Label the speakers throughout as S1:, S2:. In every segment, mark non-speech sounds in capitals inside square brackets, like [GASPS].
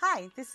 S1: Hi, this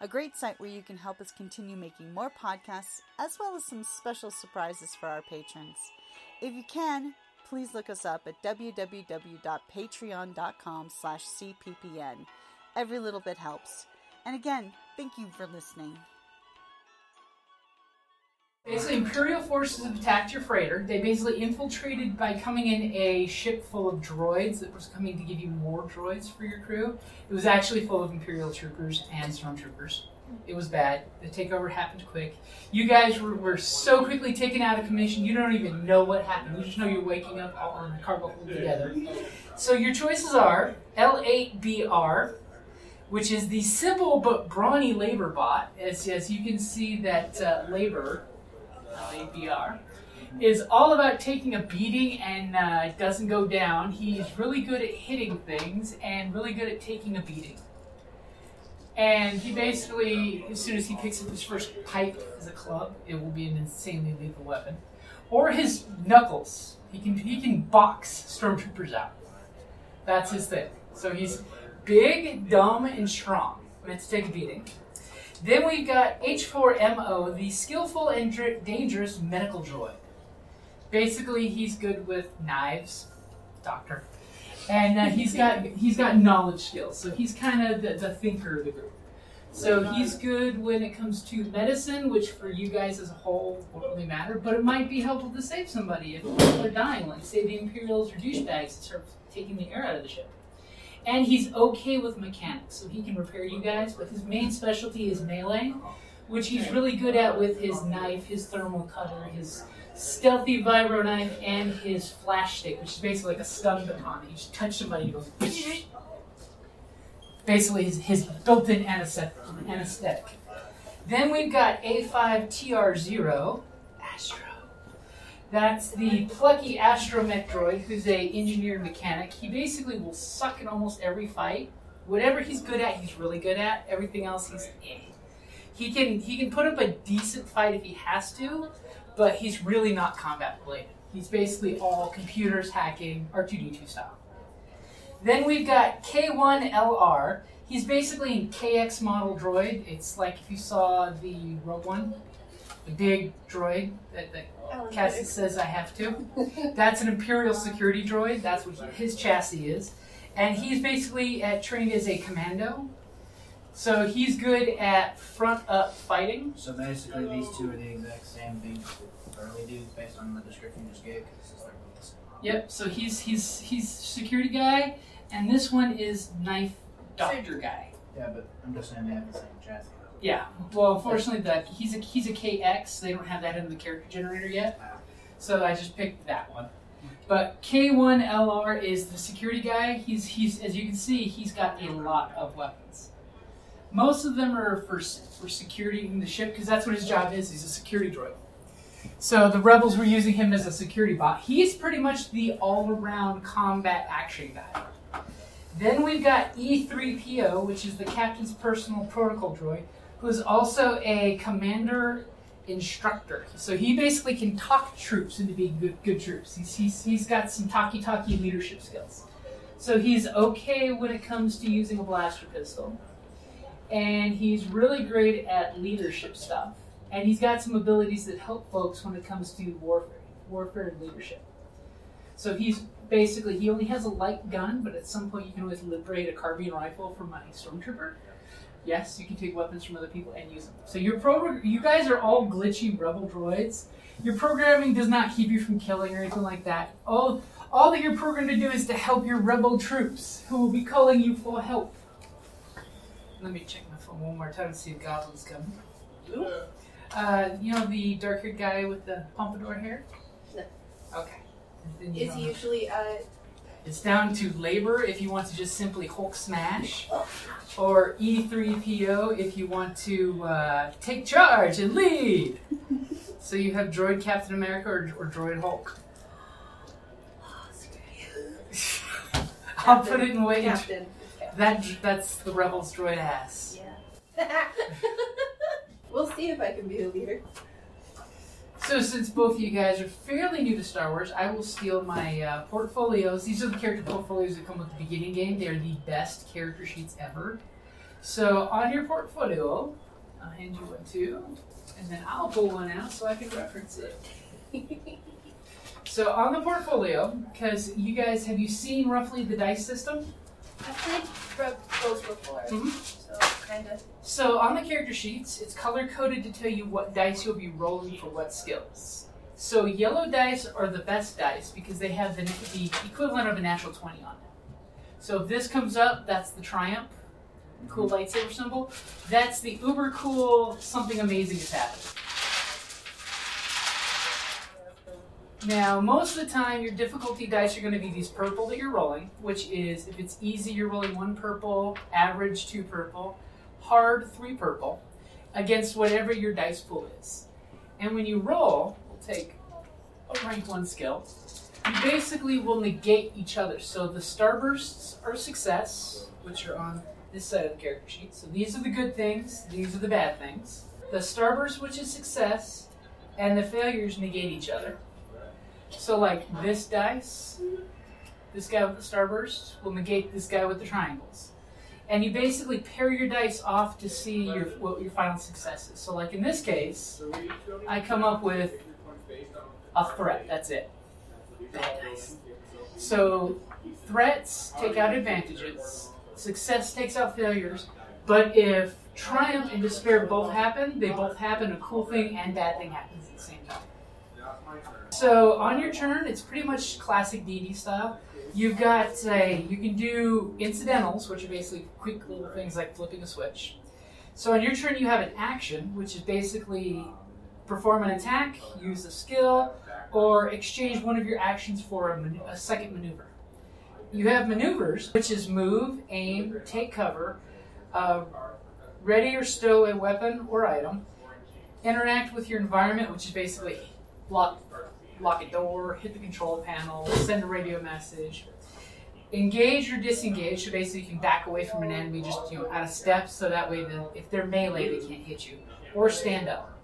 S1: a great site where you can help us continue making more podcasts as well as some special surprises for our patrons. If you can, please look us up at www.patreon.com/cppn. Every little bit helps. And again, thank you for listening.
S2: Basically, Imperial forces have attacked your freighter. They basically infiltrated by coming in a ship full of droids that was coming to give you more droids for your crew. It was actually full of Imperial troopers and stormtroopers. It was bad. The takeover happened quick. You guys were, were so quickly taken out of commission, you don't even know what happened. You just know you're waking up all on the cargo hold together. So, your choices are L8BR, which is the simple but brawny labor bot. As, as you can see, that uh, labor. LABR, is all about taking a beating and uh, doesn't go down. He's really good at hitting things and really good at taking a beating. And he basically, as soon as he picks up his first pipe as a club, it will be an insanely lethal weapon. Or his knuckles. He can he can box stormtroopers out. That's his thing. So he's big, dumb, and strong. Meant to take a beating. Then we've got H4MO, the skillful and dr- dangerous medical droid. Basically, he's good with knives, doctor, and uh, he's got he's got knowledge skills. So he's kind of the, the thinker of the group. So he's good when it comes to medicine, which for you guys as a whole won't really matter, but it might be helpful to save somebody if people are dying. Like say the Imperials are douchebags and start taking the air out of the ship and he's okay with mechanics, so he can repair you guys. But his main specialty is melee, which he's really good at with his knife, his thermal cutter, his stealthy vibro knife, and his flash stick, which is basically like a stun baton. You just touch somebody and it goes. [LAUGHS] basically, his, his built-in anesthetic. anesthetic. Then we've got A5TR0 Astro. That's the plucky astromech droid, who's a engineer mechanic. He basically will suck in almost every fight. Whatever he's good at, he's really good at. Everything else, he's eh. He can he can put up a decent fight if he has to, but he's really not combat related. He's basically all computers hacking R2D2 style. Then we've got K1LR. He's basically an KX model droid. It's like if you saw the Rogue One, the big droid that, that Cassie says I have to. That's an Imperial security droid. That's what he- his chassis is, and he's basically uh, trained as a commando. So he's good at front up fighting.
S3: So basically, these two are the exact same thing early dudes based on the description you just gave. 'cause this is like the same.
S2: Yep. So he's he's he's security guy, and this one is knife doctor guy.
S3: Yeah, but I'm just saying they have the same chassis. though.
S2: Yeah. Well, unfortunately, that he's a he's a KX. They don't have that in the character generator yet, so I just picked that one. But K1LR is the security guy. He's he's as you can see, he's got a lot of weapons. Most of them are for s- for security in the ship because that's what his job is. He's a security droid. So the rebels were using him as a security bot. He's pretty much the all-around combat action guy. Then we've got E E3PO, which is the captain's personal protocol droid, who is also a commander instructor. So he basically can talk troops into being good, good troops. He's, he's, he's got some talkie talkie leadership skills. So he's okay when it comes to using a blaster pistol. And he's really great at leadership stuff. And he's got some abilities that help folks when it comes to warfare, warfare and leadership. So he's basically he only has a light gun, but at some point you can always liberate a carbine rifle from a stormtrooper. Yes, you can take weapons from other people and use them. So your pro, you guys are all glitchy rebel droids. Your programming does not keep you from killing or anything like that. All, all that you're programmed to do is to help your rebel troops, who will be calling you for help. Let me check my phone one more time to see if goblins come. Uh, you know the dark-haired guy with the pompadour hair?
S4: No.
S2: Okay. Then you
S4: It's
S2: don't know.
S4: usually uh,
S2: It's down to labor if you want to just simply Hulk smash, or E E3PO if you want to uh, take charge and lead. so you have droid Captain America or, or droid Hulk. I'll put it in wage.
S4: captain.
S2: That that's the rebels droid ass.
S4: Yeah. [LAUGHS] we'll see if I can be a leader.
S2: So since both of you guys are fairly new to Star Wars, I will steal my uh, portfolios. These are the character portfolios that come with the beginning game. They are the best character sheets ever. So on your portfolio, I'll hand you one too, and then I'll pull one out so I can reference it. [LAUGHS] so on the portfolio, because you guys have you seen roughly the dice system?
S4: I've played rebels before,
S2: Mhm.
S4: so kind of.
S2: So on the character sheets, it's color coded to tell you what dice you'll be rolling for what skills. So yellow dice are the best dice because they have the, the equivalent of a natural 20 on them. So if this comes up, that's the triumph, cool lightsaber symbol. That's the uber cool, something amazing is happening. Now, most of the time, your difficulty dice are going to be these purple that you're rolling, which is if it's easy, you're rolling one purple, average, two purple, hard, three purple, against whatever your dice pool is. And when you roll, we'll take a rank one skill. You basically will negate each other. So the starbursts are success, which are on this side of the character sheet. So these are the good things, these are the bad things. The starburst, which is success, and the failures negate each other. So, like this dice, this guy with the starburst will negate this guy with the triangles. And you basically pair your dice off to see your, what your final success is. So, like in this case, I come up with a threat. That's it. Bad dice. So, threats take out advantages, success takes out failures. But if triumph and despair both happen, they both happen. A cool thing and bad thing happens at the same time. So on your turn, it's pretty much classic D&D style. You've got say you can do incidentals, which are basically quick little things like flipping a switch. So on your turn, you have an action, which is basically perform an attack, use a skill, or exchange one of your actions for a, man- a second maneuver. You have maneuvers, which is move, aim, take cover, uh, ready or stow a weapon or item, interact with your environment, which is basically block lock a door, hit the control panel, send a radio message. Engage or disengage, so basically you can back away from an enemy just you know out of step, so that way the, if they're melee they can't hit you, or stand up.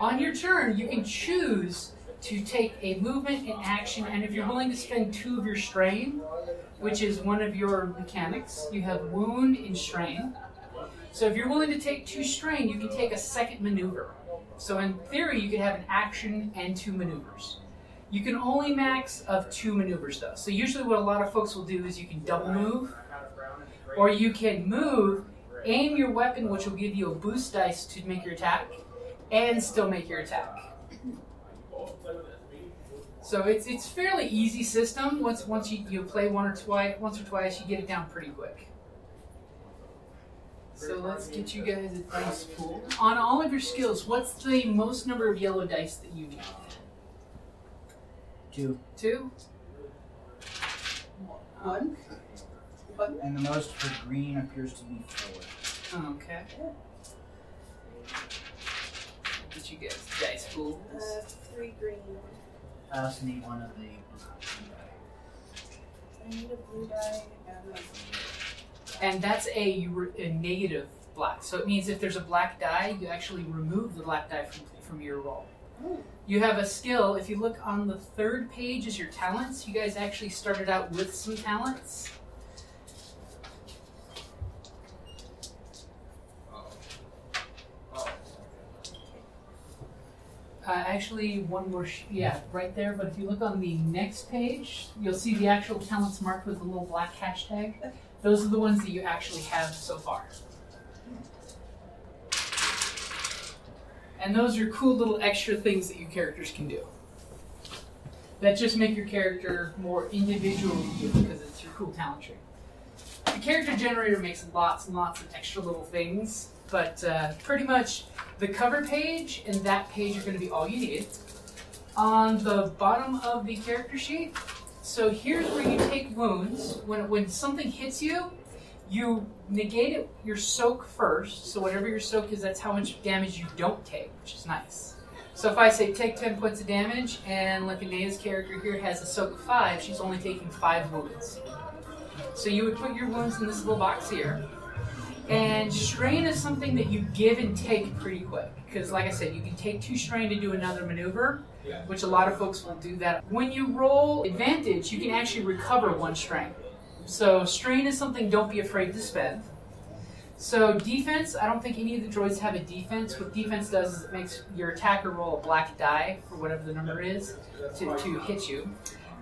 S2: On your turn, you can choose to take a movement in action, and if you're willing to spend two of your strain, which is one of your mechanics, you have wound and strain. So if you're willing to take two strain, you can take a second maneuver. So in theory, you could have an action and two maneuvers. You can only max of two maneuvers though. So usually, what a lot of folks will do is you can double move, or you can move, aim your weapon, which will give you a boost dice to make your attack, and still make your attack. So it's it's fairly easy system. Once once you, you play one or twice once or twice, you get it down pretty quick. So let's get you guys a dice pool. On all of your skills, what's the most number of yellow dice that you need?
S3: Two.
S2: Two?
S4: One.
S3: And the most for green appears to be four.
S2: Okay. Get you guys dice pools.
S4: Uh, three green.
S3: I also need one of the blue
S4: I need a blue die and
S2: And that's a, you re- a negative black. So it means if there's a black die, you actually remove the black die from, from your roll.
S4: Ooh.
S2: You have a skill. If you look on the third page is your talents. You guys actually started out with some talents. Uh, actually, one more. Sh- yeah, right there. But if you look on the next page, you'll see the actual talents marked with a little black hashtag. Those are the ones that you actually have so far. and those are cool little extra things that your characters can do. That just make your character more individually you because it's your cool talent tree. The character generator makes lots and lots of extra little things, but uh, pretty much the cover page and that page are going to be all you need. On the bottom of the character sheet, so here's where you take wounds. When when something hits you, you negate it, your soak first. So whatever your soak is, that's how much damage you don't take, which is nice. So if I say take ten points of damage, and Lincolnia's character here has a soak of five, she's only taking five wounds. So you would put your wounds in this little box here. And strain is something that you give and take pretty quick. Because, like I said, you can take two strain to do another maneuver, which a lot of folks will do that. When you roll advantage, you can actually recover one strain. So, strain is something don't be afraid to spend. So, defense, I don't think any of the droids have a defense. What defense does is it makes your attacker roll a black die for whatever the number is to, to hit you.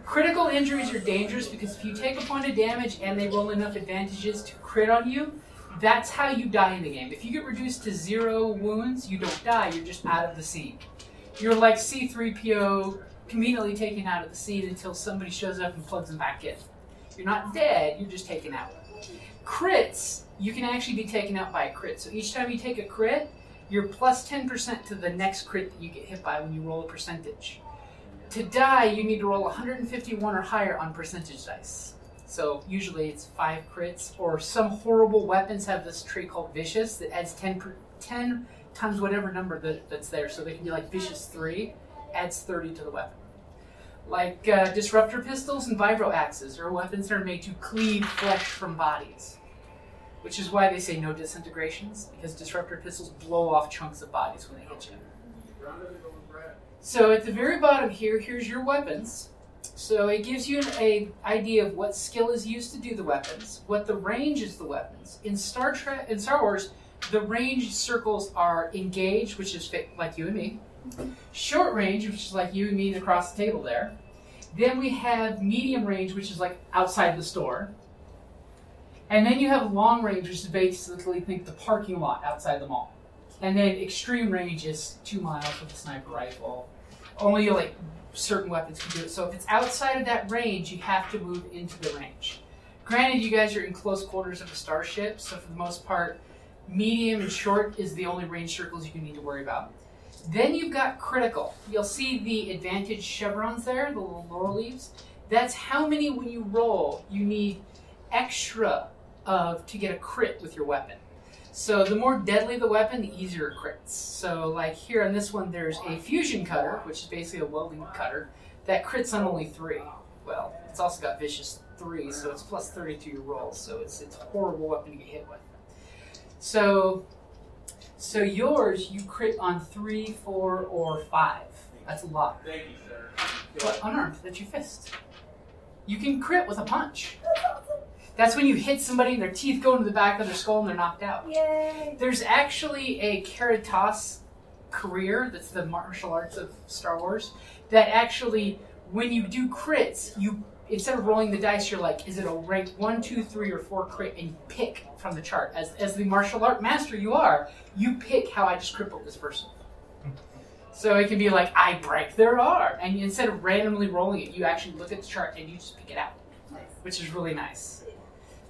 S2: Critical injuries are dangerous because if you take a point of damage and they roll enough advantages to crit on you, that's how you die in the game. If you get reduced to zero wounds, you don't die, you're just out of the scene. You're like C3PO, conveniently taken out of the scene until somebody shows up and plugs them back in. You're not dead, you're just taken out. Crits, you can actually be taken out by a crit. So each time you take a crit, you're plus 10% to the next crit that you get hit by when you roll a percentage. To die, you need to roll 151 or higher on percentage dice. So usually it's five crits, or some horrible weapons have this trait called vicious that adds 10, per, 10 times whatever number that, that's there. So they can be like vicious three, adds 30 to the weapon. Like uh, disruptor pistols and vibro axes are weapons that are made to cleave flesh from bodies, which is why they say no disintegrations because disruptor pistols blow off chunks of bodies when they hit you. So at the very bottom here, here's your weapons. So it gives you an a, idea of what skill is used to do the weapons, what the range is the weapons. In Star Trek, in Star Wars, the range circles are engaged, which is fit, like you and me, short range, which is like you and me across the table there. Then we have medium range, which is like outside the store. And then you have long range, which is basically think the parking lot outside the mall. And then extreme range is two miles with a sniper rifle. Only like certain weapons can do it. So if it's outside of that range, you have to move into the range. Granted, you guys are in close quarters of a starship, so for the most part, medium and short is the only range circles you need to worry about. Then you've got critical. You'll see the advantage chevrons there, the little laurel leaves. That's how many when you roll you need extra of to get a crit with your weapon. So the more deadly the weapon, the easier it crits. So like here on this one, there's a fusion cutter, which is basically a welding cutter that crits on only three. Well, it's also got vicious three, so it's plus thirty to your roll. So it's it's a horrible weapon to get hit with. So, so yours you crit on three, four, or five. That's a lot.
S3: Thank you, sir.
S2: But unarmed, that's your fist. You can crit with a punch. That's when you hit somebody and their teeth go into the back of their skull and they're knocked out.
S4: [LAUGHS] Yay!
S2: There's actually a Caritas career that's the martial arts of Star Wars that actually, when you do crits, you instead of rolling the dice, you're like, is it a rank one, two, three, or four crit, and you pick from the chart. As as the martial art master you are, you pick how I just crippled this person. So it can be like I break their arm, and instead of randomly rolling it, you actually look at the chart and you just pick it out, which is really nice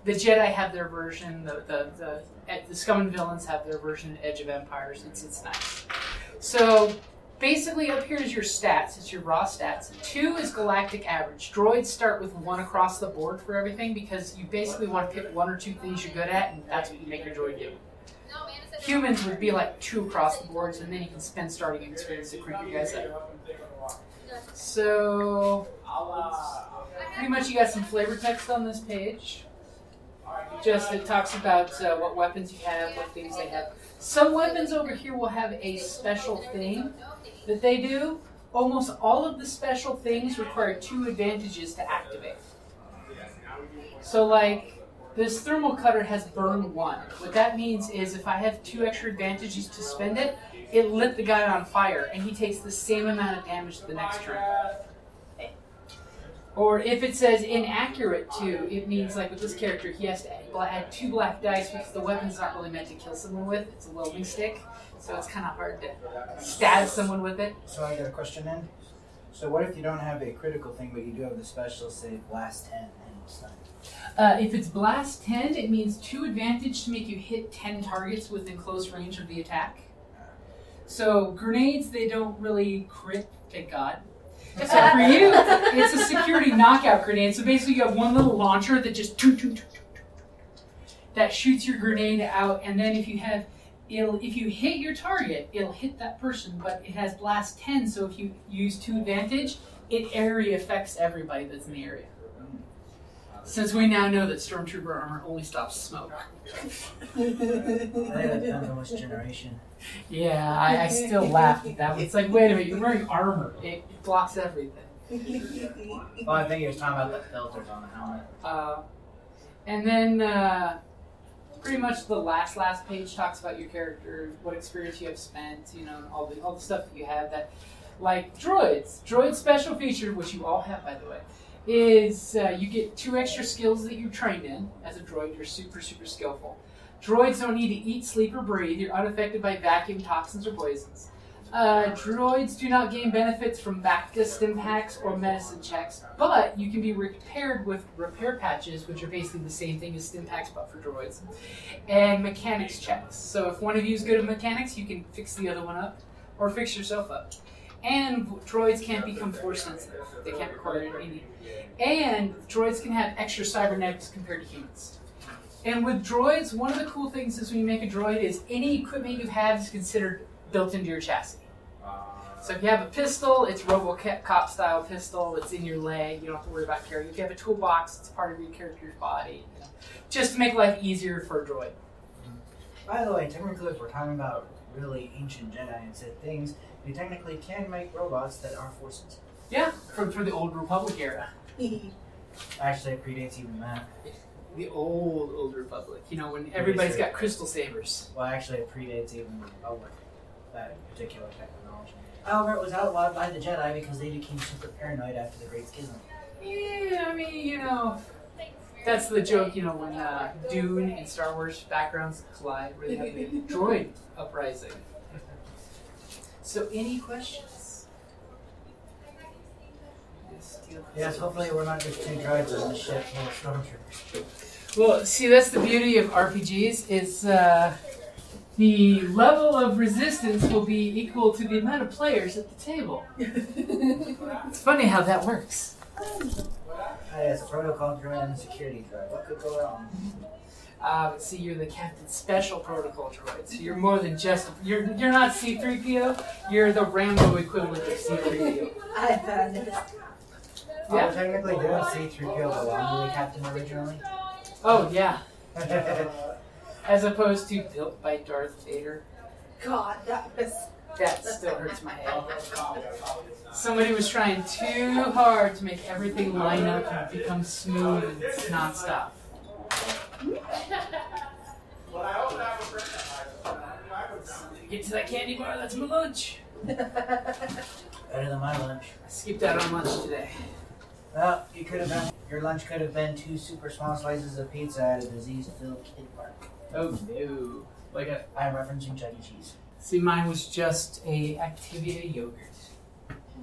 S2: the Jedi have their version. The the the, eh, the scum and villains have their version. Edge of Empires. It's it's nice. So basically, up here is your stats. It's your raw stats. Two is galactic average. Droids start with one across the board for everything because you basically want to pick one or two things you're good at, and that's what you make your droid do. Humans would be like two across the boards, and then you can spend starting experience to crank your guys up. So, pretty much you got some flavor text on this page just it talks about uh, what weapons you have, what things they have. Some weapons over here will have a special thing that they do. Almost all of the special things require two advantages to activate. So, like this thermal cutter has burn one. What that means is if I have two extra advantages to spend it, it lit the guy on fire, and he takes the same amount of damage the next turn. Or if it says inaccurate too, it means like with this character, he has to add, bla- add two black dice because the weapon's not really meant to kill someone with. It's a welding stick, so it's kind of hard to stab someone with it.
S3: So I got a question in. So what if you don't have a critical thing, but you do have the special save last ten and it's not?
S2: Uh, if it's blast 10, it means two advantage to make you hit 10 targets within close range of the attack. So grenades, they don't really crit, thank God. So for you,
S4: [LAUGHS]
S2: it's a security knockout grenade. So basically, you have one little launcher that just toot, toot, toot, toot, toot, toot, that shoots your grenade out, and then if you have It'll, if you hit your target, it'll hit that person, but it has blast 10, so if you use two advantage, it area affects everybody that's in the area. Since we now know that stormtrooper armor only stops smoke.
S3: I think that depends on which generation.
S2: Yeah, I, I [LAUGHS] still laughed at that. one. It's like, wait a minute, you're wearing armor. It blocks everything.
S3: Well, I think he was talking about the filters on the helmet.
S2: Uh, and then uh, pretty much the last last page talks about your character, what experience you have spent, you know, and all the all the stuff that you have. That like droids, droid special feature, which you all have by the way, is uh, you get two extra skills that you trained in as a droid. You're super super skillful. Droids don't need to eat, sleep, or breathe. You're unaffected by vacuum toxins or poisons. Uh, droids do not gain benefits from Bactus impacts or medicine checks, but you can be repaired with repair patches, which are basically the same thing as stim packs but for droids, and mechanics checks. So if one of you is good at mechanics, you can fix the other one up or fix yourself up. And droids can't become force sensitive; they can't require any. And droids can have extra cybernetics compared to humans. And with droids, one of the cool things is when you make a droid is any equipment you have is considered built into your chassis. So if you have a pistol, it's RoboCop style pistol. It's in your leg. You don't have to worry about carrying. If you have a toolbox, it's part of your character's body. you know, Just to make life easier for a droid.
S3: By the way, technically, if we're talking about really ancient Jedi and Sith things, you technically can make robots that are forces.
S2: Yeah, from, from the old Republic era.
S3: Actually, it predates even that.
S2: The old, old Republic. You know, when everybody's got crystal sabers.
S3: Well, actually, it predates even the Republic. That particular technology. However, it was outlawed by the Jedi because they became super paranoid after the Great Schism.
S2: Yeah, I mean, you know, that's the joke, you know, when uh, Dune and Star Wars backgrounds collide, where they have the droid uprising. So, any questions?
S3: Yes, hopefully we're not just two droids on the ship full of stormtroopers.
S2: Well, see, that's the beauty of RPGs is uh, the level of resistance will be equal to the amount of players at the table. It's funny how that works.
S3: Hey, it's a protocol droid and a security droid. What could go wrong?
S2: Um, see, you're the Captain Special Protocol droid, so you're more than just you're you're not C3PO. You're the Rambo equivalent of C3PO.
S4: I found it.
S3: Well, Oh, technically, didn't C-3PO belong to the captain originally? [LAUGHS]
S2: Oh yeah, as opposed to built by Darth Vader.
S4: God, that was.
S2: That still hurts my head. Somebody was trying too hard to make everything line up and become smooth and nonstop. Get to that candy bar. That's my lunch.
S3: Better than my lunch.
S2: I skipped out on lunch today.
S3: Well, you could have been. Your lunch could have been two super small slices of pizza at a disease-filled kid park.
S2: Oh no.
S3: Like a, I'm referencing Chuck E. Cheese.
S2: See, mine was just a Activia yogurt.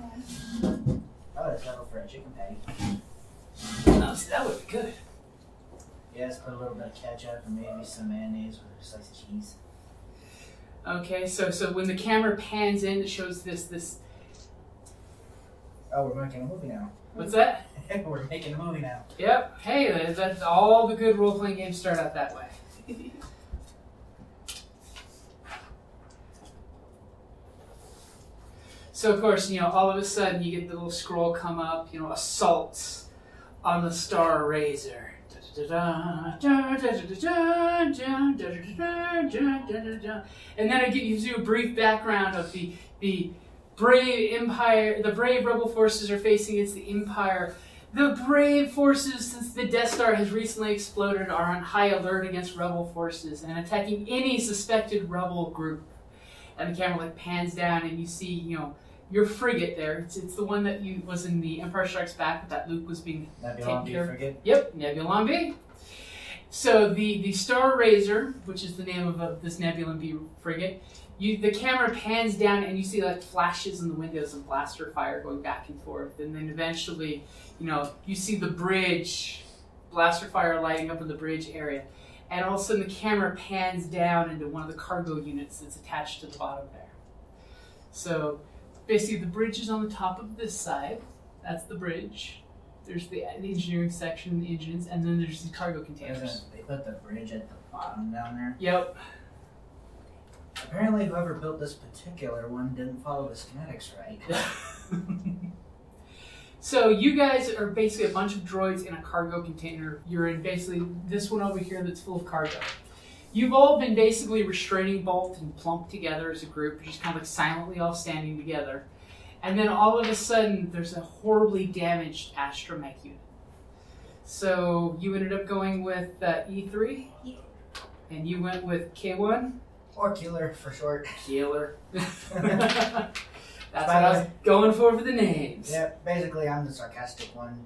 S3: Oh, that's level for a chicken patty.
S2: No, Oh, see, that would be good.
S3: Yes, put a little bit of ketchup and maybe some mayonnaise with a slice of cheese.
S2: Okay, so so when the camera pans in, it shows this this.
S3: Oh, we're making a movie now. [LAUGHS]
S2: What's that?
S3: we're making a movie now.
S2: Yep. Hey, that- that's all the good role playing games start out that way. [LAUGHS] So of course, you know, all of a sudden you get the little scroll come up, you know, assault on the Star Razor. Da-da-da-da, da-da-da-da-da, da-da-da-da-da, da-da-da. And then I get you to do a brief background of the the brave empire the brave rebel forces are facing against the Empire. The brave forces since the Death Star has recently exploded are on high alert against rebel forces and attacking any suspected rebel group. And the camera like pans down and you see, you know, your frigate there. It's, it's the one that you was in the Empire Strikes Back, but that Luke was being
S3: Nebulon, do you
S2: care.
S3: forget?
S2: Yep, Nebulon B. So the, the Star Razor, which is the name of uh this Nebulon B frigate, you the camera pans down and you see like flashes in the windows of blaster fire going back and forth, and then eventually, you know, you see the bridge, blaster fire lighting up in the bridge area, and all of a sudden the camera pans down into one of the cargo units that's attached to the bottom there. So basically, the bridge is on the top of this side. That's the bridge. There's the, the engineering section, the engines, and then there's the cargo containers.
S3: They put the bridge at the bottom down there.
S2: Yep.
S3: Apparently, whoever built this particular one didn't follow the schematics right.
S2: So you guys are basically a bunch of droids in a cargo container. You're in basically this one over here that's full of cargo. You've all been basically restraining bolt and plumped together as a group, just kind of like silently all standing together. And then all of a sudden, there's a horribly damaged astromech unit. So you ended up going with uh, E3, and you went with K1.
S3: Or killer for short.
S2: Keeler. [LAUGHS] That's what I was going for for the names.
S3: Yeah, basically, I'm the sarcastic one.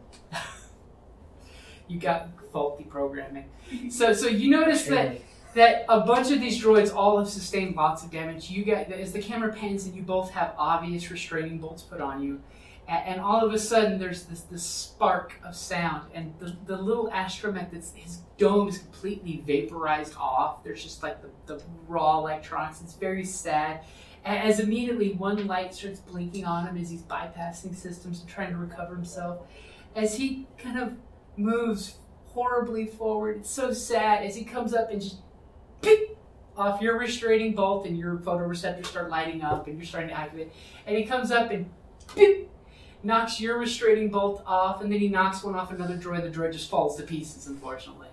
S2: You got faulty programming. So so you notice that
S3: Really.
S2: that a bunch of these droids all have sustained lots of damage. You got as the camera pans and you both have obvious restraining bolts put on you. A- And all of a sudden, there's this, this spark of sound, and the, the little astromech that's his dome is completely vaporized off. There's just like the, the raw electronics. It's very sad. A- as immediately one light starts blinking on him as he's bypassing systems and trying to recover himself. As he kind of moves horribly forward, it's so sad as he comes up and just ping, off your Uh, restraining bolt and your photoreceptors start lighting up and you're starting to activate. And he comes up and ping, knocks your restraining bolt off and then he knocks one off another droid. The droid just falls to pieces, unfortunately.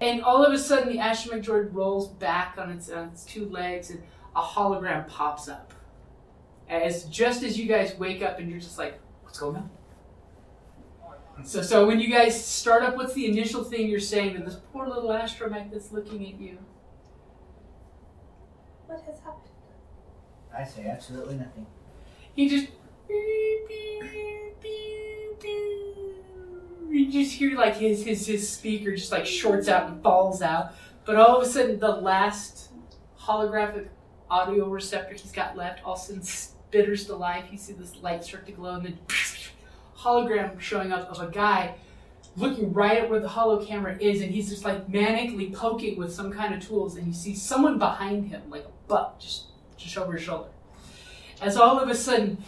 S2: And all of a sudden, the astromech droid rolls back on its, on its two legs, and a hologram pops up. As just as you guys wake up, and you're just like, "What's going on?" So, so when you guys start up, what's the initial thing you're saying to this poor little astromech that's looking at you?
S4: What has happened? [LAUGHS]
S3: I say absolutely nothing.
S2: He just. beep, beep, beep, beep. You just hear like his, his his speaker just like shorts out and falls out. But all of a sudden, the last holographic audio receptor he's got left all of a sudden spitters to life. You see this light start to glow, and then [LAUGHS] hologram showing up of a guy looking right at where the holo camera is, and he's just like manically poking with some kind of tools. And you see someone behind him, like a butt, just just over his shoulder as all of a sudden,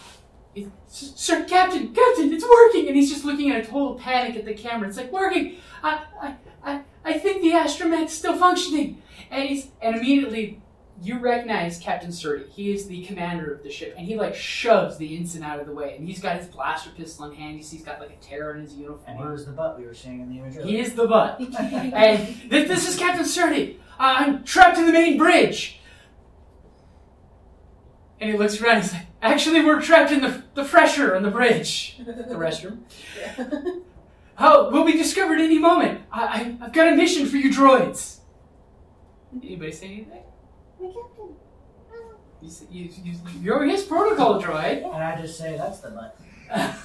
S2: it- "S- Sir, Captain, Captain, it's working! And he's just looking at a total panic at the camera. It's like, working! I, I, I, I think the astromech's still functioning! And, he's, and immediately, you recognize Captain Surdy. He is the commander of the ship, and he like shoves the ensign out of the way. And he's got his blaster pistol in hand. You see, he's got like a tear in his
S3: And he
S2: uniform.
S3: was the butt we were seeing in the image.
S2: He is the butt. And this, this is Captain Surdy. I- I'm trapped in the main bridge. And he looks around. He's like, actually, we're trapped in the, the fresher on the bridge. The restroom. Oh, we'll be discovered any moment. I, I, I've got a mission for you droids. Anybody say anything?
S4: My captain.
S2: You, s- you, you, you're his protocol droid.
S3: and I just say, that's the butt.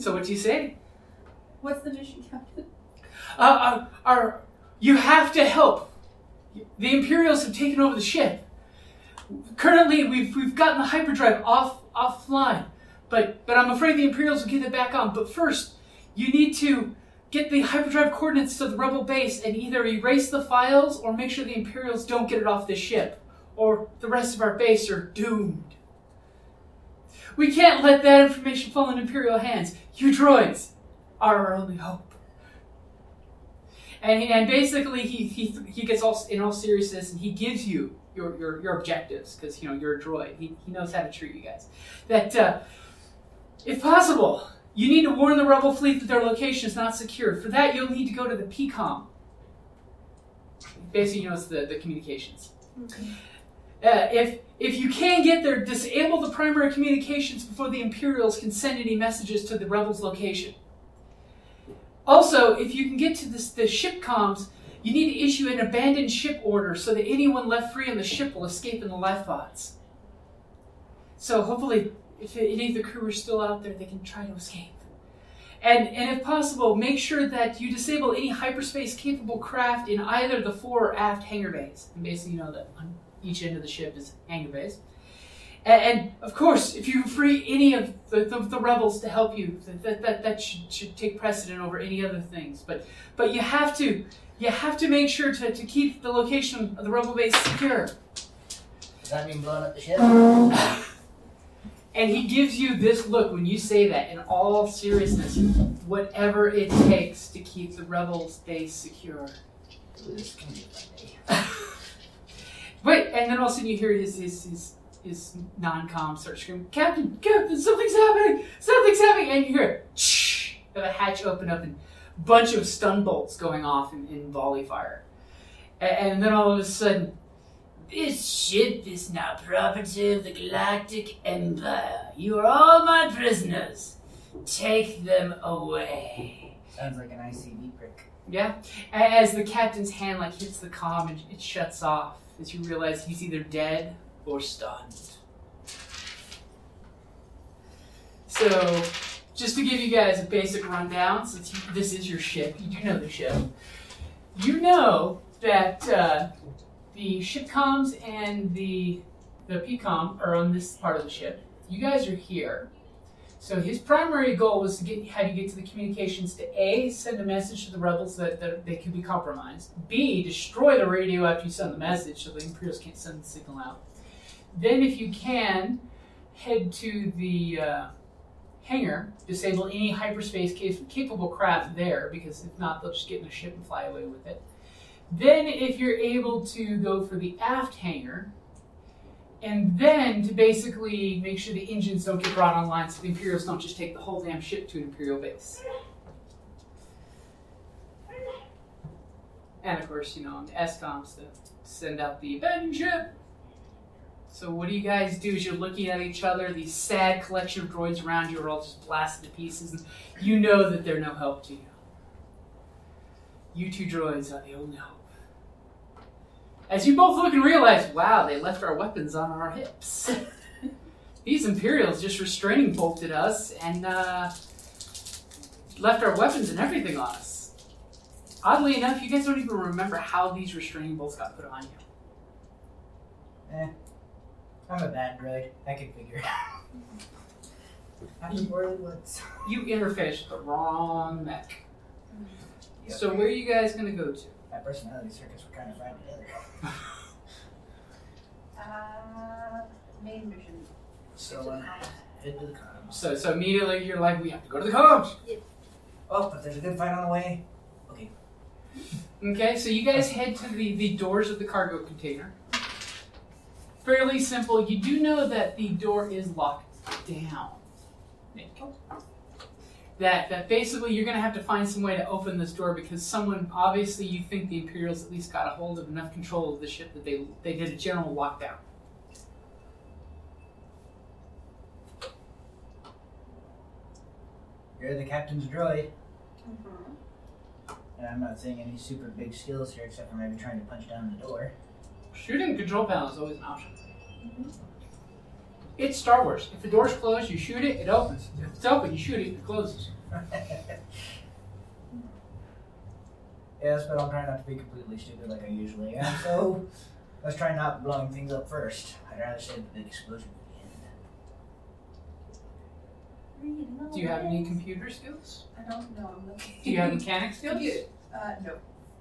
S2: So what do you say?
S4: What's the mission, Captain?
S2: uh, uh, are, you have to help. The Imperials have taken over the ship. Currently, we've, we've gotten the hyperdrive off offline, but, but I'm afraid the Imperials will get it back on. But first, you need to get the hyperdrive coordinates to the Rebel base and either erase the files or make sure the Imperials don't get it off the ship, or the rest of our base are doomed. We can't let that information fall in Imperial hands. You droids are our only hope and and basically he he, he gets all in all seriousness and he gives you your your, your objectives because you know you're a droid he, he knows how to treat you guys that uh, if possible you need to warn the rebel fleet that their location is not secure for that you'll need to go to the pcom basically you know it's the, the communications uh, if if you can get there disable the primary communications before the imperials can send any messages to the rebels location also, if you can get to this, the ship comms, you need to issue an abandoned ship order so that anyone left free on the ship will escape in the lifebots. So hopefully, if any of the crew are still out there, they can try to escape. And, and if possible, make sure that you disable any hyperspace capable craft in either the fore or aft hangar bays. And basically, you know that on each end of the ship is hangar bays. And, and of course, if you free any of the, the, the rebels to help you, that- that, that, that should, should take precedent over any other things. But but you have to you have to make sure to, to keep the location of the rebel base secure.
S3: Does that mean blowing up the ship?
S2: And he gives you this look when you say that in all seriousness, whatever it takes to keep the rebels base secure.
S3: Ooh, this is gonna be funny.
S2: Wait, and then all of a sudden you hear his his his, his non-com start screaming, Captain, Captain, something's happening, something's happening, and you hear shh, the hatch open up and bunch of stun bolts going off in, in volley fire, A- and, then all of a sudden. This ship is now property of the Galactic Empire. You are all my prisoners. Take them away.
S3: Sounds like an ICD prick.
S2: Yeah. A- As the captain's hand like hits the comm and it shuts off, as you realize he's either dead or stunned. So, just to give you guys a basic rundown, since you, this is your ship, you do know the ship. You know that uh, the ship comms and the the PCOM are on this part of the ship. You guys are here. So his primary goal was to get how do you get to the communications to A, send a message to the rebels that, that they could be compromised. B, destroy the radio after you send the message so the Imperials can't send the signal out. Then if you can, head to the uh, hangar, disable any hyperspace case capable craft there, because if not, they'll just get in a ship and fly away with it. Then if you're able to go for the aft hangar, and then to basically make sure the engines don't get brought online so the Imperials don't just take the whole damn ship to an Imperial base. And of course, you know, on the SCOMs to send out the abandoned ship. So what do you guys do as you're looking at each other, these sad collection of droids around you are all just blasted to pieces, and you know that they're no help to you. You two droids are the only hope. As you both look and realize, wow, they left our weapons on our hips. [LAUGHS] These Imperials just restraining bolted us and uh, left our weapons and everything on us. Oddly enough, you guys don't even remember how these restraining bolts got put on you.
S3: I'm a bad droid. I can figure it out. Happened more than once.
S2: You interfaced with the wrong mech.
S3: Yep.
S2: So where are you guys gonna go to?
S3: My personality circuits were kind of fried together.
S4: Uh, main mission.
S3: So, uh, into the comms.
S2: So so immediately you're like, we have to go to the comms.
S3: Oh, but there's a good fight on the way.
S2: Okay, so you guys head to the, the doors of the cargo container. Fairly simple. You do know that the door is locked down. Nick. That that basically you're gonna have to find some way to open this door because someone obviously you think the Imperials at least got a hold of enough control of the ship that they they did a general lockdown.
S3: You're the captain's droid.
S4: Mm-hmm.
S3: And I'm not saying any super big skills here except for maybe trying to punch down the door.
S2: Shooting control panel is always an option. It's Star Wars. If the door's closed, you shoot it, it opens. If it's open, you shoot it, it closes.
S3: yes, but I'm trying not to be completely stupid like I usually am, so let's try not blowing things up first. I'd rather save the big explosion at the end.
S2: Do you have any computer skills?
S4: Mm-hmm. I don't know. I'm looking.
S2: Do you
S4: [LAUGHS]
S2: have mechanic skills?
S4: Computer. [LAUGHS] Uh, no.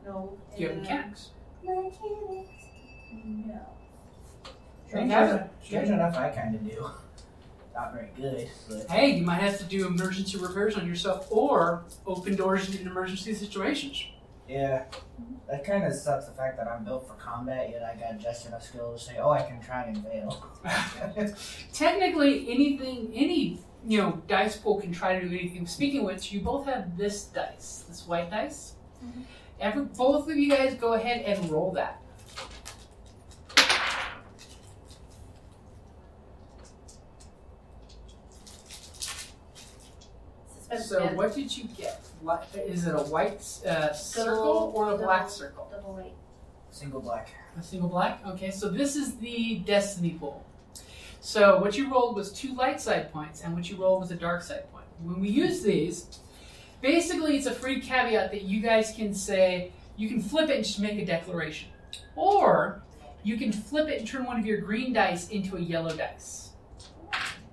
S4: No. Uh,
S2: Do you have
S4: and-
S2: mechanics?
S4: Mechanics. No.
S3: Strange,
S2: Yeah.
S3: enough, strange enough, I kind of do. [LAUGHS] Not very good, but
S2: Hey, you might have to do emergency repairs on yourself or open doors in emergency situations. [LAUGHS]
S3: yeah, that kind of sucks. The fact that I'm built for combat, yet I got just enough skill to say, "Oh, I can try and fail."
S2: Technically, anything, any you know, dice pool can try to do anything. Speaking of which, you both have this dice, this white dice.
S4: Mhm.
S2: Every, both of you guys go ahead and roll that.
S4: Suspense
S2: so,
S4: band.
S2: what did you get? What, is it a white uh, circle or a
S4: Double-
S2: black circle?
S4: Double white.
S3: Single black.
S2: A single black? Okay, so this is the destiny pool. So what you rolled was two light side points, and what you rolled was a dark side point. When we use these, basically it's a free caveat that you guys can say you can flip it and just make a declaration, or you can flip it and turn one of your green dice into a yellow dice.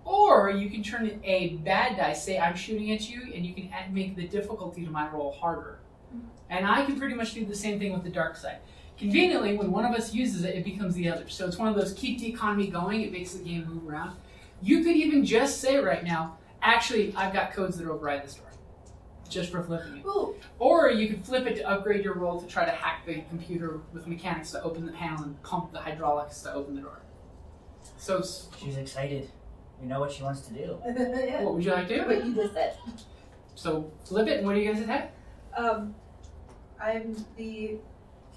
S2: Or you can turn a bad dice, say I'm shooting at you, and you can add, make the difficulty to my roll harder. And I can pretty much do the same thing with the dark side. Conveniently, when one of us uses it, it becomes the other. So it's one of those keep the economy going, it makes the game move around. You could even just say right now, actually, I've got codes that override this door, just for flipping it.
S4: Ooh, [LAUGHS]
S2: Or you could flip it to upgrade your roll to try to hack the computer with mechanics to open the panel and pump the hydraulics to open the door. So, s-
S3: She's excited. We know what she wants to do.
S4: yeah.
S2: what would you like to do?
S4: What you just said.
S2: So, flip it, and what do you guys attack?
S4: Um, I'm the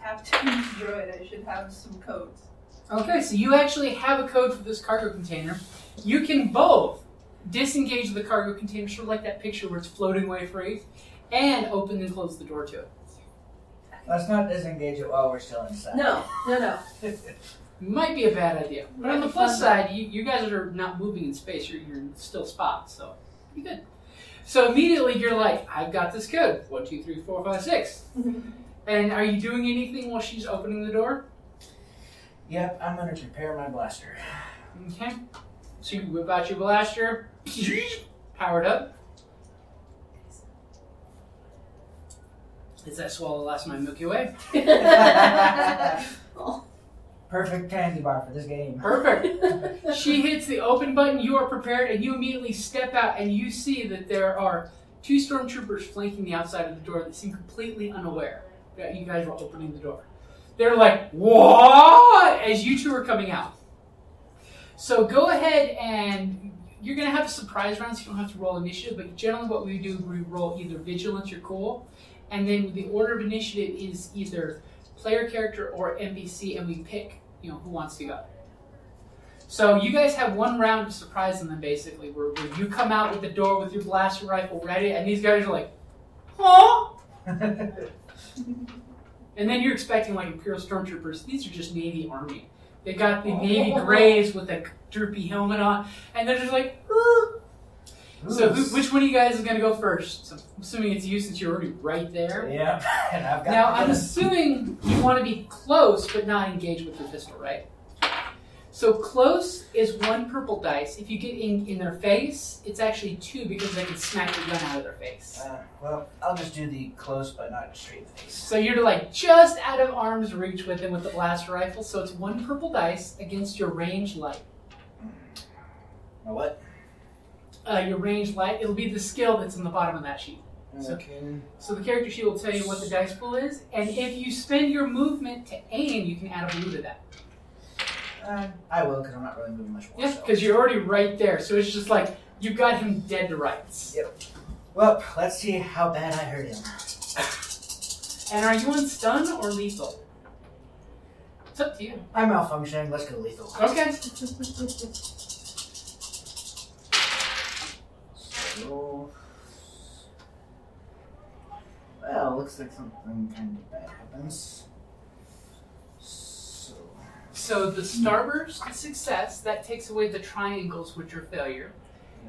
S4: captain droid. I should have some codes.
S2: Okay, so you actually have a code for this cargo container. You can both disengage the cargo container, sort of like that picture where it's floating away free, and open and close the door to it.
S3: Let's not disengage it while we're still inside.
S4: No, [LAUGHS]
S2: [LAUGHS]
S4: no, no.
S2: Might be a bad idea. But on the plus side, you, you guys are not moving in space, you're, you're still spot, so you're good. So immediately you're like, I've got this code. One, two, three, four, five, six. And are you doing anything while she's opening the door?
S3: Yep, I'm gonna prepare my blaster.
S2: Okay. So you whip out your blaster, [LAUGHS] powered up. Is that swallow last my Milky Way?
S3: Perfect candy bar for this game.
S2: Perfect. [LAUGHS] she hits the open button. You are prepared, and you immediately step out, and you see that there are two stormtroopers flanking the outside of the door that seem completely unaware that you guys were opening the door. They're like, "What?" as you two are coming out. So go ahead and you're gonna have a surprise round, so you don't have to roll initiative. But generally, what we do, we roll either vigilance or cool, and then the order of initiative is either player character or NPC, and we pick you know who wants to go. So you guys have one round of surprising them basically, where, where you come out with the door with your blaster rifle ready, and these guys are like, huh? And then you're expecting like Imperial Stormtroopers. These are just Navy Army. They got the Navy Grays with a droopy helmet on, and they're just like, "Er." so who, which one of you guys is going to go first? So I'm assuming it's you since you're already right there.
S3: Yep, [LAUGHS] and I've got
S2: Now,
S3: the
S2: I'm
S3: gun.
S2: assuming you want to be close but not engaged with your pistol, right? So close is one purple dice. If you get in, in their face, it's actually two because they can smack your gun out of their face.
S3: Uh, well, I'll just do the close but not straight face.
S2: So you're like just out of arm's reach with them with the blaster rifle. So it's one purple dice against your range light.
S3: Hmm. Now what?
S2: Uh, your range light. It'll be the skill that's in the bottom of that sheet. So-
S3: Okay.
S2: So the character sheet will tell you what the dice pool is, and if you spend your movement to aim, you can add a blue to that.
S3: Uh, I will, because I'm not really moving much more.
S2: Yeah,
S3: so.
S2: because you're already right there, so it's just like you got him dead to rights.
S3: Well, let's see how bad I hurt him.
S2: And are you on stun or lethal? It's up to you.
S3: I'm malfunctioning. Let's go lethal.
S2: Okay.
S3: So, well, looks like something kind of bad happens. So,
S2: [LAUGHS] So the starburst success that takes away the triangles, which are failure.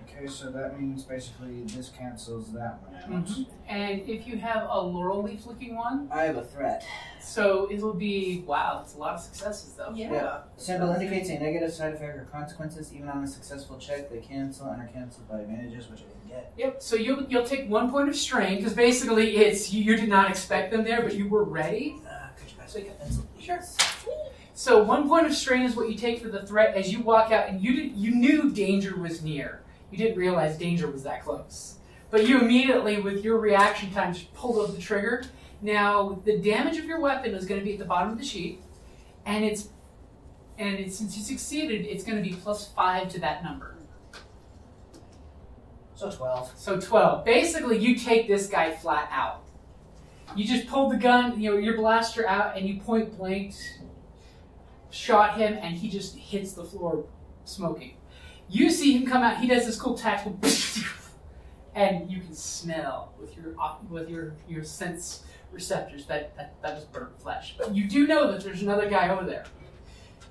S3: okay, so that means basically this cancels that one out.
S2: Mhm. And if you have a laurel leaf looking one,
S3: I have a threat.
S2: so it'll be wow. It's a lot of successes though.
S4: yeah.
S3: Symbol indicates a negative side effect or consequences. Even on a successful check, they cancel and are canceled by advantages, which I didn't get.
S2: Yep. So you'll you'll take one point of strain because basically it's you, you did not expect them there, but you were ready.
S3: Uh, could you pass me a pencil?
S2: Sure. So one point of strain is what you take for the threat as you walk out, and you did, you knew danger was near. You didn't realize danger was that close, but you immediately, with your reaction time, just pulled up the trigger. Now the damage of your weapon is going to be at the bottom of the sheet, and it's and it's, since you succeeded, it's going to be plus five to that number.
S3: So [LAUGHS] 12.
S2: So 12. Basically, you take this guy flat out. You just pulled the gun, you know, your blaster out, and you point blank shot him, and he just hits the floor smoking. You see him come out. He does this cool tactical, [LAUGHS] and you can smell with your with your your sense receptors that that, that is burnt flesh. But you do know that there's another guy over there.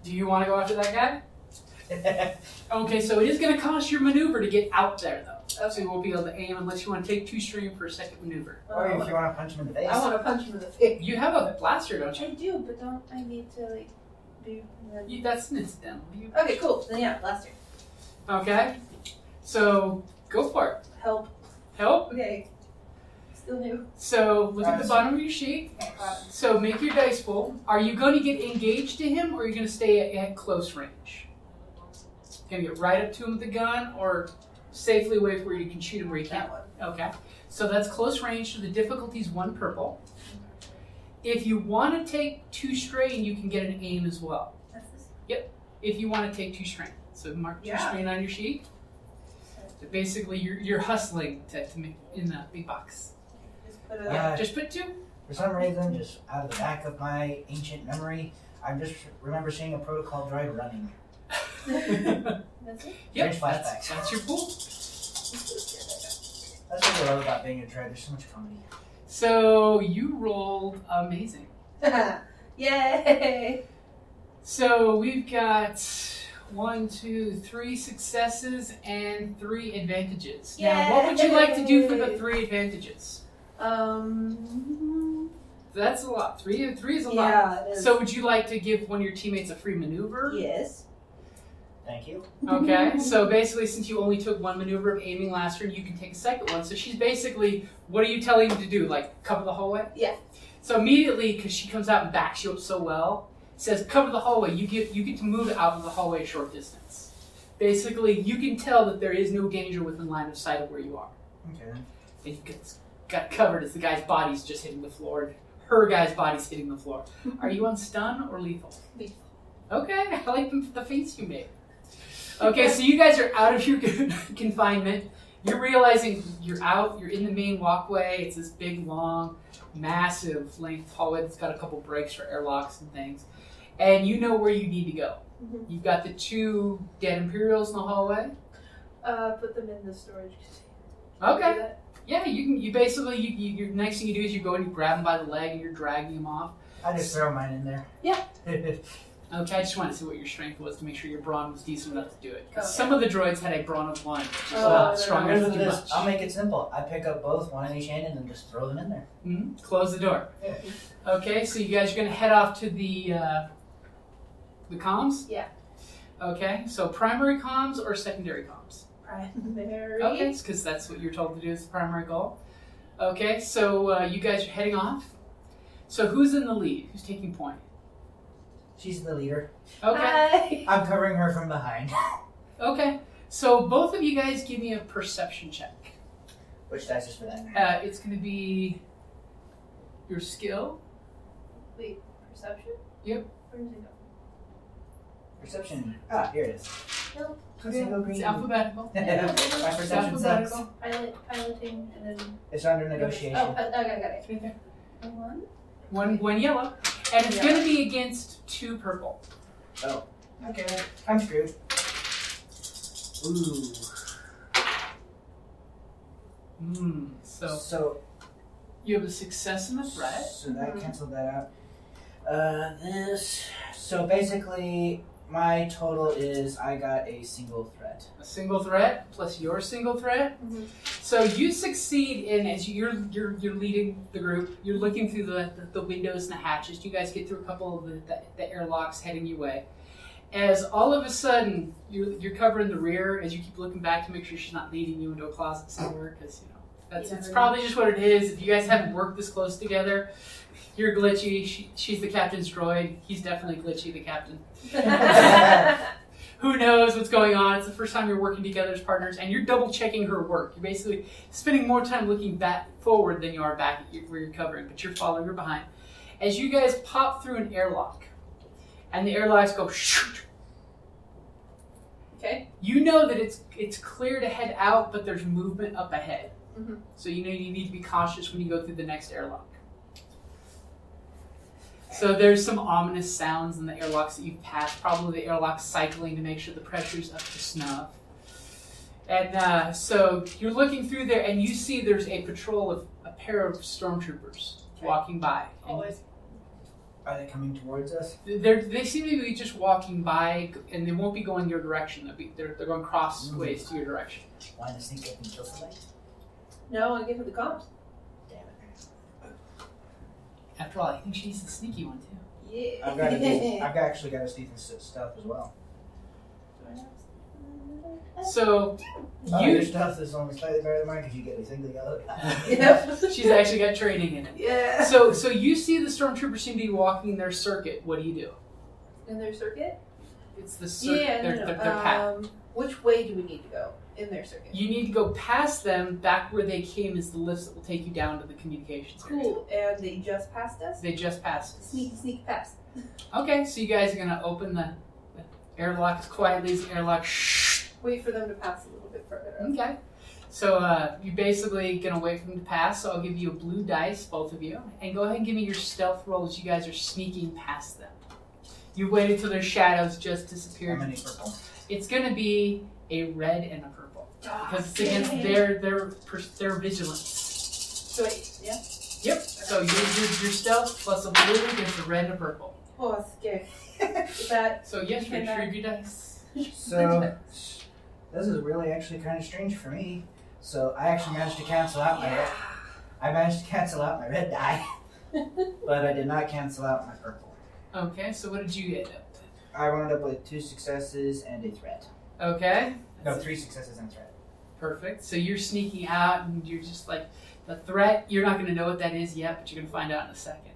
S2: Do you want to go after that guy? Okay, so it is going to cost your maneuver to get out there, though. So you won't be able to aim unless you want to take two stream for a second maneuver.
S3: or if you want to punch him in the face.
S4: I want to punch him in the face.
S2: You have a blaster, don't
S4: I
S2: you?
S4: do, but don't I need to like be?
S2: you that's an incidental. You-
S4: Okay, cool. Then yeah, blaster.
S2: Okay, so go for it.
S4: Help.
S2: Help.
S4: Okay. Still new.
S2: So look at the
S3: Nice.
S2: bottom of your sheet.
S4: Uh,
S2: So make your dice roll. Are you going to get engaged to him, or are you going to stay at, at close range? Going to get right up to him with the gun, or safely away from where you can shoot him where you can't.
S4: that one.
S2: Okay. So that's close range, so the difficulty's one purple. If you want to take two strain, you can get an aim as well.
S4: That's this.
S2: If you want to take two strain. So mark two
S4: Yeah.
S2: strain on your sheet. So basically, you're, you're hustling to, to make in the big box.
S4: Just put it.
S3: Yeah.
S2: Just put two.
S3: For some reason, just out of the back of my ancient memory, I just remember seeing a protocol droid running.
S4: That's it.
S2: yep, that's,
S3: Strange flashbacks.
S2: that's your pool.
S3: That's what I love about being a droid. There's so much comedy.
S2: So you rolled amazing.
S4: [LAUGHS] Yay!
S2: So we've got one, two, three successes and three advantages. Now, what would you like to do for the
S4: Yay.
S2: three advantages?
S4: Um.
S2: That's a lot. Three, three is a lot.
S4: Yeah. it is.
S2: So would you like to give one of your teammates a free maneuver?
S4: Yes.
S3: Thank you.
S2: Okay. So basically, since you only took one maneuver of aiming last turn, you can take a second one. So she's basically, what are you telling him to do? Like cover the hallway?
S4: Yeah.
S2: So immediately, because she comes out and backs you up so well, says cover the hallway. You get you get to move out of the hallway a short distance. Basically, you can tell that there is no danger within line of sight of where you are.
S3: Okay.
S2: It gets got covered as the guy's body's just hitting the floor. and Her guy's body's hitting the floor. Are you on stun or lethal?
S4: Lethal.
S2: Okay, [LAUGHS] I like the, the face you made. Okay, so you guys are out of your [LAUGHS] confinement. You're realizing you're out. You're in the main walkway. It's this big, long, massive length hallway that's got a couple breaks for airlocks and things. And you know where you need to go.
S4: Mhm.
S2: You've got the two dead Imperials in the hallway.
S4: Uh, put them in the storage container.
S2: Okay.
S4: Do that.
S2: Yeah, you can. You basically, you, you, your next thing you do is you go and you grab him by the leg and you're dragging him off.
S3: I just throw mine in there. [LAUGHS]
S2: Yeah.
S3: That's
S2: Okay, I just wanted to see what your strength was to make sure your brawn was decent enough to do it. 'Cause
S4: Okay.
S2: some of the droids had a brawn of one, which is
S4: Oh, no, no,
S2: not strong
S4: no,
S2: enough
S3: Here's
S2: to
S3: what
S2: do
S3: it is.
S2: much.
S3: I'll make it simple. I pick up both, one in each hand, and then just throw them in there.
S2: Mhm, Close the door.
S3: Yeah.
S2: Okay, so you guys are going to head off to the uh, the comms.
S4: Yeah.
S2: Okay, so primary comms or secondary comms.
S4: [LAUGHS] Primary.
S2: Okay, because that's what you're told to do is the primary goal. Okay, so uh, you guys are heading off. So who's in the lead? Who's taking point?
S3: She's the leader.
S4: Uh,
S2: Okay.
S4: [LAUGHS] Hi.
S3: I'm covering her from behind, [LAUGHS]
S2: Okay. So both of you guys give me a perception check.
S3: which dice is for that.
S2: Uh, it's going to be your skill.
S4: Wait, perception?
S2: Yep.
S4: Where does it go?
S3: Perception. Ah, here it is.
S4: Nope.
S3: Single green.
S2: It's
S3: [LAUGHS]
S2: alphabetical.
S3: My
S2: It's
S3: perception sucks.
S2: alphabetical.
S4: Pilot, piloting, and then.
S3: It's under
S4: Oh,
S3: negotiation.
S4: I, I got it.
S2: Right there.
S4: A One.
S2: One, one yellow, and it's
S4: Yeah.
S2: going to be against two purple.
S3: Oh, Okay. I'm screwed.
S2: Ooh. Hmm. So
S3: So,
S2: you have a success and a threat.
S3: so that
S4: Mhm.
S3: canceled that out. Uh, this. So basically, my total is I got a single threat.
S2: a single threat plus your single threat.
S3: Mm-hmm.
S4: [LAUGHS] Mhm.
S2: So you succeed in as you're you're you're leading the group. You're looking through the the, the windows and the hatches. You guys get through a couple of the, the, the airlocks heading your way. As all of a sudden you're you're covering the rear as you keep looking back to make sure she's not leading you into a closet somewhere because you know that's
S4: Yeah,
S2: it's
S4: right.
S2: probably just what it is. If you guys haven't worked this close together, you're glitchy. She, she's the captain's droid. He's definitely glitchy. The captain who knows what's going on. It's the first time you're working together as partners, and you're double checking her work. You're basically spending more time looking back forward than you are back at your- where you're covering, but you're following her behind. As you guys pop through an airlock, and the airlocks go shoot,
S4: okay.
S2: you know that it's it's clear to head out, but there's movement up ahead.
S4: Mhm.
S2: So you know you need to be cautious when you go through the next airlock. So there's some ominous sounds in the airlocks that you've passed. Probably the airlock cycling to make sure the pressure's up to snuff. And uh, so you're looking through there, and you see there's a patrol of a pair of stormtroopers
S4: Okay.
S2: walking by. And
S4: Always.
S3: Are they coming towards us?
S2: They're, they seem to be just walking by, and they won't be going your direction. They'll be, they're, they're going crossways to your direction.
S3: Want to sneak up and kill somebody?
S4: No, I give her the comps.
S3: Damn it.
S2: After all, I think she's the sneaky one, too.
S4: Yeah. [LAUGHS]
S3: I've got. A, I've actually got a sneak and s- stuff as well.
S2: So,
S3: Oh, your
S2: you.
S3: stuff is only slightly better than mine because you get me single yellow. [LAUGHS]
S4: Yep.
S2: She's actually got training in it.
S4: Yeah.
S2: So, so you see the stormtroopers seem to be walking their circuit. What do you do?
S4: [LAUGHS] in their circuit?
S2: It's the circuit.
S4: yeah,
S2: their,
S4: no, no.
S2: their, their path.
S4: Um, which way do we need to go in their circuit?
S2: You need to go past them. Back where they came is the lifts that will take you down to the communications area.
S4: cool. And they just passed us?
S2: They just passed.
S4: Sneak, sneak past.
S2: Okay, so you guys are gonna open the, the airlock as quietly as the airlock. Shh.
S4: Wait for them to pass a little bit further. up.
S2: Okay. So uh, you're basically gonna wait for them to pass. So I'll give you a blue dice, both of you, and go ahead and give me your stealth roll as you guys are sneaking past them. You waited till their shadows just
S3: How
S2: disappeared.
S3: many purple?
S2: It's gonna be a red and a purple
S4: Ah,
S2: because it's against
S4: Yay.
S2: their their per- their vigilance.
S4: So wait, yeah.
S2: Yep. So your your, your stealth plus a blue against a red and a purple.
S4: Oh, I'm scared. [LAUGHS] Is that
S2: So yes,
S4: Okay,
S2: retrieve your dice.
S3: So this is really actually kind of strange for me. So I actually managed to cancel out my. red- I managed to cancel out my red die, but I did not cancel out my purple.
S2: Okay. So what did you end up?
S3: I wound up with two successes and a threat.
S2: Okay.
S3: No, three successes and a threat.
S2: Perfect. So you're sneaking out and you're just like the threat. You're not going to know what that is yet, but you're going to find out in a
S4: [LAUGHS]
S2: second.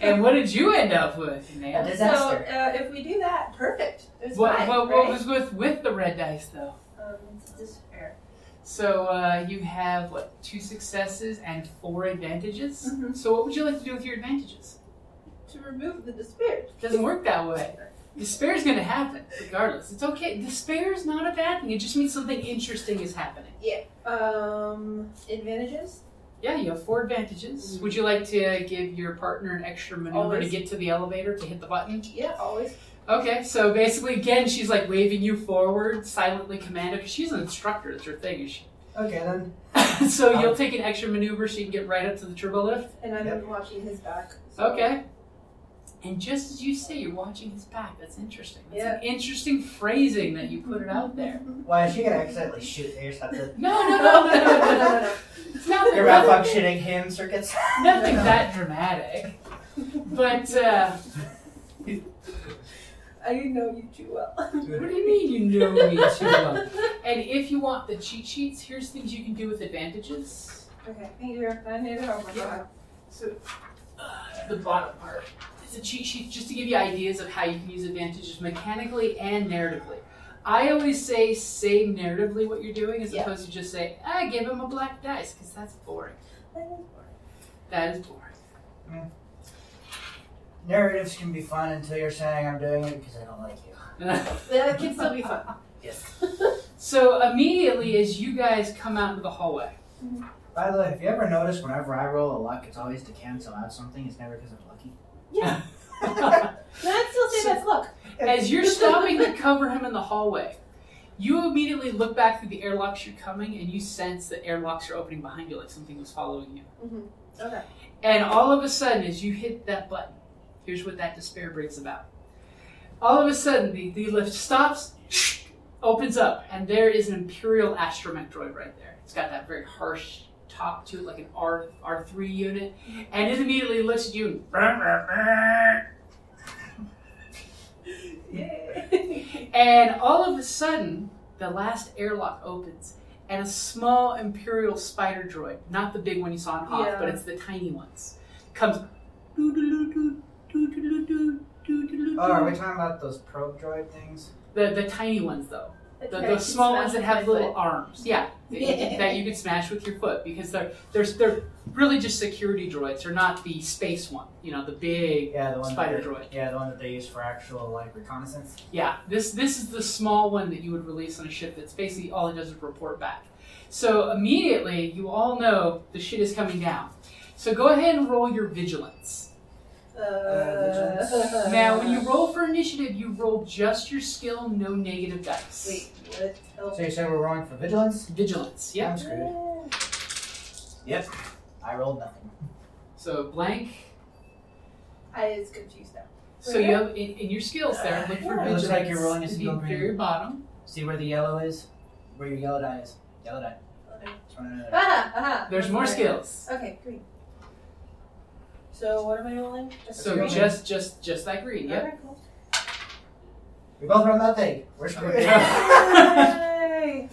S2: And what did you end up with,
S3: A
S2: man?
S3: disaster.
S4: So uh, if we do that, perfect. There's
S2: What,
S4: five,
S2: what, what
S4: right?
S2: was with with the red dice though?
S4: um, it's despair.
S2: So uh, you have what two successes and four advantages.
S4: Mhm.
S2: So what would you like to do with your advantages?
S4: To remove the despair.
S2: It doesn't work that way. Despair is going to happen regardless. It's okay. Despair is not a bad thing. It just means something interesting is happening.
S4: Um, advantages.
S2: Yeah, you have four advantages. Would you like to give your partner an extra maneuver
S4: Mm-hmm.
S2: to
S4: Always.
S2: get to the elevator to hit the button?
S4: Yeah, always.
S2: Okay, so basically, again, she's like waving you forward, silently commanded, because she's an instructor, that's her thing. She-
S3: Okay
S2: [LAUGHS]
S3: then.
S2: so
S3: Oh.
S2: you'll take an extra maneuver so you can get right up to the turbo lift.
S4: And I've
S3: Yep.
S4: been watching his back. so- [LAUGHS]
S2: Okay. And just as you say, you're watching his back. That's interesting. That's an interesting phrasing that you put it out there.
S3: Why is she gonna accidentally shoot me
S2: [LAUGHS]
S3: or something?
S2: No, no, no, no, no, no, no, no. It's not
S3: You're
S2: nothing-
S3: malfunctioning hand circuits.
S2: nothing that dramatic. But uh,
S4: I didn't know you too well.
S2: [LAUGHS] What do you mean you know
S3: [LAUGHS]
S2: me too well? And if you want the cheat sheets, here's things you can do with advantages.
S4: Okay, finger. I need it. Oh my god.
S2: So, uh, the bottom part. It's a cheat sheet just to give you ideas of how you can use advantages mechanically and narratively. I always say say narratively what you're doing as
S4: Yeah.
S2: opposed to just say, I give him a black dice, because that's boring. That is boring.
S3: Narratives can be fun until you're saying I'm doing it because I don't like you.
S4: That can still be fun. Yes.
S2: [LAUGHS] so immediately as you guys come out into the hallway,
S3: By the way, have you ever noticed whenever I roll a luck, it's always to cancel out something. It's never because I'm lucky.
S2: [LAUGHS]
S4: yeah. But I'd still say
S2: So-
S4: that's luck.
S2: As you're stopping to cover him in the hallway, you immediately look back through the airlocks you're coming and you sense that airlocks are opening behind you like something was following you.
S4: Okay.
S2: And all of a sudden, as you hit that button, here's what that despair brings about. All of a sudden, the, the lift stops, [SNIFFS] opens up, and there is an Imperial astromech droid right there. It's got that very harsh top to it, like an R, R3 unit, and it immediately looks at you and
S4: [LAUGHS] Yay.
S2: And all of a sudden, the last airlock opens, and a small Imperial spider droid, not the big one you saw in Hoth,
S4: Yeah.
S2: but it's the tiny ones, comes. doo-doo-doo-doo, doo-doo-doo-doo, doo-doo-doo-doo.
S3: Oh, are we talking about those probe droid things?
S2: The, the tiny ones, though. The,
S4: Okay,
S2: the small
S4: smash
S2: ones that
S4: with
S2: have
S4: my
S2: little
S4: foot.
S2: arms.
S4: [LAUGHS]
S2: Yeah. That you, can, that you can smash with your foot because they're, they're, they're really just security droids. They're not the space one, you know, the big
S3: Yeah, the one.
S2: spider
S3: that they,
S2: droid.
S3: Yeah, the one that they use for actual like reconnaissance.
S2: Yeah, this this is the small one that you would release on a ship that's basically all it does is report back. So immediately you all know the shit is coming down. So go ahead and roll your vigilance.
S4: Uh,
S2: Now when you roll for initiative, you roll just your skill, no negative dice.
S4: Wait, what?
S3: So you said we're rolling for vigilance?
S2: Vigilance, yeah.
S3: I'm screwed. Yep. I rolled nothing.
S2: So blank.
S4: I is confused now.
S2: So you have in, in your skills there. Look for
S3: It looks
S2: vigilance.
S3: like you're rolling a
S2: It'd be
S3: single
S2: very bottom.
S3: See where the yellow is? Where your yellow die is. Yellow die. Just one another.
S4: Aha, aha.
S2: There's more skills.
S4: Okay, green. So what am I rolling? Just
S2: So
S4: green?
S2: just just just like green. Yep.
S4: Okay,
S3: [LAUGHS]
S4: cool.
S3: We both run that thing. We're screwed.
S4: Yay!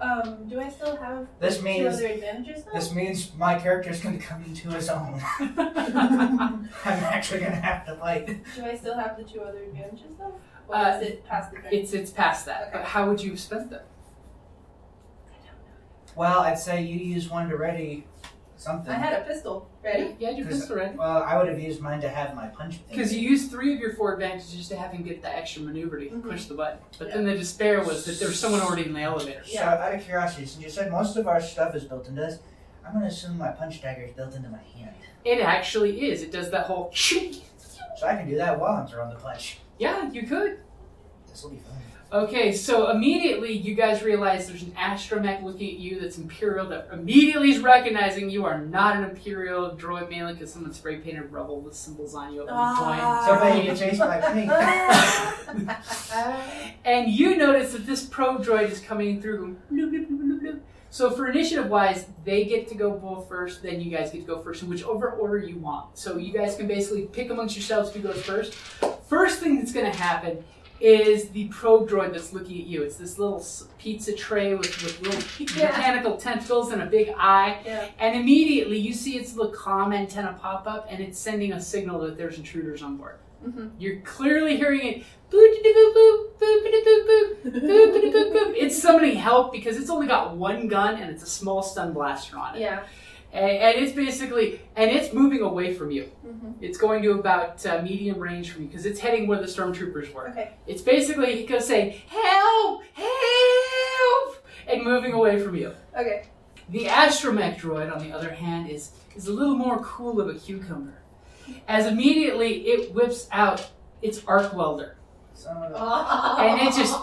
S4: um, do I still have
S3: [LAUGHS] this
S4: two [LAUGHS]
S3: means
S4: other advantages though?
S3: this means my character's gonna come into his own. [LAUGHS]
S2: [LAUGHS]
S3: I'm actually gonna have to fight.
S4: Do I still have the two other advantages though? Or
S2: Uh,
S4: is it past the green?
S2: it's it's past that. But
S4: Okay.
S2: how would you have spent them?
S3: Well, I'd say you use one to ready something.
S4: I had a pistol
S2: [LAUGHS]
S3: [LAUGHS]
S4: ready. [LAUGHS]
S2: Yeah, your
S3: 'Cause-
S2: pistol ready.
S3: well, I would have used mine to have my punch thing.
S2: Because you used three of your four advantages to have him get the extra maneuver to
S4: Mhm.
S2: push the button. But
S4: Yeah.
S2: then the despair was that there was someone already in the elevator.
S3: So, out of curiosity, since you said most of our stuff is built into this, I'm gonna assume my punch dagger is built into my hand,
S2: It actually is. It does that whole. [LAUGHS]
S3: so I can do that while I'm throwing the punch.
S2: Yeah, you could.
S3: This will be fun.
S2: Okay, so immediately you guys realize there's an astromech looking at you that's Imperial that immediately is recognizing you are not an Imperial droid mainly because someone spray painted rubble with symbols on you at one
S4: Ah.
S3: So, if I get chased
S4: [LAUGHS]
S3: by me.
S2: point. And you notice that this probe droid is coming through. Bloop, bloop, bloop, bloop, bloop. So for initiative wise, they get to go bull first, then you guys get to go first in whichever order you want. So you guys can basically pick amongst yourselves who goes first. First thing that's going to happen is the probe droid that's looking at you. It's this little s- pizza tray with, with little pe-
S4: Yeah.
S2: mechanical tentacles and a big eye.
S4: Yeah.
S2: And immediately you see its little comm antenna pop up and it's sending a signal that there's intruders on board.
S4: Mhm.
S2: You're clearly hearing it. Boop, boop, boop, boop, boop, boop, boop. Boop, boop, boop, boop. It's summoning help because it's only got one gun and it's a small stun blaster on it.
S4: [LAUGHS] yeah.
S2: And, and it's basically, and it's moving away from you.
S4: Mm-hmm.
S2: It's going to about uh, medium range from you because it's heading where the stormtroopers were.
S4: Okay.
S2: It's basically he goes saying, help, help, and moving away from you. [LAUGHS]
S4: Okay.
S2: The astromech droid, on the other hand, is, is a little more cool of a cucumber. As immediately it whips out its arc welder.
S3: Some of the-
S4: And
S2: it just-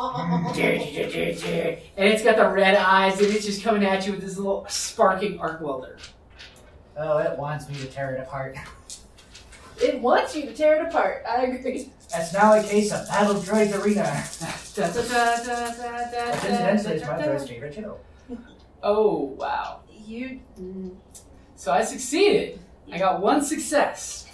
S2: And it's got the red eyes and it's just coming at you with this little sparking arc welder. [LAUGHS]
S3: oh, it wants me to tear it apart.
S4: It wants you to tear it apart. I agree.
S3: That's now a case of Battle Droids Arena.
S2: Da, da, da, da, da, da,
S3: Which
S2: da,
S3: incidentally is
S2: da,
S3: my
S2: da.
S3: droid's favorite too.
S2: Oh, wow.
S4: You. [LAUGHS]
S2: So I succeeded. I got one success.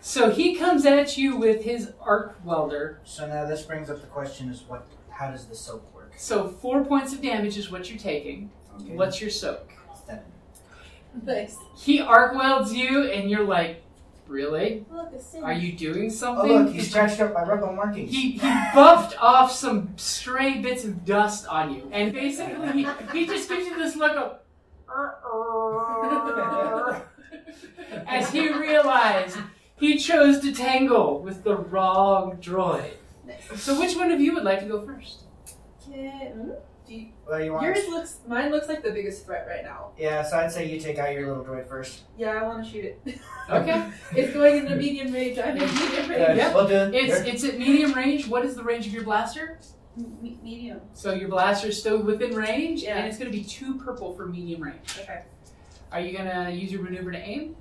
S2: So he comes at you with his arc welder.
S3: So now this brings up the question: Is what? How does the soap work?
S2: So four points of damage is what you're taking.
S3: Okay.
S2: What's your soak?
S3: Seven.
S4: Nice.
S2: He arc welds you, and you're like, really?
S4: Look, a sin.
S2: Are you doing
S3: Oh
S2: something?
S3: look, he scratched up my rubber markings.
S2: he, he buffed off some stray bits of dust on you, and basically he, he just gives you this look of. [LAUGHS] "Uh-uh," [LAUGHS] As he realized he chose to tangle with the wrong droid. So, which one of you would like to go first?
S4: Okay, mm. Do you-
S3: well, you want?
S4: Yours looks. Mine looks like the biggest threat right now.
S3: Yeah, so I'd say you take out your little droid first.
S4: Yeah, I want to shoot it.
S2: [LAUGHS] Okay.
S4: [LAUGHS] It's going into medium range. I'm in medium range.
S2: Yeah.
S3: We'll do it.
S2: It's uh,
S3: You're-
S2: it's at medium range. What is the range of your blaster?
S4: Me- medium.
S2: So your blaster is still within range,
S4: Yeah.
S2: and it's going to be two purple for medium range.
S4: Okay.
S2: Are you going to use your maneuver to aim?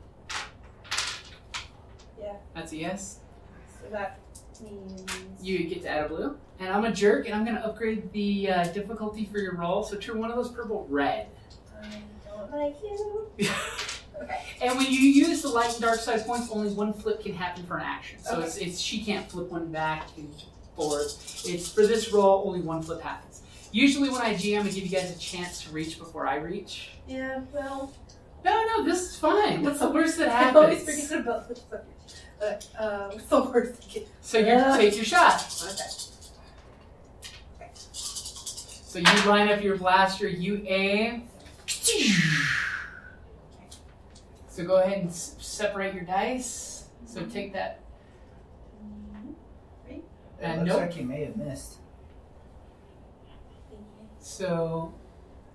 S4: Yeah.
S2: That's a yes.
S4: So that means.
S2: You get to add a blue. And I'm a jerk, and I'm going to upgrade the uh, difficulty for your roll. So turn one of those purple red.
S4: I don't like you. Okay.
S2: [LAUGHS] And when you use the light and dark side points, only one flip can happen for an action. So it's, it's she can't flip one back and forth. It's for this roll, only one flip happens. Usually when I GM, I give you guys a chance to reach before I reach.
S4: Yeah. Well,
S2: No, no, this is fine. What's the worst [LAUGHS]
S4: [LAUGHS]
S2: that
S4: I always
S2: happens?
S4: forget about the fucker. But uh, [LAUGHS] what's the worst? that can-
S2: So you take your shot.
S4: Okay.
S2: So you line up your blaster, you aim. So go ahead and s- separate your dice. So take that.
S3: It
S2: Uh,
S3: looks
S2: nope.
S3: like you may have missed.
S2: So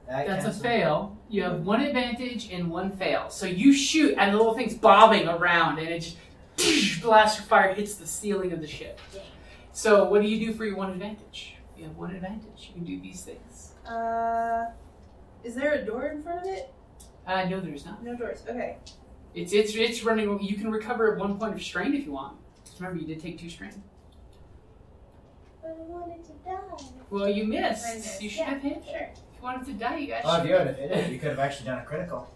S3: That
S2: that's a
S3: cancels.
S2: fail. You have one advantage and one fail. So you shoot, and the little thing's bobbing around, and it just blaster fire hits the ceiling of the ship. So what do you do for your one advantage? You have one advantage. You can do these things.
S4: Uh, is there a door in front of it?
S2: Uh, no, there's not.
S4: No doors. Okay.
S2: It's it's it's running. You can recover at one point of strain if you want. Just remember, you did take two strain.
S5: But I wanted to die.
S2: Well, you
S4: I
S2: missed.
S4: missed.
S2: You should
S5: Yeah,
S2: have hit.
S5: Sure.
S2: If you wanted to die, you got
S3: Oh, if
S2: shit.
S3: you would have hit it, you could have actually done a critical.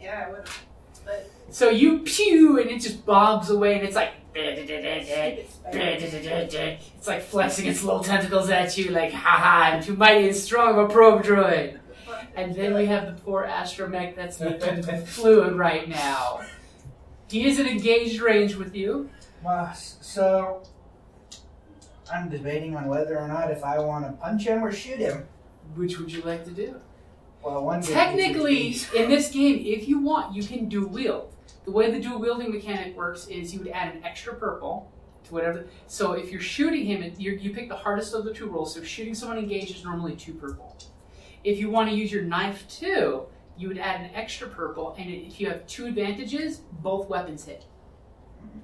S4: Yeah, I would have. But
S2: So you pew, and it just bobs away, and it's like.
S4: stupid spider.
S2: It's like flexing its little tentacles at you, like, haha, I'm too mighty and strong, I'm a probe droid. And then we have the poor astromech that's fluid right now. He is at engaged range with you.
S3: Well, s- so I'm debating on whether or not if I want to punch him or shoot him.
S2: Which would you like to do?
S3: Well, one good
S2: Technically,
S3: piece is-
S2: in this game, if you want, you can dual wield. The way the dual wielding mechanic works is you would add an extra purple to whatever. So if you're shooting him, it- you you pick the hardest of the two rolls. So shooting someone engaged is normally two purple. If you want to use your knife too, you would add an extra purple, and if you have two advantages, both weapons hit.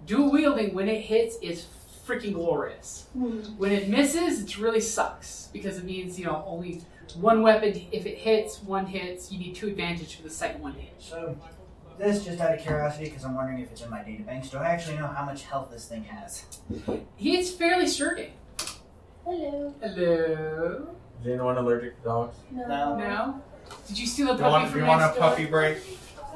S2: Dual wielding, when it hits, is freaking glorious. When it misses, it really sucks because it means you know only one weapon. If it hits, one hits. You need two advantage for the second one to hit.
S3: So this just out of curiosity, because I'm wondering if it's in my data banks. Do I actually know how much health this thing has?
S2: He is fairly sturdy.
S5: Hello.
S2: Hello.
S6: Is anyone allergic to dogs?
S5: No.
S3: No.
S2: No. Did you steal a
S6: You
S2: puppy
S6: want,
S2: from
S6: you want a
S2: next door?
S6: puppy break?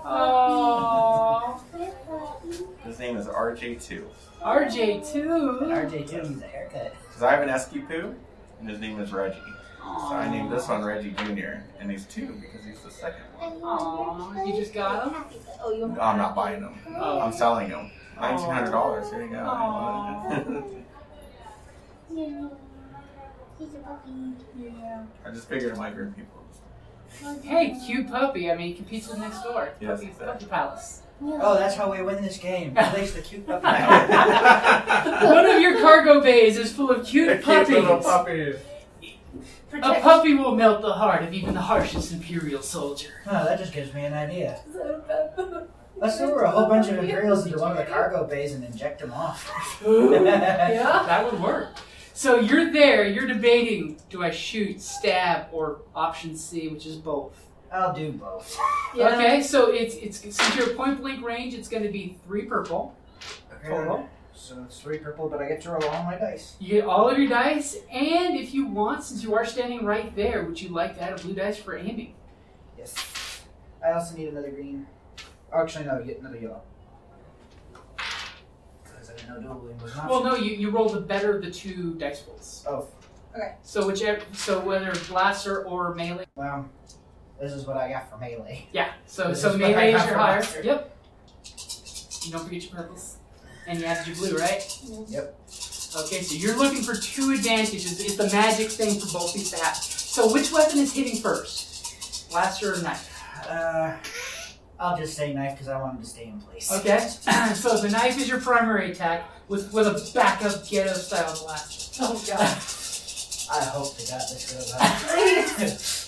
S2: Oh,
S5: Hi, puppy.
S6: His name is RJ2.
S2: RJ
S3: And
S2: too.
S3: RJ2 needs a haircut.
S6: Because I have an Esky Poo, and his name is Reggie. So I named this one Reggie Jr., and he's two because he's the second one.
S5: I
S2: Aw,
S5: love your
S2: you just got him?
S5: happy- Oh, you
S6: No, I'm not buying him. I'm selling him. $1,900. Here you
S2: Aw.
S6: go.
S5: Yeah. He's a puppy.
S4: Yeah.
S6: [LAUGHS] I just figured migrant people. [LAUGHS]
S2: Hey, cute puppy. I mean, he competes with next door.
S6: Yes,
S2: puppy,
S6: exactly.
S2: puppy
S6: [LAUGHS]
S2: palace.
S3: Oh, that's how we win this game. Release the cute
S2: [LAUGHS]
S3: puppy.
S2: One of your cargo bays is full of cute
S6: They're
S2: puppies.
S6: Cute little puppies.
S2: a puppy will melt the heart of even the harshest imperial soldier.
S3: [GASPS] Oh, that just gives me an idea.
S4: So,
S3: Let's throw a whole bunch of Imperials into one of the cargo bays and inject them off. [LAUGHS]
S4: yeah.
S2: That would work. So you're there, you're debating do I shoot, stab, or option C, which is both.
S3: I'll do both.
S4: Yeah.
S2: Okay, so it's it's since you're point blank range, it's gonna be three purple total.
S3: So it's three purple, but I get to roll all my dice.
S2: You get all of your dice, and if you want, since you are standing right there, would you like to add a blue dice for aiming?
S3: Yes. I also need another green. Oh, actually, no, get another yellow. Because I didn't know dueling was not.
S2: Well no, you, you roll the better of the two dice rolls.
S3: Oh,
S2: So whichever so whether blaster or melee
S3: well, this is what I got for melee.
S2: Yeah. So
S3: This
S2: so
S3: is what
S2: melee is
S3: I got
S2: your
S3: for
S2: higher.
S3: blaster.
S2: Yep. You don't forget your purples. And you added your blue, right?
S4: Mm-hmm.
S3: Yep.
S2: Okay, so you're looking for two advantages. It's the magic thing for both these to happen. So which weapon is hitting first? Blaster or knife?
S3: Uh, I'll just say knife because I wanted to stay in place.
S2: Okay. [CLEARS THROAT] so the knife is your primary attack with with a backup ghetto style blaster.
S4: [LAUGHS] Oh god.
S3: I hope they got this goes out.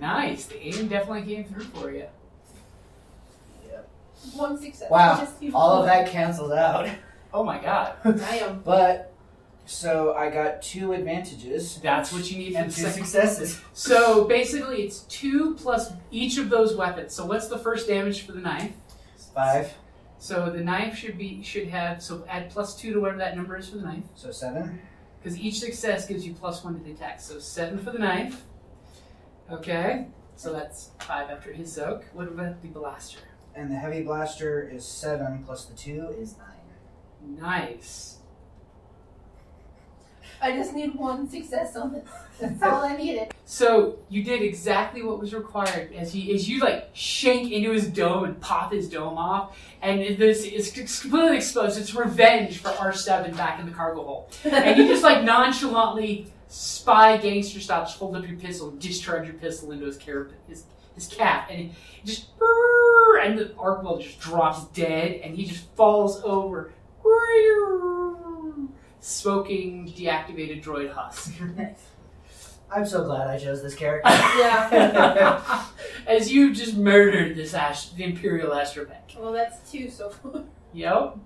S2: Nice. The aim definitely came through for you.
S4: One success.
S3: Wow,
S4: Just keep
S3: [LAUGHS] All of
S4: going.
S3: that cancels out.
S2: Oh my god.
S4: Damn.
S3: But so I got two advantages.
S2: That's what you need for
S3: and
S2: the
S3: two
S2: second.
S3: successes.
S2: So basically it's two plus each of those weapons. So what's the first damage for the knife?
S3: Five,
S2: So the knife should be should have so add plus two to whatever that number is for the knife,
S3: so seven.
S2: because each success gives you plus one to the attack. So seven for the knife. Okay, so that's five after his soak. What about the blaster?
S3: And the heavy blaster is seven plus the two is
S2: [LAUGHS]
S3: nine.
S2: Nice.
S4: I just need one success on this. That's all I needed.
S2: So you did exactly what was required as he as you like shank into his dome and pop his dome off, and this is completely exposed. It's revenge for R seven back in the cargo hold. and you just like nonchalantly spy gangster style, just hold up your pistol, discharge your pistol into his car- his his cap, and it just and the arc weld just drops dead, and he just falls over, smoking deactivated droid husk. [LAUGHS]
S3: I'm so glad I chose this character.
S4: [LAUGHS] yeah.
S2: As you just murdered this ash, the Imperial Astromech.
S4: Well, that's two so [LAUGHS] far.
S2: Yep.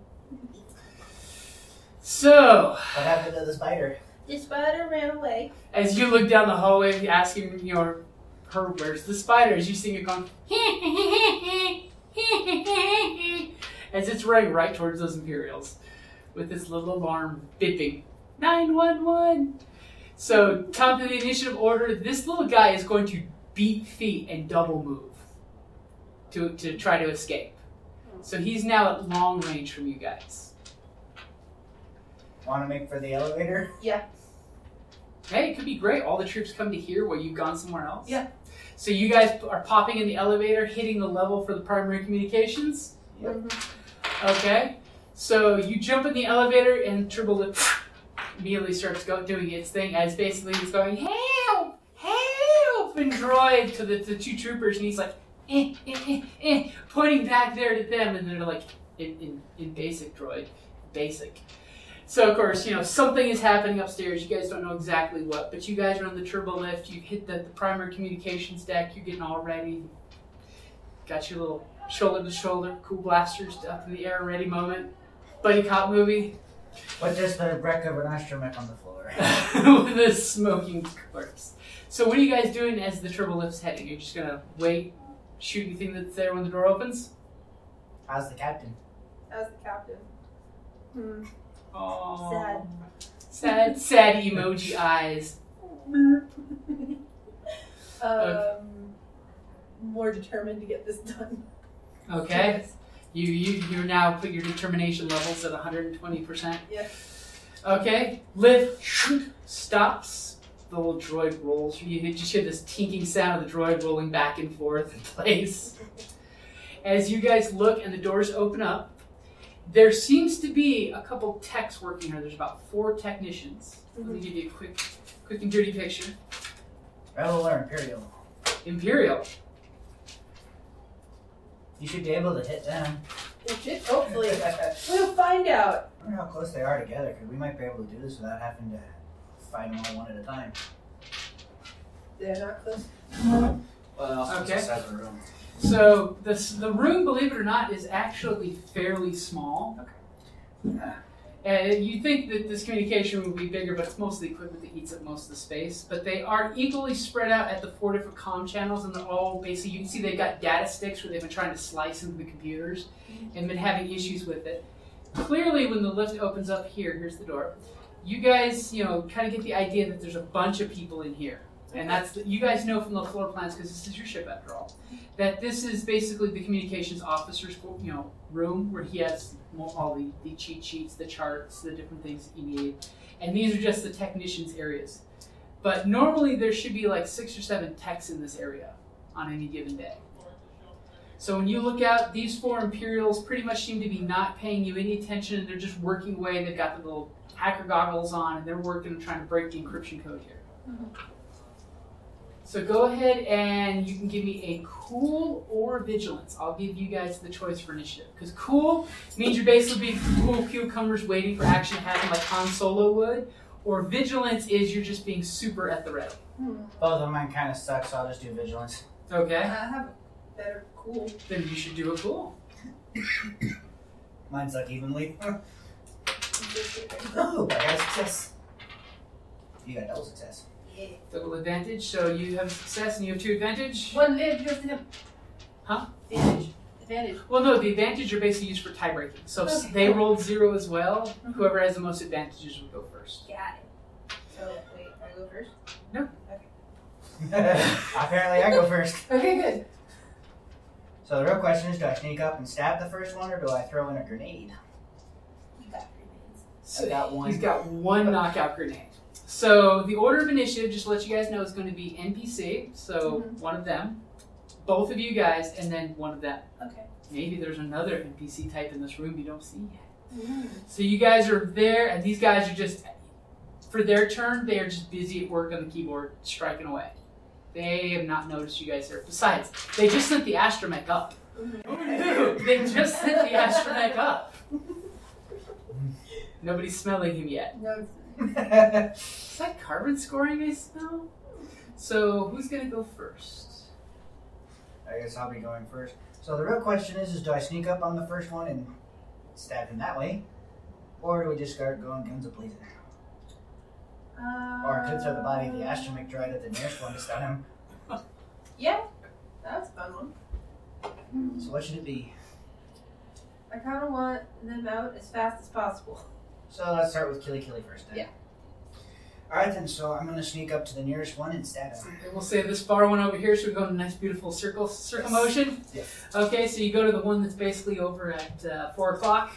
S2: So,
S3: What happened to the spider?
S4: The spider ran away.
S2: as you look down the hallway asking your her where's the spider as you sing a gone [LAUGHS] as it's running right towards those Imperials with this little alarm bipping 911. So, top of the initiative order, this little guy is going to beat feet and double move to, to try to escape. So, he's now at long range from you guys.
S3: Want to make for the elevator?
S4: Yeah.
S2: Hey, it could be great. All the troops come to here while you've gone somewhere else.
S4: Yeah.
S2: So you guys are popping in the elevator, hitting the level for the primary communications.
S3: Yep.
S4: Mm-hmm.
S2: Okay. So you jump in the elevator and Turbo Lip immediately starts go- doing its thing as basically he's going, help, help, and droid to the, the two troopers. And he's like, eh, eh, eh, eh, pointing back there to them. And they're like, in, in, in basic droid, basic. So of course, you know something is happening upstairs. You guys don't know exactly what, but you guys are on the turbo lift. You hit the, the primary communications deck. You're getting all ready. Got your little shoulder to shoulder, cool blasters up in the air, ready moment. Buddy cop movie [LAUGHS]
S3: What does the wreck of an astromech on the floor?
S2: with a smoking corpse. So what are you guys doing as the turbo lift's heading? You're just gonna wait, shoot anything that's there when the door opens.
S3: How's the captain?
S4: As the captain. [LAUGHS] Hmm.
S2: Aww. Sad, sad, sad emoji eyes.
S4: Um,
S2: Okay.
S4: More determined to get this done.
S2: Okay. You, you you're now put your determination levels at 120 percent.
S4: Yep.
S2: Okay. Lift shoot, stops. The little droid rolls. You hear- just hear this tinking sound of the droid rolling back and forth in place. As you guys look and the doors open up, there seems to be a couple techs working here. There's about four technicians. Let me give you a quick, quick and dirty picture.
S3: Rebel or Imperial?
S2: Imperial.
S3: You should be able to hit them.
S4: Legit, hopefully.
S3: [LAUGHS] I
S4: We'll find out.
S3: wonder how close they are together, 'cause we might be able to do this without having to fight them all one at a time.
S4: They're not close.
S3: Well,
S2: Okay.
S3: it's the size of a room.
S2: So this, the room, believe it or not, is actually fairly small. Okay. And you think that this communication room would be bigger, but it's mostly equipment that eats up most of the space. But they are equally spread out at the four different comm channels, and they're all basically, you can see they've got data sticks where they've been trying to slice into the computers and been having issues with it. Clearly, when the lift opens up here, here's the door, you guys, you know, kind of get the idea that there's a bunch of people in here. And that's, you guys know from the floor plans, because this is your ship after all that this is basically the communications officer's you know room where he has mo- all the, the cheat sheets, the charts, the different things that you need, and these are just the technicians' areas. But normally there should be like six or seven techs in this area on any given day. So when you look out, these four Imperials pretty much seem to be not paying you any attention, and they're just working away. They've got the little hacker goggles on, and they're working and trying to break the encryption code here. So go ahead and you can give me a cool or vigilance. I'll give you guys the choice for initiative. Because cool means you're basically being cool cucumbers waiting for action to happen like Han Solo would. Or vigilance is you're just being super at the ready.
S4: Hmm.
S3: Both of mine kind of suck, so I'll just do vigilance.
S4: I
S2: Okay?
S4: have a better cool.
S2: Then you should do a cool.
S3: Mine suck evenly. [LAUGHS] Oh, I got a success. You got double success. [LAUGHS]
S4: Yeah.
S2: Double advantage. So you have success and you have two advantage.
S4: One advantage goes to him.
S2: Huh?
S4: Advantage. Advantage.
S2: Well, no, the advantage are basically used for tiebreaking. So s-
S4: Okay.
S2: they rolled zero as well. Whoever has the most advantages will go first.
S4: Got it. So, wait, I go first?
S3: Apparently, I go first.
S4: Okay, good.
S3: So the real question is, do I sneak up and stab the first one, or do I throw in a grenade?
S4: You got three minutes.
S2: So
S3: I've got one.
S2: He's got one knockout grenade. So the order of initiative, just to let you guys know, is going to be NPC. So one of them, both of you guys, and then one of them.
S4: Okay.
S2: Maybe there's another NPC type in this room you don't see yet. So you guys are there, and these guys are just, for their turn, they are just busy at work on the keyboard, striking away. They have not noticed you guys there. Besides, they just sent the astromech up. they just sent the astromech up. Nobody's smelling him yet.
S4: No,
S3: [LAUGHS]
S2: Is that carbon scoring I smell? So who's gonna go first?
S3: I guess I'll be going first. So the real question is, is do I sneak up on the first one and stab him that way, or do we just start going guns a blazing?
S4: uh,
S3: Or could throw the body of the astromech droid at the nearest one to stun him?
S4: Yeah, that's a fun one.
S3: So what should it be?
S4: I kind of want them out as fast as possible.
S3: So let's start with Killy Killy first then.
S4: Yeah.
S3: Alright then, so I'm gonna sneak up to the nearest one instead of
S2: And we'll say this far one over here, so we go in a nice, beautiful circle circle
S3: Yes.
S2: motion.
S3: Yes.
S2: Okay, so you go to the one that's basically over at uh, four o'clock.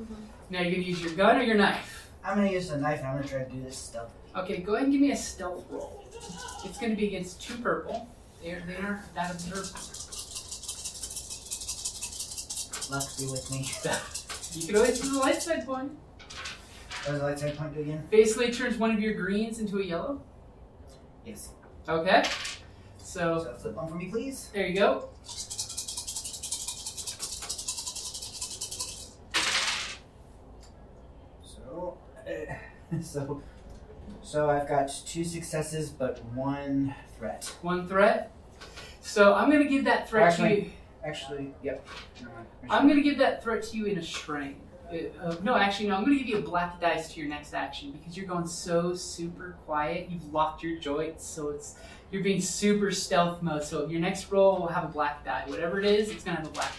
S3: Mm-hmm.
S2: Now you're gonna use your gun or your knife.
S3: I'm gonna use the knife and I'm gonna try to do this stealthily.
S2: Okay, go ahead and give me a stealth roll. It's gonna be against two purple. They're they're not observant.
S3: Luck be with me.
S2: You can always use the light side point.
S3: What does the light side point do again?
S2: Basically, it turns one of your greens into a yellow.
S3: Yes.
S2: Okay, so
S3: So flip one for me, please.
S2: there you go.
S3: So, eh, [LAUGHS] so, so I've got two successes but one threat.
S2: One threat. So I'm gonna give that threat to
S3: Actually-
S2: you.
S3: Actually, yep. Never mind.
S2: I'm gonna give that threat to you in a shrine. Uh, uh, no, actually, no. I'm gonna give you a black dice to your next action because you're going so super quiet. You've locked your joints, so it's you're being super stealth mode. So your next roll will have a black die. Whatever it is, it's gonna have a black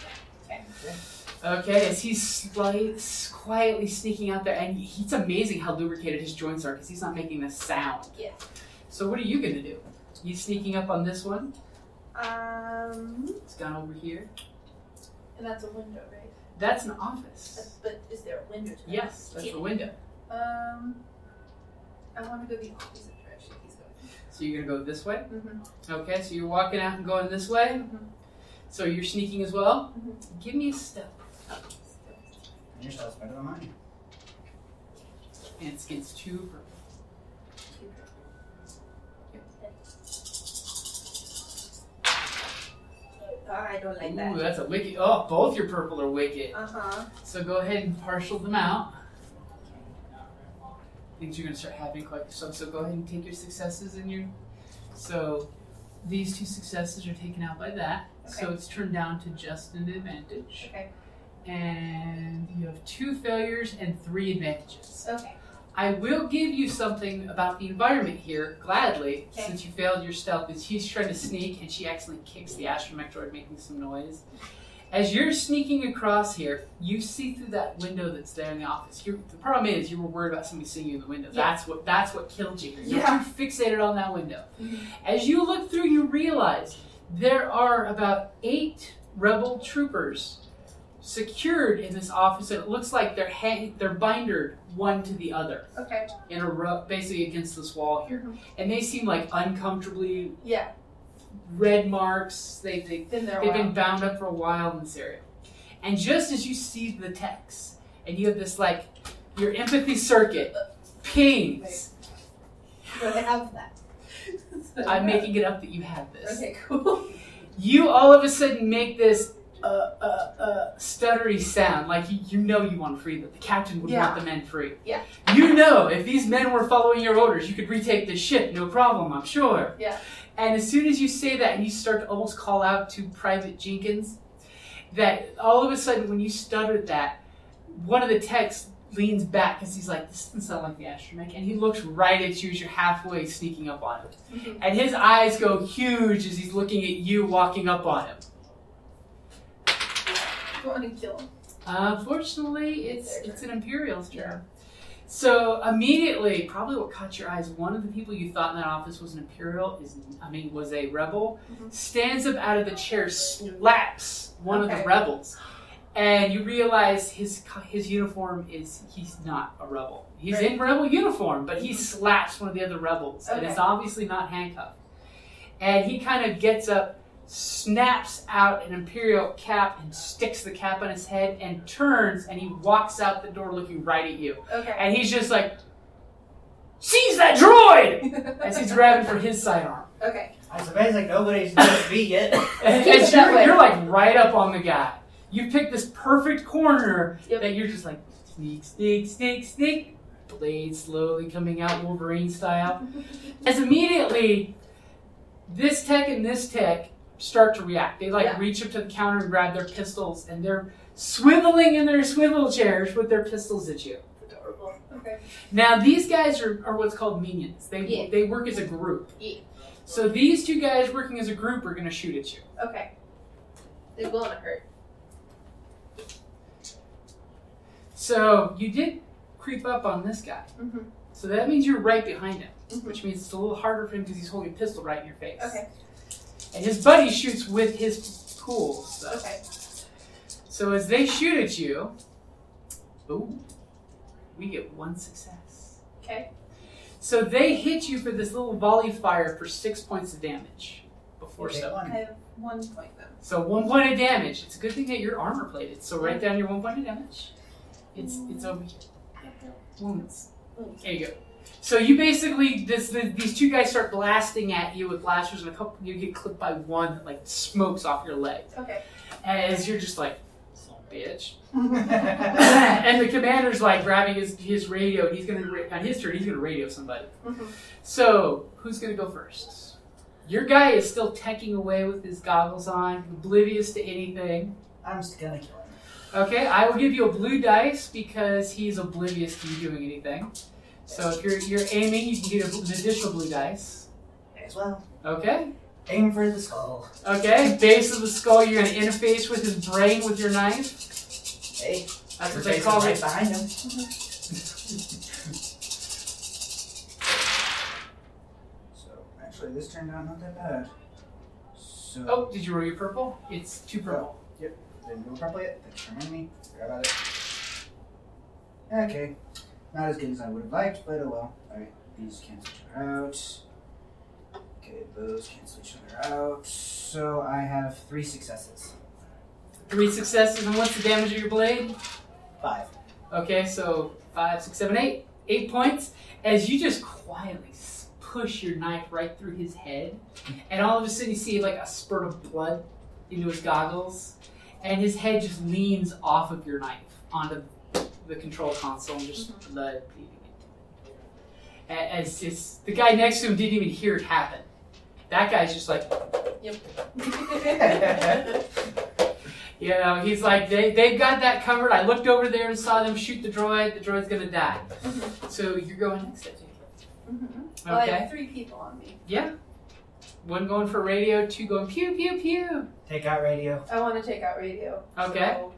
S2: die. Okay. Okay. As he's slight, quietly sneaking out there, and he- it's amazing how lubricated his joints are because he's not making a sound.
S4: [LAUGHS] Yeah.
S2: So what are you gonna do? You sneaking up on this one?
S4: Um,
S2: It's gone over here.
S4: and that's a window, right?
S2: That's an office.
S4: That's, but is there a window? To that?
S2: Yes, that's the window.
S4: Um, I want to go the opposite direction he's going.
S2: So you're gonna go this way.
S4: Mm-hmm.
S2: Okay, so you're walking out and going this way.
S4: Mhm.
S2: So you're sneaking as well.
S4: Mhm.
S2: Give me a step.
S3: Your stealth's better than mine.
S2: And it's against two. For,
S4: [LAUGHS] I don't like
S2: ooh,
S4: that.
S2: that's a wicked. Oh, both your purple are wicked.
S4: Uh huh.
S2: So go ahead and partial them out. Things you're gonna start having quite so. So go ahead and take your successes and your. So these two successes are taken out by that. So
S4: Okay.
S2: it's turned down to just an advantage.
S4: Okay.
S2: And you have two failures and three advantages.
S4: Okay.
S2: I will give you something about the environment here, gladly,
S4: Okay.
S2: since you failed your stealth. Is he's trying to sneak, and she accidentally kicks the astromectroid, making some noise. As you're sneaking across here, you see through that window that's there in the office. you the problem is, you were worried about somebody seeing you in the window.
S4: Yeah.
S2: That's what that's what killed you. You're
S4: Yeah.
S2: too fixated on that window.
S4: Mhm.
S2: As you look through, you realize there are about eight rebel troopers secured in this office, and it looks like they're hang- they're bindered one to the other
S4: Okay.
S2: in a row, basically against this wall here, and they seem like uncomfortably
S4: Yeah.
S2: red marks. They they
S4: Been there a
S2: they've been
S4: while.
S2: bound up for a while in this area, and just as you see the text, and you have this like your empathy circuit pings.
S4: But I have that. [LAUGHS]
S2: I'm making it up that you have this.
S4: Okay. Cool. [LAUGHS]
S2: You all of a sudden make this. Uh, uh, uh, stuttery sound like you, you know you want to free them. The captain would
S4: Yeah.
S2: want the men free.
S4: Yeah.
S2: You know, if these men were following your orders, you could retake the ship, no problem, I'm sure.
S4: Yeah.
S2: And as soon as you say that, and you start to almost call out to Private Jenkins, that all of a sudden, when you stuttered that, one of the techs leans back because he's like, "This doesn't sound like the astromech," and he looks right at you as you're halfway sneaking up on him,
S4: Mhm.
S2: and his eyes go huge as he's looking at you walking up on him.
S4: I want to kill him.
S2: Unfortunately, Uh, it's it's an Imperial's turn. So immediately, probably what caught your eyes, one of the people you thought in that office was an Imperial is, I mean, was a rebel,
S4: Mhm.
S2: stands up out of the chair, slaps one of
S4: Okay.
S2: the rebels, and you realize his co- his uniform is he's not a rebel. He's
S4: Right.
S2: in rebel uniform, but he slaps one of the other rebels, and it's
S4: Okay.
S2: obviously not handcuffed. And he kind of gets up snaps out an imperial cap and sticks the cap on his head and turns and he walks out the door looking right at you.
S4: Okay.
S2: And he's just like, Seize that droid!
S4: [LAUGHS]
S2: As he's grabbing for his sidearm.
S4: okay.
S3: I suppose like nobody's
S2: [LAUGHS]
S3: noticed me yet.
S2: And
S4: Keep it
S2: as
S4: that
S2: you're,
S4: way.
S2: you're like right up on the guy. You pick this perfect corner
S4: Yep.
S2: that you're just like, sneak, sneak, sneak, sneak. Blade slowly coming out Wolverine
S4: [LAUGHS]
S2: style. As immediately, this tech and this tech start to react. They like
S4: Yeah.
S2: reach up to the counter and grab their pistols and they're swiveling in their swivel chairs with their pistols at you.
S4: Adorable. Okay.
S2: Now these guys are, are what's called minions. They
S4: Yeah.
S2: they work as a group.
S4: Yeah.
S2: So these two guys working as a group are gonna shoot at you.
S4: Okay. It will not hurt.
S2: So you did creep up on this guy.
S4: Mhm.
S2: So that means you're right behind him,
S4: Mhm.
S2: which means it's a little harder for him because he's holding a pistol right in your face.
S4: Okay.
S2: And his buddy shoots with his cool stuff.
S4: Okay.
S2: So as they shoot at you, ooh, we get one success.
S4: Okay.
S2: So they hit you for this little volley fire for six points of damage before
S3: Take
S2: so.
S4: I
S3: one.
S4: have one point then.
S2: So one point of damage. It's a good thing that you're armor plated. So write down your one point of damage. It's it's over here. Wounds.
S4: Wounds.
S2: There you go. So you basically this, the, these two guys start blasting at you with blasters, and a couple you get clipped by one that like smokes off your leg.
S4: Okay.
S2: As you're just like, son of a bitch. [COUGHS] and the commander's like grabbing his, his radio, and he's gonna ra- on his turn he's gonna radio somebody.
S4: Mhm.
S2: So who's gonna go first? Your guy is still teching away with his goggles on, oblivious to anything.
S3: [LAUGHS] I'm just gonna kill him.
S2: Okay, I will give you a blue dice because he's oblivious to you doing anything. So if you're you're aiming, you can get a- an additional blue dice.
S3: May as well.
S2: Okay,
S3: Aim for the skull.
S2: okay. Base of the skull, you're gonna interface with his brain with your knife.
S3: Hey,
S2: That's
S3: your
S2: what they
S3: face
S2: call
S3: is right
S2: it.
S3: behind
S2: [LAUGHS]
S3: him. [LAUGHS] so actually, this turned out not that bad. So
S2: Oh, did you roll your purple? It's two purple.
S3: didn't do it properly. yet. Thanks for reminding me. Forgot about it. Okay, not as good as I would have liked, but oh well. All right, these cancel each other out. Okay, those cancel each other out. So I have three successes.
S2: Three successes, and what's the damage of your blade?
S3: Five.
S2: Okay, so five, six, seven, eight. Eight points. As you just quietly s- push your knife right through his head, and all of a sudden you see like a spurt of blood into his goggles, and his head just leans off of your knife onto the control console and just blood bleeding into it. A- As his, the guy next to him didn't even hear it happen. That guy's just like, You know, he's like, they, they've got that covered. I looked over there and saw them shoot the droid. The droid's going to die. So you're going next, I think.
S4: Mhm. [LAUGHS] Mm-hmm. Well, I
S2: Okay.
S4: have three people on me.
S2: Yeah. One going for radio, two going pew, pew, pew.
S3: Take out radio.
S4: I want to take out radio.
S2: Okay.
S4: so-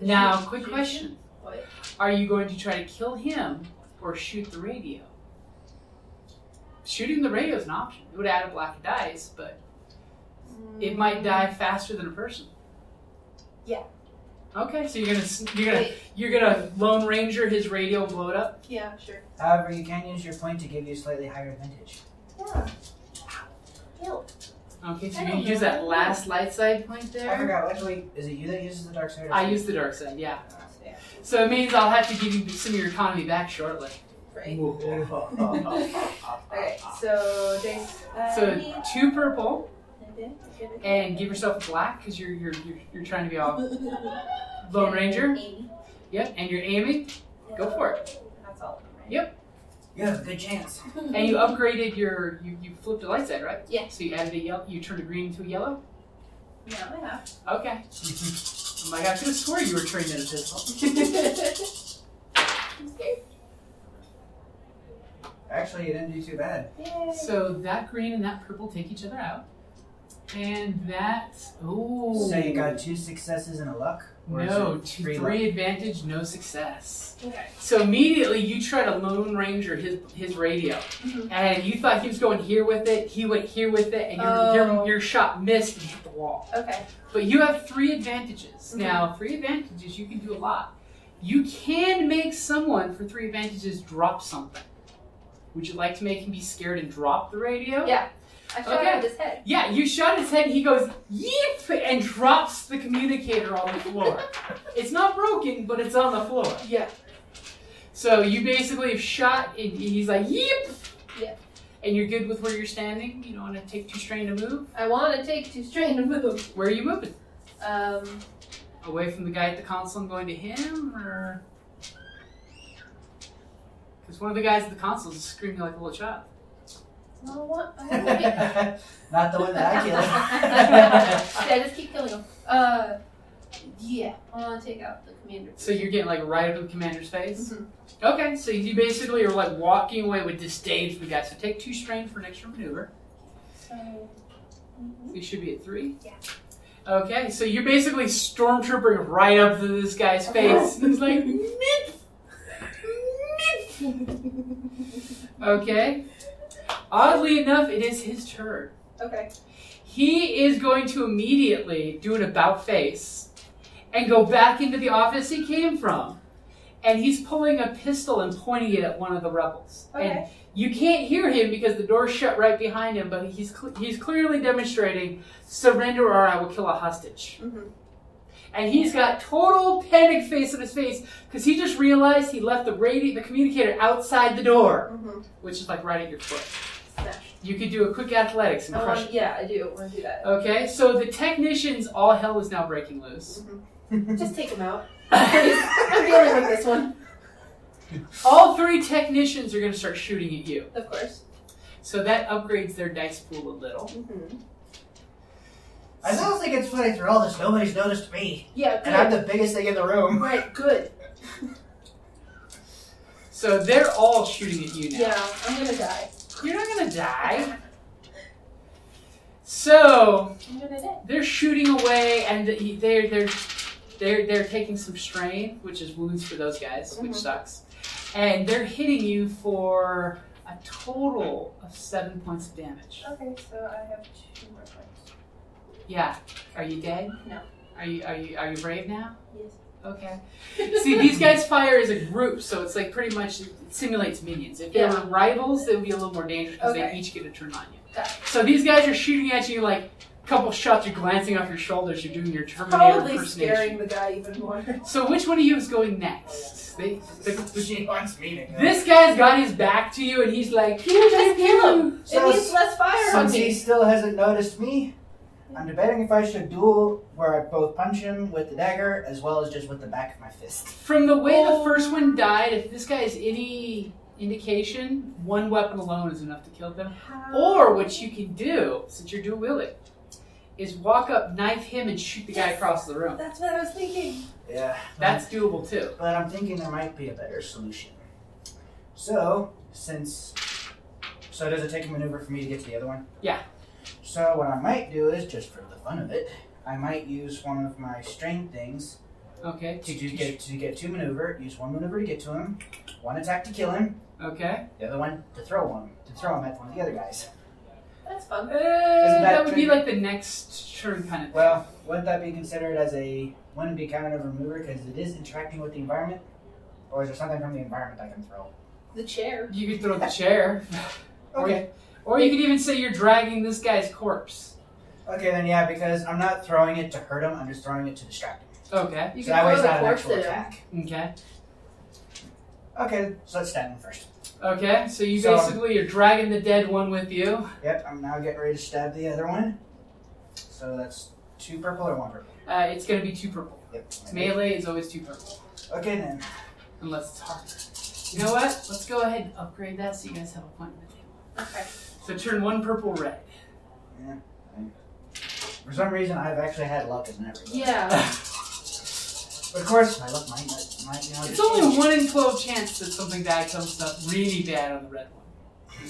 S2: Now, quick
S4: Shoot.
S2: question.
S4: What?
S2: Are you going to try to kill him or shoot the radio? Shooting the radio is an option. It would add a block of dice, but it might die faster than a person.
S4: Mm-hmm. Yeah.
S2: Okay, so you're gonna s- you're gonna
S4: Wait,
S2: you're gonna Lone Ranger his radio and blow it up.
S4: yeah, sure.
S3: However, you can use your point to give you slightly higher advantage.
S4: Yeah. Ew.
S2: Okay, so
S4: I
S2: you
S4: don't
S2: use
S4: know.
S2: that last light side point
S3: I
S2: there.
S3: forgot. Actually, is it you that uses the dark side? or-
S2: I use the dark side, yeah.
S4: Yeah,
S2: So it means I'll have to give you some of your economy back shortly.
S4: Right. Okay,
S3: okay.
S4: so dice. Uh,
S2: So two purple,
S4: I did, I did it.
S2: and give yourself a black because you're, you're you're you're trying to be all Lone Ranger.
S4: Amy.
S2: Yep, and you're aiming. Go for it.
S4: That's all of them, right?
S2: Yep.
S3: [LAUGHS] You have a good chance.
S2: And you upgraded your you, you flipped the light side, right?
S4: Yeah.
S2: So you added a yellow. You turned a green into a yellow.
S4: Now I have.
S2: Okay. Oh I'm like I could have swore you were trained in a pistol.
S4: I'm scared.
S3: Actually, you didn't do too bad.
S4: Yay.
S2: [LAUGHS] So that green and that purple take each other out, and that ooh.
S3: So you got two successes and a luck. Or is
S2: No,
S3: it
S2: two,
S3: three
S2: three,
S3: luck?
S2: advantage, no success.
S4: Okay.
S2: So immediately you try to Lone Ranger his his radio,
S4: Mhm.
S2: and you thought he was going here with it. He went here with it, and your
S4: Oh.
S2: your, your shot missed and hit the wall.
S4: Okay.
S2: But you have three advantages
S4: Mm-hmm.
S2: now. Three advantages, you can do a lot. You can make someone for three advantages drop something. Would you like to make him be scared and drop the radio?
S4: Yeah. I shot
S2: Okay.
S4: out his head.
S2: Yeah, you shot his head and he goes, yeep, and drops the communicator on the
S4: [LAUGHS]
S2: floor. it's not broken, but it's on the floor.
S4: Yeah.
S2: So you basically have shot, and he's like, yeep.
S4: Yeah.
S2: And you're good with where you're standing. You don't want to take too strain to move.
S4: I want to take two strain to move.
S2: Where are you moving?
S4: Um,
S2: Away from the guy at the console and going to him, or? Because one of the guys at the console is screaming like a little child.
S4: I don't want.
S3: [LAUGHS]
S4: I don't want to [LAUGHS] get.
S3: Not the one that I killed.
S2: [LAUGHS]
S4: [LAUGHS] yeah, just keep killing them. Uh, Yeah, I want to take out the commander.
S2: So you're getting like right up in the commander's face.
S4: Mhm.
S2: Okay, so you basically are like walking away with disdain for the guy. So take two strain for an extra maneuver.
S4: So,
S2: So you should be at three.
S4: Yeah.
S2: Okay, so you're basically stormtroopering right up to this guy's face. He's like, "Meep, meep." Okay. Oddly enough, it is his turn.
S4: okay.
S2: He is going to immediately do an about face and go back into the office he came from. And he's pulling a pistol and pointing it at one of the rebels. And
S4: Okay.
S2: you can't hear him because the door's shut right behind him, but he's, cl- he's clearly demonstrating surrender or I will kill a hostage.
S4: Mhm.
S2: And he's got total panic face on his face because he just realized he left the radio, the communicator outside the door,
S4: Mhm.
S2: which is like right at your foot.
S4: Smash.
S2: You could do a quick athletics and
S4: I
S2: crush
S4: want, Oh, yeah, I do want to do that.
S2: Okay, so the technicians, all hell is now breaking loose. [LAUGHS]
S4: Just take him out. [LAUGHS] I'm dealing with this one.
S2: all three technicians are going to start shooting at you.
S4: Of course.
S2: So that upgrades their dice pool a little.
S4: Mm-hmm.
S3: I sounds like it's funny through all this. Nobody's noticed me,
S4: Yeah,
S3: and I'm
S4: good.
S3: the biggest thing in the room. [LAUGHS]
S4: Right, good.
S2: So they're all shooting at you now.
S4: Yeah, I'm gonna die.
S2: You're not going to die. So
S4: I'm gonna die.
S2: they're shooting away, and the- they're they're they're they're taking some strain, which is wounds for those guys, which
S4: Mhm.
S2: sucks. And they're hitting you for a total of seven points of damage.
S4: Okay, so I have two more points.
S2: Yeah. Are you dead?
S4: No.
S2: Are you are you are you brave now?
S4: Yes.
S2: Okay. See, these guys fire as a group, so it's like pretty much it simulates minions. If they
S4: Yeah.
S2: were rivals, it would be a little more dangerous because
S4: Okay.
S2: they each get a turn on you.
S4: Got it.
S2: So these guys are shooting at you like a couple shots. You're glancing off your shoulders. You're doing your Terminator
S4: Probably
S2: impersonation.
S4: scaring the guy even more.
S2: So which one of you is going next? They, the, the-
S3: She wants me to go.
S2: this guy's got his back to you, and he's like, "Pew, pew,
S4: [LAUGHS] Just kill him. It
S3: So
S4: needs less fire on
S3: Since he
S4: me.
S3: still hasn't noticed me, I'm debating if I should duel where I both punch him with the dagger as well as just with the back of my fist.
S2: From the way
S4: Oh.
S2: the first one died, if this guy is any indication, one weapon alone is enough to kill them. Or what you can do, since you're dual wielding, is walk up, knife him, and shoot the guy across the room.
S4: That's what I was thinking.
S3: Yeah.
S2: That's doable too.
S3: But I'm thinking there might be a better solution. So, since. So, does it take a maneuver for me to get to the other one?
S2: Yeah.
S3: So, what I might do is, just for the fun of it, I might use one of my strain things
S2: Okay.
S3: to do get to get two maneuver. Use one maneuver to get to him, one attack to kill him,
S2: Okay.
S3: the other one to throw him to throw him at one of the other guys.
S4: That's
S2: Uh,
S4: fun.
S2: that,
S3: that
S2: would be
S3: true?
S2: like the next turn kind of thing.
S3: Well, wouldn't that be considered as a wouldn't it be counted as a maneuver because it is interacting with the environment, or is there something from the environment I can throw?
S4: The chair.
S2: you could throw the chair. Or you could even say you're dragging this guy's corpse.
S3: Okay, then yeah, because I'm not throwing it to hurt him. I'm just throwing it to distract him.
S2: Okay.
S4: You
S3: so that way
S4: can
S3: it's not an
S4: throw the
S3: actual
S4: corpse at him.
S3: attack.
S2: Okay.
S3: Okay, so let's stab him first.
S2: Okay. So you
S3: So-
S2: basically you're dragging the dead one with you.
S3: Yep, I'm now getting ready to stab the other one. So that's two purple or one purple.
S2: Uh, it's gonna be two purple.
S3: Yep.
S2: Melee is always two purple,
S3: Okay then.
S2: unless it's hard. You know what? Let's go ahead and upgrade that so you guys have a point in the table.
S4: Okay.
S2: So turn one purple red.
S3: For some reason, I've actually had luck in that. regard. [LAUGHS]
S4: Yeah.
S3: But of course, I love my my. You know,
S2: It's
S3: just-
S2: only one in twelve chance that something bad comes up really bad on the red one.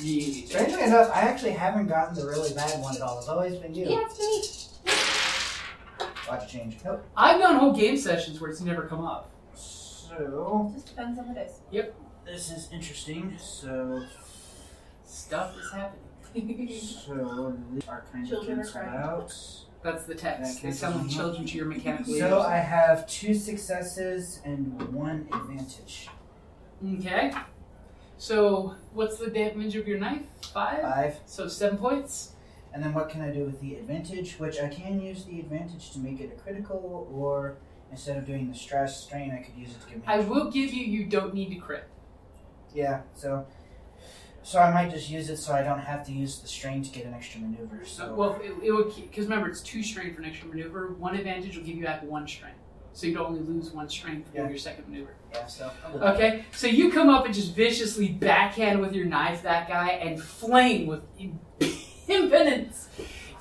S2: Really bad.
S3: Strangely enough, I actually haven't gotten the really bad one at all. It's always been you.
S4: Yeah, it's me.
S3: Watch change. Nope.
S2: I've done whole game sessions where it's never come up.
S3: So
S4: Just depends on the dice.
S3: this is interesting. So
S2: Stuff is happening.
S4: [LAUGHS]
S3: so these are kind of
S4: Children are
S3: canceled
S4: crying.
S3: out.
S2: That's the text.
S3: That
S2: They
S3: case
S2: sell
S3: is-
S2: children to your mechanical
S3: [LAUGHS] So
S2: leaders.
S3: I have two successes and one advantage.
S2: Okay. So what's the damage of your knife? Five?
S3: Five.
S2: So seven points?
S3: And then what can I do with the advantage? Which I can use the advantage to make it a critical, or instead of doing the stress strain, I could use it to give me.
S2: I will give you you don't need to crit.
S3: Yeah. So. So I might just use it so I don't have to use the strain to get an extra maneuver. So.
S2: So, well, it, it would because remember it's two strain for an extra maneuver. One advantage will give you back one strain, so you'd only lose one strain for
S3: Yeah.
S2: your second maneuver.
S3: Yeah. So.
S2: Okay, so you come up and just viciously backhand with your knife that guy and fling with [LAUGHS] impotence.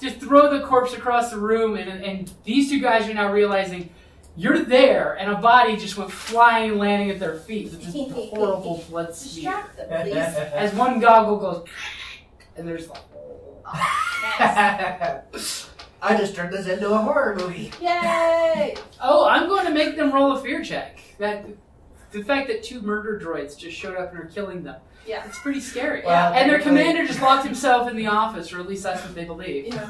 S2: Just throw the corpse across the room, and, and these two guys are now realizing You're there, and a body just went flying, and landing at their feet with this horrible blood smear.
S4: Distract them,
S3: [LAUGHS]
S4: please.
S2: As one goggle goes, and there's like,
S4: Nice.
S3: [LAUGHS] I just turned this into a horror movie.
S4: Yay!
S2: oh, I'm going to make them roll a fear check. That the fact that two murder droids just showed up and are killing them.
S4: Yeah.
S2: it's pretty scary.
S3: Well,
S2: And their
S3: technically-
S2: commander just locked himself in the office, or at least that's what they believe.
S4: Yeah.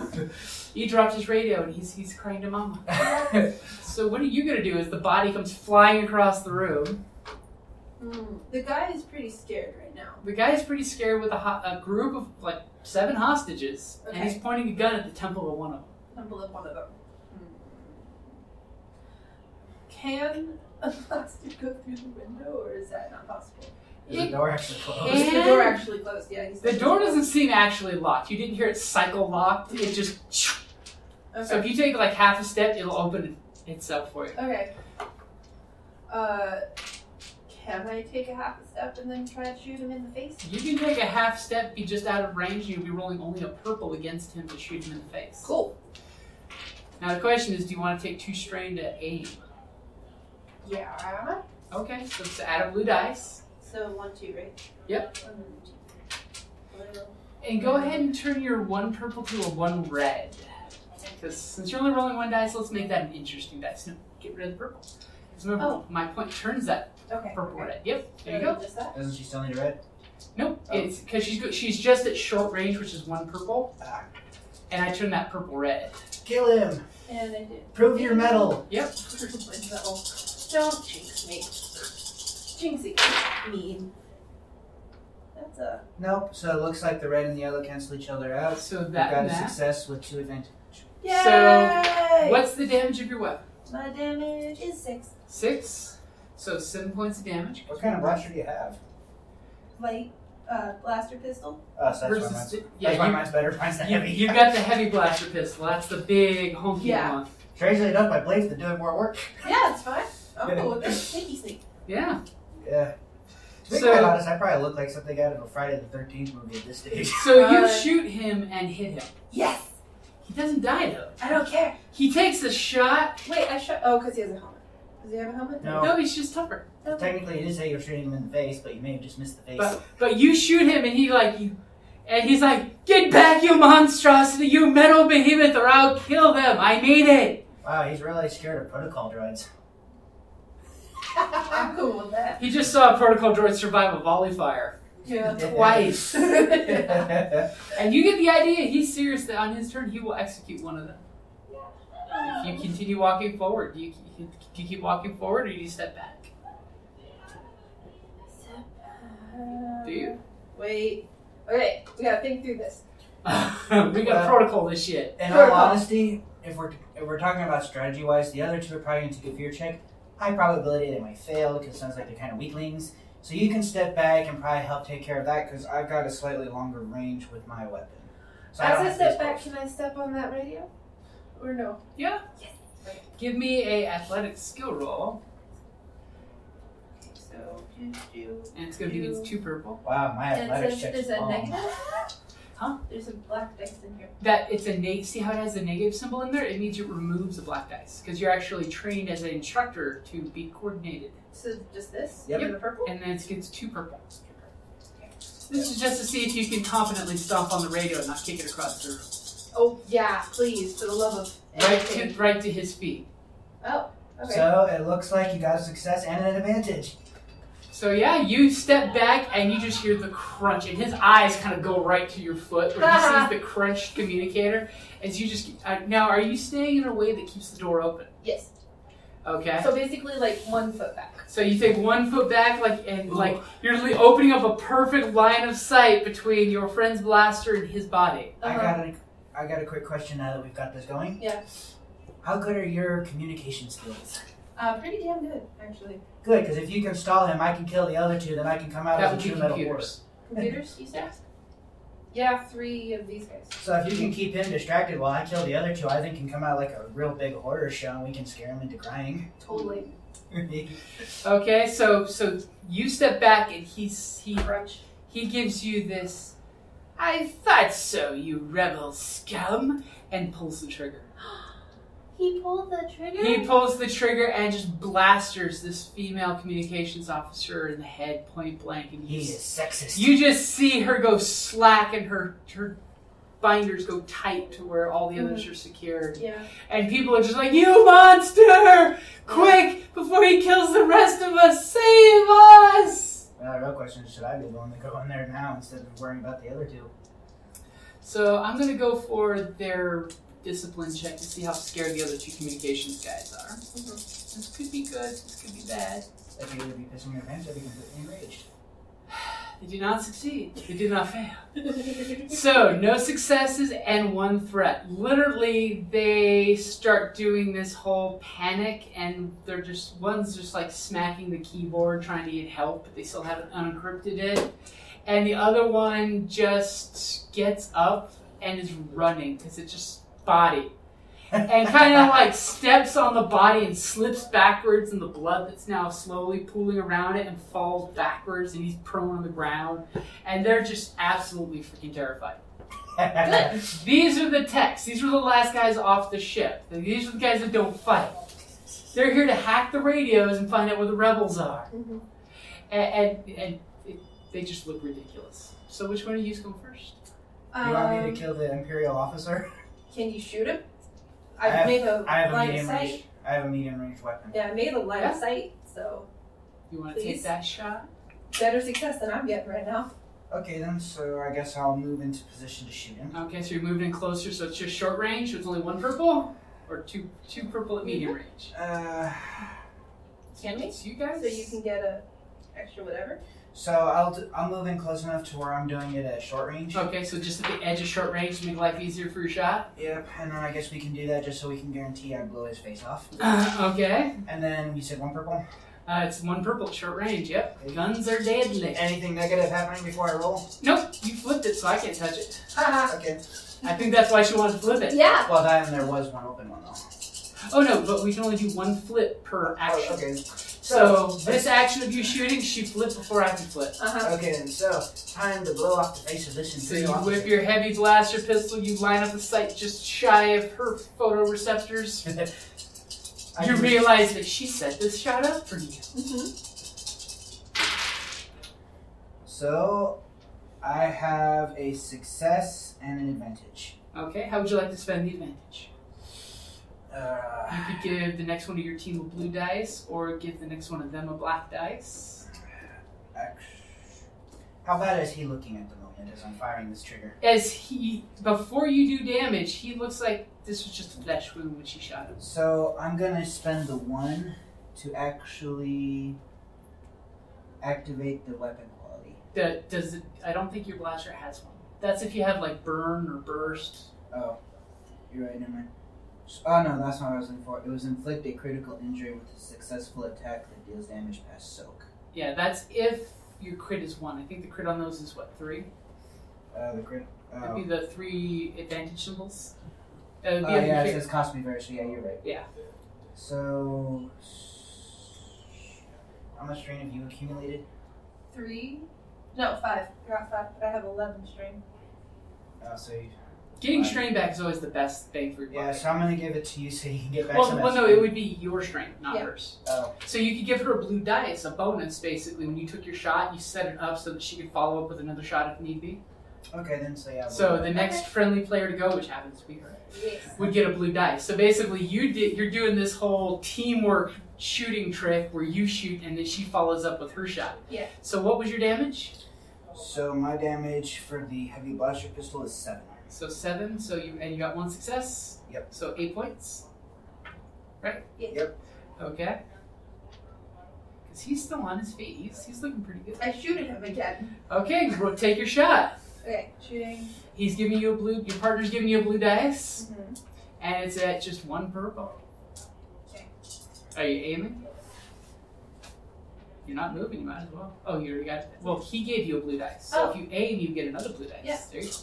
S2: He dropped his radio and he's he's crying to mama.
S3: [LAUGHS]
S2: So what are you gonna do as the body comes flying across the room?
S4: Hmm. The guy is pretty scared right now.
S2: The guy's pretty scared with a, ho- a group of like seven hostages, and
S4: Okay.
S2: he's pointing a gun at the temple of one of them.
S4: Tumble up one of them. Can a plastic go through the window, or is that not possible?
S3: Is the door actually closed?
S4: Is the door actually closed? Yeah. He's
S2: The door doesn't seem actually locked. You didn't hear it cycle locked. It just so
S4: Okay.
S2: if you take like half a step, it'll open itself for you.
S4: okay. Uh, can I take a half a step and then try to shoot him in the face?
S2: You can take a half step, be just out of range, and you'll be rolling only a purple against him to shoot him in the face.
S4: Cool.
S2: Now the question is, do you want to take two strain to aim?
S4: Yeah.
S2: Okay, so it's out of blue dice.
S4: So one, two, right?
S2: Yep.
S4: One, two. Blue.
S2: And go ahead and turn your one purple to a one red. Because since you're only rolling one dice, let's make that an interesting dice. No, get rid of the purple. 'Cause remember,
S4: Oh.
S2: my point turns that
S4: Okay.
S2: purple
S4: okay.
S2: red. Yep,
S4: Did
S2: there you
S4: I
S2: go.
S4: miss that?
S3: Doesn't she still need a red?
S2: Nope,
S3: Oh.
S2: it's because she's go- she's just at short range, which is one purple.
S3: Ah.
S2: And I turned that purple red.
S3: Kill him!
S4: And I did.
S3: Prove your metal!
S2: Yep.
S4: Don't jinx me. Jinxing is mean. That's a.
S3: Nope, so it looks like the red and the yellow cancel each other out.
S2: So
S3: We've
S2: that
S3: got
S2: and
S3: a
S2: that.
S3: success with two advantages.
S4: Yay!
S2: What's the damage of your weapon?
S4: My damage is six.
S2: Six. So seven points of damage.
S3: What kind of blaster do you have?
S4: Light uh, blaster pistol.
S3: Oh, so that's why
S2: Versus
S3: mine's,
S2: the-
S3: that's why
S2: yeah,
S3: mine's better. [LAUGHS] Mine's not
S2: you,
S3: heavy.
S2: you, have got the heavy blaster pistol. That's the big honky
S4: Yeah.
S2: one.
S3: [LAUGHS] Strangely enough, my blade's been doing more work.
S4: Yeah, it's fine. I'm cool with it. Sneaky sneak.
S3: [LAUGHS]
S2: Yeah.
S3: Yeah. To be
S2: So-
S3: quite honest, I probably look like something out of a Friday the 13th movie at this stage. [LAUGHS]
S2: So you
S4: Uh,
S2: shoot him and hit him.
S4: Yes!
S2: He doesn't die though.
S4: I don't care.
S2: He takes a shot.
S4: Wait, I shot. Oh, because he has a helmet. Does he have a helmet?
S3: No.
S2: No, he's just tougher.
S4: Okay.
S3: Technically, it is how you're shooting him in the face, but you may have just missed the face.
S2: But but you shoot him and he like you, and he's like, "Get back, you monstrosity! You metal behemoth, or I'll kill them! I need it!"
S3: wow, he's really scared of protocol
S2: [LAUGHS]
S3: droids. [LAUGHS]
S4: I'm cool with that.
S2: He just saw a protocol droid survive a volley fire
S4: Yeah. [LAUGHS]
S2: twice, and you get the idea. He's serious that on his turn he will execute one of them. If you continue walking forward, do you, do you keep walking forward or do you step back? Do you?
S4: Wait. Okay, we gotta think through this.
S2: [LAUGHS] we got
S3: Well-
S2: protocol this shit.
S3: In all
S4: Protocol.
S3: honesty, if we're if we're talking about strategy wise, the other two are probably going to take a fear check. High probability they might fail because it sounds like they're kind of weaklings. So you can step back and probably help take care of that because I've got a slightly longer range with my weapon. So don't
S4: As I
S3: have to
S4: step
S3: be
S4: back,
S3: close.
S4: can I step on that radio? Or no?
S2: Yeah. Give me a athletic skill roll,
S4: So, do, do.
S2: and it's gonna be against two purple.
S3: Wow, my
S4: And it
S3: athletics
S4: says
S3: check
S4: there's
S3: is
S4: a
S3: long.
S4: negative?
S2: Huh?
S4: There's a black dice in here.
S2: That it's a neg. See how it has the negative symbol in there? It means it removes the black dice because you're actually trained as an instructor to be coordinated,
S4: So, just this?
S3: Yep.
S4: And the purple?
S2: and then it's against two purple. This is just to see if you can competently stomp on the radio and not kick it across the room.
S4: Oh, yeah, please, for the love of.
S2: Right to
S4: everything.
S2: right to his feet.
S4: Oh, okay.
S3: So it looks like you got a success and an advantage.
S2: So yeah, you step back and you just hear the crunch, and his eyes kind of go right to your foot where he
S3: [LAUGHS]
S2: sees the crunch communicator. As you just uh, now, are you staying in a way that keeps the door open?
S4: yes.
S2: Okay.
S4: So, basically, like one foot back.
S2: So you take one foot back, like and like you're li- opening up a perfect line of sight between your friend's blaster and his body.
S3: I
S4: Uh-huh.
S3: got a I got a quick question now that we've got this going.
S4: Yeah.
S3: How good are your communication skills?
S4: Uh, pretty damn good, actually.
S3: Good, because if you can stall him, I can kill the other two. Then I can come out
S2: That
S3: with
S2: would
S3: a
S2: be
S3: two metal war.
S2: computers.
S4: Computers, you said? Yeah, three of these guys.
S3: So if you can keep him distracted while I kill the other two, I think can come out like a real big horror show and we can scare him into crying. [LAUGHS]
S4: Totally.
S2: Okay, so so you step back and he's he
S4: Crunch.
S2: he gives you this. I thought so, you rebel scum, and pulls the trigger.
S5: He pulled the trigger.
S2: He pulls the trigger and just blasters this female communications officer in the head point blank, and
S3: He is
S2: he's,
S3: sexist.
S2: you just see her go slack and her her binders go tight to where all the others are secured,
S4: Yeah.
S2: and people are just like, "You monster! Quick before he kills the rest of us! Save us!"
S3: Now, Uh, the real question is, should I be the one to go in there now instead of worrying about the other two?
S2: So I'm gonna go for their discipline check to see how scared the other two communications guys are. This could be good. This could be bad.
S3: I could either be pissing my pants or be completely enraged.
S2: They do not succeed. They do not fail. So, no successes and one threat. Literally, they start doing this whole panic, and they're just, one's just like smacking the keyboard trying to get help, but they still haven't unencrypted it. And the other one just gets up and is running because it's just body. And kind of like steps on the body and slips backwards, and the blood that's now slowly pooling around it and falls backwards, and he's prone on the ground. And they're just absolutely freaking terrified.
S4: Good.
S2: These are the techs. These were the last guys off the ship. These are the guys that don't fight. They're here to hack the radios and find out where the rebels are.
S4: Mhm.
S2: A- And, and, it, they just look ridiculous. So which one of you going first?
S3: you want me
S4: Um,
S3: to kill the Imperial officer? [LAUGHS]
S4: can you shoot him?
S3: I
S4: I've
S3: have-
S4: made a
S3: I have a
S4: line of
S3: medium
S4: sight.
S3: range. I have a medium range weapon.
S4: Yeah, I made a line of
S2: Yeah.
S4: sight, so
S2: You want to take
S4: Please.
S2: that shot?
S4: better success than I'm getting right now.
S3: Okay then, so I guess I'll move into position to shoot him.
S2: Okay, so you're moving in closer, so it's just short range. So it's only one purple, or two two purple at medium range.
S3: Uh,
S4: Mm-hmm. Can we?
S2: It's you guys.
S4: So you can get a extra whatever.
S3: so I'll d- I'll move in close enough to where I'm doing it at short range.
S2: Okay, so just at the edge of short range to make life easier for your shot. [CLEARS THROAT]
S3: Yep, and then I guess we can do that just so we can guarantee I blow his face off.
S2: okay,
S3: And then you said one purple.
S2: uh, it's one purple, short range. Yep, guns are deadly.
S3: Anything negative happening before I roll?
S2: Nope, you flipped it, so I can't touch it.
S4: Haha.
S3: Okay.
S2: I think that's why she wanted to flip it.
S4: yeah.
S3: Well, that and there was one open one though.
S2: Oh no, but we can only do one flip per action.
S3: Oh, okay.
S2: So this action of you shooting, she flipped before I could flip.
S4: Uh-huh.
S3: Okay, then, so time to blow off the face of this
S2: So you
S3: Imperial
S2: whip
S3: officer.
S2: your heavy blaster pistol, you line up the sight just shy of her photoreceptors.
S3: [LAUGHS] I
S2: You
S3: do-
S2: realize that she set this shot up for you.
S4: Mhm.
S3: So I have a success and an advantage.
S2: Okay, how would you like to spend the advantage? You
S3: Uh,
S2: could give the next one of your team a blue dice, or give the next one of them a black dice.
S3: act- how bad is he looking at the moment as I'm firing this trigger?
S2: As he, before you do damage, he looks like this was just a flesh wound when she shot him.
S3: So I'm gonna spend the one to actually activate the weapon quality.
S2: That does it, I don't think your blaster has one. That's if you have like burn or burst.
S3: Oh, you're right, never mind. S- Oh no, that's not what I was looking for. It was inflict a critical injury with a successful attack that deals damage past soak.
S2: Yeah, that's if your crit is one. I think the crit on those is what three.
S3: Uh, the crit.
S2: That'd
S3: Oh,
S2: be the three advantage symbols. That would be
S3: oh
S2: up in
S3: yeah, it
S2: here.
S3: says cost me very, so yeah, you're right.
S2: Yeah.
S3: So. s- How much strain have you accumulated?
S4: Three. No, five. I got five, but I have eleven string.
S3: Oh, so you,
S2: Getting strain back is always the best thing for your
S3: yeah,
S2: body.
S3: so I'm gonna give it to you so you can get back to
S2: well,
S3: that.
S2: well, no,
S3: strain.
S2: it would be your strain, not
S4: Yeah.
S2: hers.
S3: Oh,
S2: So you could give her a blue dice, a bonus, basically. When you took your shot, you set it up so that she could follow up with another shot if need be.
S3: okay then. So yeah.
S2: So
S3: we'll-
S2: the next friendly player to go, which happens to be her,
S4: Yes.
S2: would get a blue dice. So basically, you did, you're doing this whole teamwork shooting trick where you shoot and then she follows up with her shot.
S4: Yeah.
S2: So what was your damage?
S3: So my damage for the heavy blaster pistol is seven.
S2: So seven. So you and you got one success.
S3: Yep.
S2: So eight points. Right.
S4: Yeah.
S3: Yep.
S2: Okay. Because he's still on his feet. He's, he's looking pretty good.
S4: I shoot at him again.
S2: Okay, ro- take your shot.
S4: Okay, shooting.
S2: He's giving you a blue. Your partner's giving you a blue dice,
S4: Mm-hmm.
S2: and it's at just one purple.
S4: Okay.
S2: Are you aiming? You're not moving. You might as well. Oh, you already got. Well, he gave you a blue dice. So
S4: Oh.
S2: if you aim, you get another blue dice.
S4: Yeah.
S2: There you go.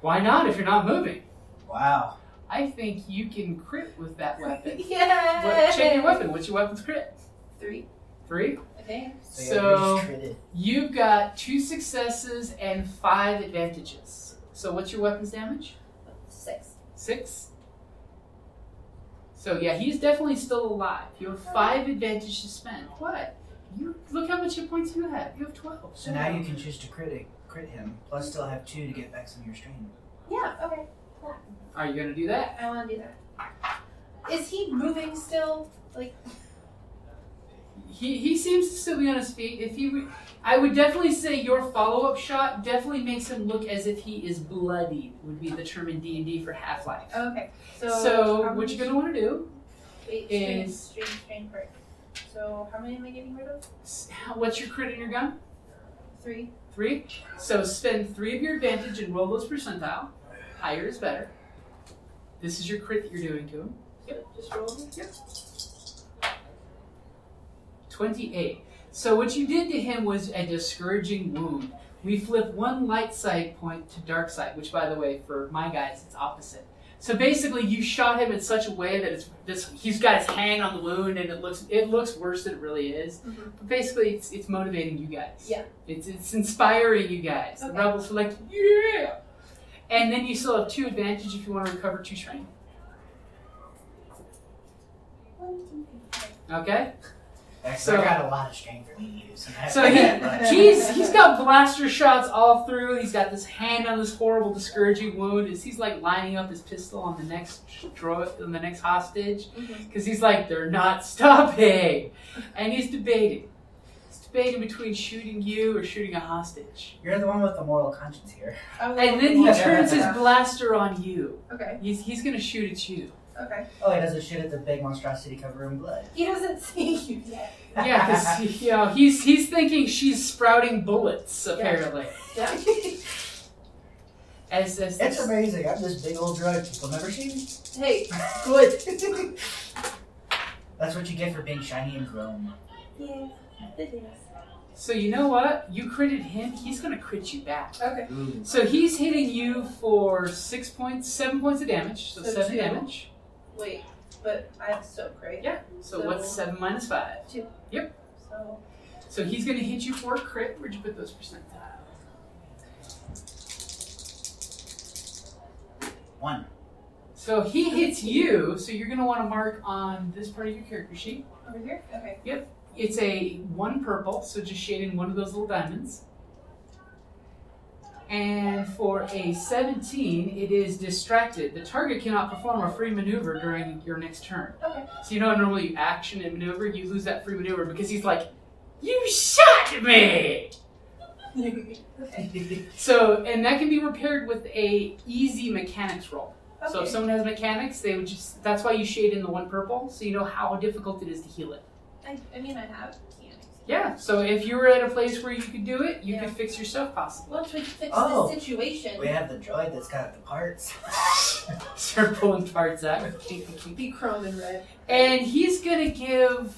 S2: Why not? If you're not moving,
S3: Wow.
S2: I think you can crit with
S4: [LAUGHS]
S2: that weapon.
S4: Yeah.
S2: What, check your weapon. What's your weapon's crit?
S4: Three.
S2: Three.
S4: I think.
S3: So, yeah, you're
S2: So-
S3: just critted.
S2: You've got two successes and five advantages. So what's your weapon's damage?
S4: Six.
S2: Six. So yeah, he's definitely still alive. You have five advantage to spend. What? You look how much hit points you have. You have twelve.
S3: So now you can choose to crit it, crit him, plus still have two to get back some of your strain.
S4: Yeah, okay.
S2: Are you gonna do that?
S4: I want to do that. Is he moving still? Like,
S2: He, he seems to still be on his feet. If he, re- I would definitely say your follow up shot definitely makes him look as if he is bloodied. Would be the term in D and D for Half Life.
S4: okay. Oh, So,
S2: So
S4: how
S2: what
S4: many-
S2: you're gonna want to do?
S4: Wait, strain,
S2: is-
S4: strain, strain, break. So, how many am I getting rid of?
S2: s- What's your crit in your gun?
S4: Three.
S2: Three. So spend three of your advantage and roll those percentile. Higher is better. This is your crit that you're doing to him.
S4: Yep, just roll.
S2: Yep. 28. So what you did to him was a discouraging wound. We flip one light side point to dark side, which by the way, for my guys, it's opposite. So basically you shot him in such a way that it's this he's got his hand on the wound and it looks it looks worse than it really is.
S4: Mhm.
S2: But basically it's it's motivating you guys.
S4: Yeah.
S2: It's it's inspiring you guys. The
S4: Okay.
S2: rebels are like, yeah. And then you still have two advantage if you want to recover two strain.
S5: One, two, three, four.
S2: Okay?
S3: Actually,
S2: So-
S3: I got a lot of strain for me to use. and I- [LAUGHS]
S2: So he, he's he's got blaster shots all through. He's got this hand on this horrible, discouraging wound. As he's like lining up his pistol on the next draw on the next hostage,
S4: Mhm.
S2: because he's like they're not stopping, and he's debating. He's debating between shooting you or shooting a hostage.
S3: You're the one with the moral conscience here.
S4: I was
S2: And then
S4: looking
S2: he
S4: at-
S2: turns his blaster on you.
S4: Okay,
S2: He's he's gonna shoot at you.
S4: okay.
S3: Oh, he doesn't shit at the big monstrosity covered in blood.
S4: He doesn't [LAUGHS] see you yet.
S2: Yeah,
S3: [LAUGHS]
S2: because you know he's he's thinking she's sprouting bullets apparently.
S4: Yeah.
S2: As, as
S3: It's amazing. I'm this big old drug people never see
S2: [LAUGHS]
S3: me.
S4: [LAUGHS] hey, good.
S3: [LAUGHS] That's what you get for being shiny and grown.
S5: Yes, it is.
S2: So you know what? You critted him, he's gonna crit you back.
S4: Okay.
S3: Ooh.
S2: So he's hitting you for six points, seven points of damage. So,
S4: So
S2: seven
S4: two.
S2: damage.
S4: Wait, but I have soak, right?
S2: Yeah. So,
S4: So-
S2: what's seven minus five?
S4: So,
S2: So he's gonna hit you for a crit. Where'd you put those percentile?
S3: One. [LAUGHS]
S2: So he hits you. So you're gonna want to mark on this part of your character sheet.
S4: over here?
S2: [LAUGHS]
S4: Okay.
S2: It's a one purple, so just shade in one of those little diamonds. And for a 17, it is distracted. The target cannot perform a free maneuver during your next turn.
S4: Okay.
S2: So you know how normally you action and maneuver, you lose that free maneuver because he's like, You shot me!
S4: okay.
S2: So and that can be repaired with a easy mechanics roll. So if
S4: Okay.
S2: someone has mechanics, they would just that's why you shade in the one purple, so you know how difficult it is to heal it.
S4: I, I mean, I have mechanics.
S2: Yeah, so if you were at a place where you could do it, you
S4: Yeah.
S2: could fix yourself [LAUGHS] possibly.
S4: Once we fix
S3: Oh.
S4: this situation,
S3: We have the droid that's got the parts.
S2: Start pulling parts out.
S4: be chrome and red.
S2: And he's gonna give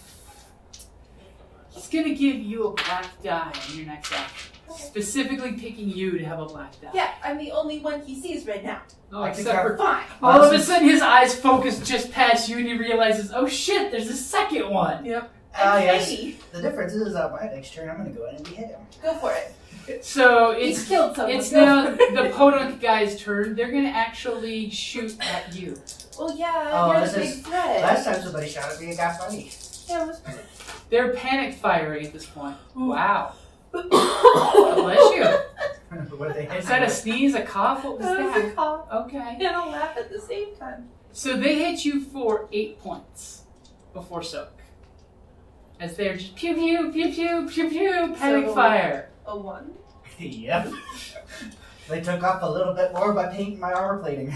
S2: he's gonna give you a black die on your next action. Specifically picking you to have a black die.
S4: Yeah, I'm the only one he sees right now.
S2: No,
S3: Oh, I can
S2: Oh, except for
S4: Fine.
S2: all of a sudden his eyes focus just past you and he realizes, oh shit, there's a second one.
S3: Ah,
S4: I'm
S3: yes.
S4: shiny.
S3: The difference is, uh, my next turn, I'm gonna go in and hit him.
S4: Go for it.
S2: So
S4: He's
S2: it's
S4: killed someone.
S2: it's
S4: Go
S2: now
S4: for it.
S2: the podunk guy's turn. They're gonna actually shoot at you.
S4: Well, yeah,
S3: Oh,
S4: you're
S3: this
S4: the big
S3: is-
S4: threat.
S3: Last time somebody shot at me, it got funny.
S4: [COUGHS] Yeah, [COUGHS] it was
S2: They're panic firing at this point. Wow. Oh, Bless
S4: Bless [LAUGHS]
S2: you.
S3: what they hit
S2: Is that
S3: me
S2: a sneeze, a cough? What was
S4: That was
S2: that?
S4: a cop.
S2: Okay.
S4: And a laugh at the same time.
S2: So they hit you for eight points before soak. As they're just pew pew pew pew pew pew panic
S4: So-
S2: fire.
S4: A one.
S3: with. yep. [LAUGHS] They took off a little bit more by painting my armor plating.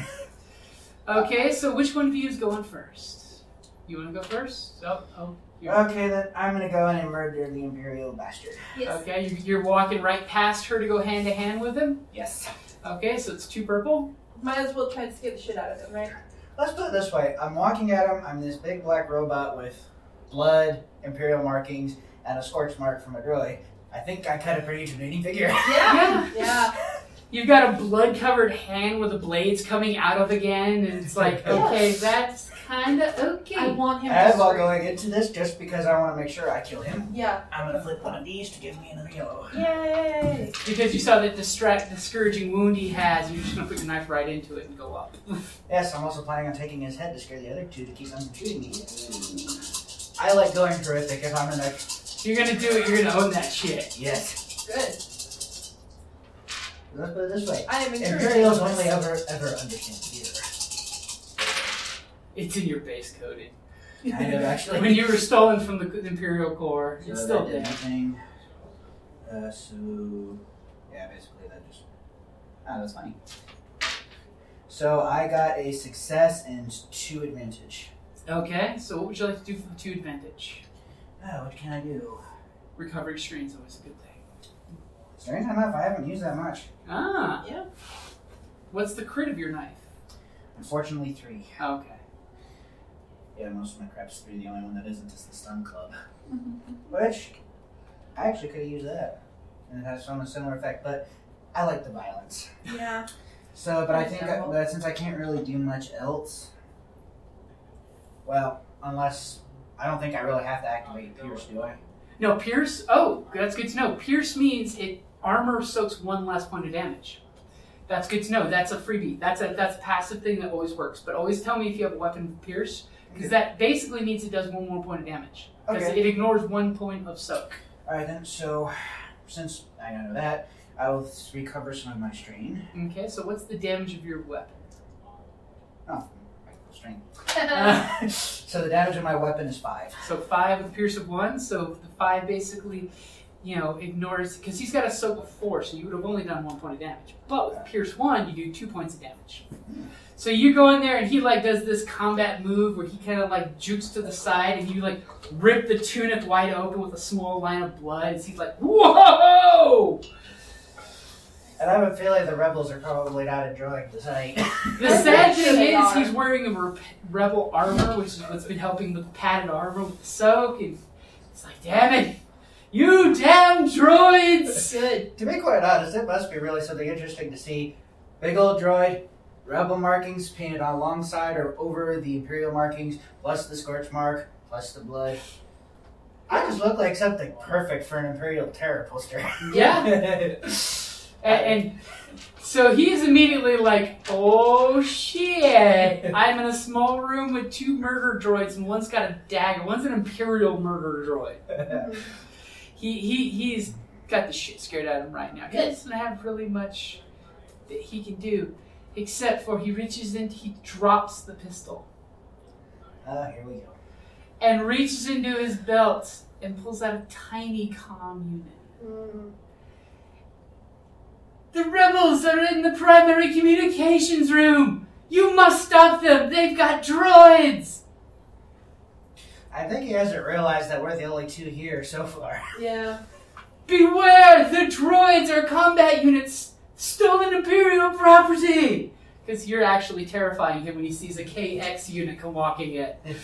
S2: Okay, so which one of you is going first? You want to go first? Oh, oh. You're,
S3: Okay, then I'm gonna go in and murder the Imperial bastard.
S4: Yes.
S2: Okay, you- you're walking right past her to go hand to hand with him.
S3: Yes.
S2: Okay, so it's two purple.
S4: Might as well try to scare the shit out of him, right?
S3: Let's put it this way: I'm walking at him. I'm this big black robot with blood, Imperial markings, and a scorch mark from a droid. I think I cut a pretty intimidating figure. [LAUGHS]
S2: Yeah.
S4: Yeah.
S2: You've got a blood covered hand with the blades coming out of again, and it's like, okay, that's kinda okay.
S4: I want him to
S3: As while
S4: scream.
S3: going into this, just because I want to make sure I kill him,
S4: Yeah.
S3: I'm gonna flip one of these to give me another yellow.
S4: Yay!
S2: Because you saw that distract, discouraging wound he has, you're just gonna put your knife right into it and go up.
S3: Yes, I'm also planning on taking his head to scare the other two to keep them from shooting me. I like going horrific if I'm in like,
S2: You're gonna do it. You're gonna own that shit.
S3: yes.
S4: Good.
S3: Let's put it this way.
S4: I am
S3: Imperials
S4: encouraged.
S3: only ever ever understand [LAUGHS] fear.
S2: It's in your base coding.
S3: Kind of actually.
S2: When you were stolen from the Imperial Corps,
S3: So
S2: it's
S3: that
S2: still
S3: did
S2: there.
S3: nothing. Uh, so yeah, basically that just ah, that's funny. So I got a success and two advantage.
S2: Okay, so what would you like to do for the two advantage?
S3: Oh, what can I do?
S2: Recovering strain is always a good thing.
S3: Strange enough, I haven't used that much.
S2: Ah,
S4: Yeah.
S2: what's the crit of your knife?
S3: Unfortunately, three.
S2: Okay.
S3: Yeah, most of my crap's three. The only one that isn't is the stun club, which I actually could have used that, and it has some similar effect. But I like the violence.
S4: Yeah.
S3: So, but I think
S4: Understandable.
S3: but since I can't really do much else, well, unless I don't think I really have to activate Pierce, do I?
S2: No, pierce. Oh, that's good to know. Pierce means it armor soaks one less point of damage. That's good to know. That's a freebie. That's a that's a passive thing that always works. But always tell me if you have a weapon with pierce, because that basically means it does one more point of damage. Because
S3: Okay.
S2: it ignores one point of soak.
S3: All right then. So, since I know that, I will recover some of my strain.
S2: Okay, so what's the damage of your weapon?
S3: Oh, my strain. [LAUGHS]
S4: yeah.
S3: so the damage of my weapon is five.
S2: So five with pierce of one. So the five basically, you know, ignores because he's got a soak of four, so you would have only done one point of damage. But with pierce one, you do two points of damage. So you go in there and he like does this combat move where he kind of like jukes to the side and you like rip the tunic wide open with a small line of blood. And he's like, whoa!
S3: And I have a feeling the rebels are probably not enjoying the sight.
S2: The
S4: I'm
S2: sad
S4: pretty sure
S2: thing
S4: they
S2: is,
S4: are.
S2: he's wearing a re- rebel armor, which is what's been helping with the padded armor with the soak, and it's like, damn it, you damn droids!
S4: Good.
S3: to be quite honest, it must be really something interesting to see big old droid, rebel markings painted alongside or over the imperial markings, plus the scorch mark, plus the blood. I just look like something perfect for an imperial terror poster.
S2: Yeah,
S3: [LAUGHS]
S2: and, and so he is immediately like, oh shit, I'm in a small room with two murder droids, and one's got a dagger, one's an imperial murder droid. He he he's got the shit scared out of him right now. He
S4: Good.
S2: doesn't have really much that he can do, except for he reaches in, he drops the pistol
S3: Ah, here we go.
S2: and reaches into his belt and pulls out a tiny comm unit.
S4: Mm.
S2: The rebels are in the primary communications room. You must stop them. They've got droids.
S3: I think he hasn't realized that we're the only two here so far. [LAUGHS]
S4: Yeah.
S2: Beware! The droids are combat units stolen Imperial property! Because you're actually terrifying him when he sees a KX unit come walking in. And,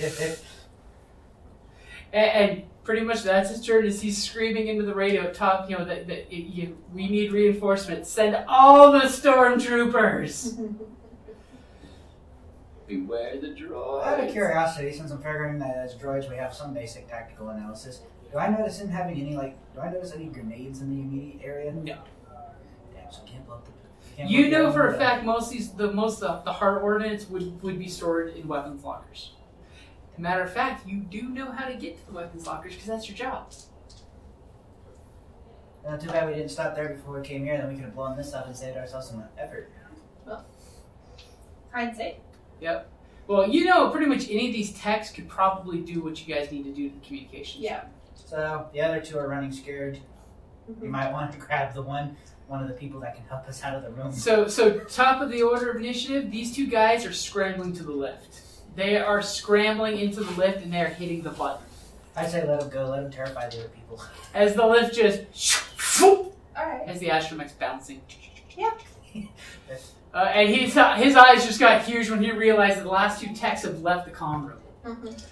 S2: and pretty much that's his turn is he's screaming into the radio, talking, you know, that, that it, you, we need reinforcements. Send all the stormtroopers! [LAUGHS] Beware the droids!
S3: Out of curiosity, since I'm figuring that as droids we have some basic tactical analysis, do I notice him having any like? Do I notice any grenades in the immediate area?
S2: No.
S3: Damn, so can't blow up the. Can't
S2: You
S3: blow up
S2: know
S3: the
S2: for a
S3: window.
S2: fact most of these, the most of the hard ordnance would, would be stored in weapons lockers. Matter of fact, you do know how to get to the weapons lockers because that's your job.
S3: Uh, too bad we didn't stop there before we came here. Then we could have blown this up and saved ourselves some effort.
S4: Hindsight.
S2: Well, you know pretty much any of these techs could probably do what you guys need to do to communications.
S4: Yeah.
S3: So the other two are running scared. We
S4: Mhm.
S3: might want to [LAUGHS] grab the one, one of the people that can help us out of the room.
S2: So so top of the order of initiative, these two guys are scrambling to the lift. They are scrambling into the lift and they are hitting the button.
S3: I say let him go. Let him terrify the other people. [LAUGHS]
S2: As the lift just [LAUGHS]
S4: All right.
S2: as the astromech's bouncing.
S4: Yep.
S2: Uh, and his, his eyes just got huge when he realized that the last two techs have left the comm room.
S4: Mhm.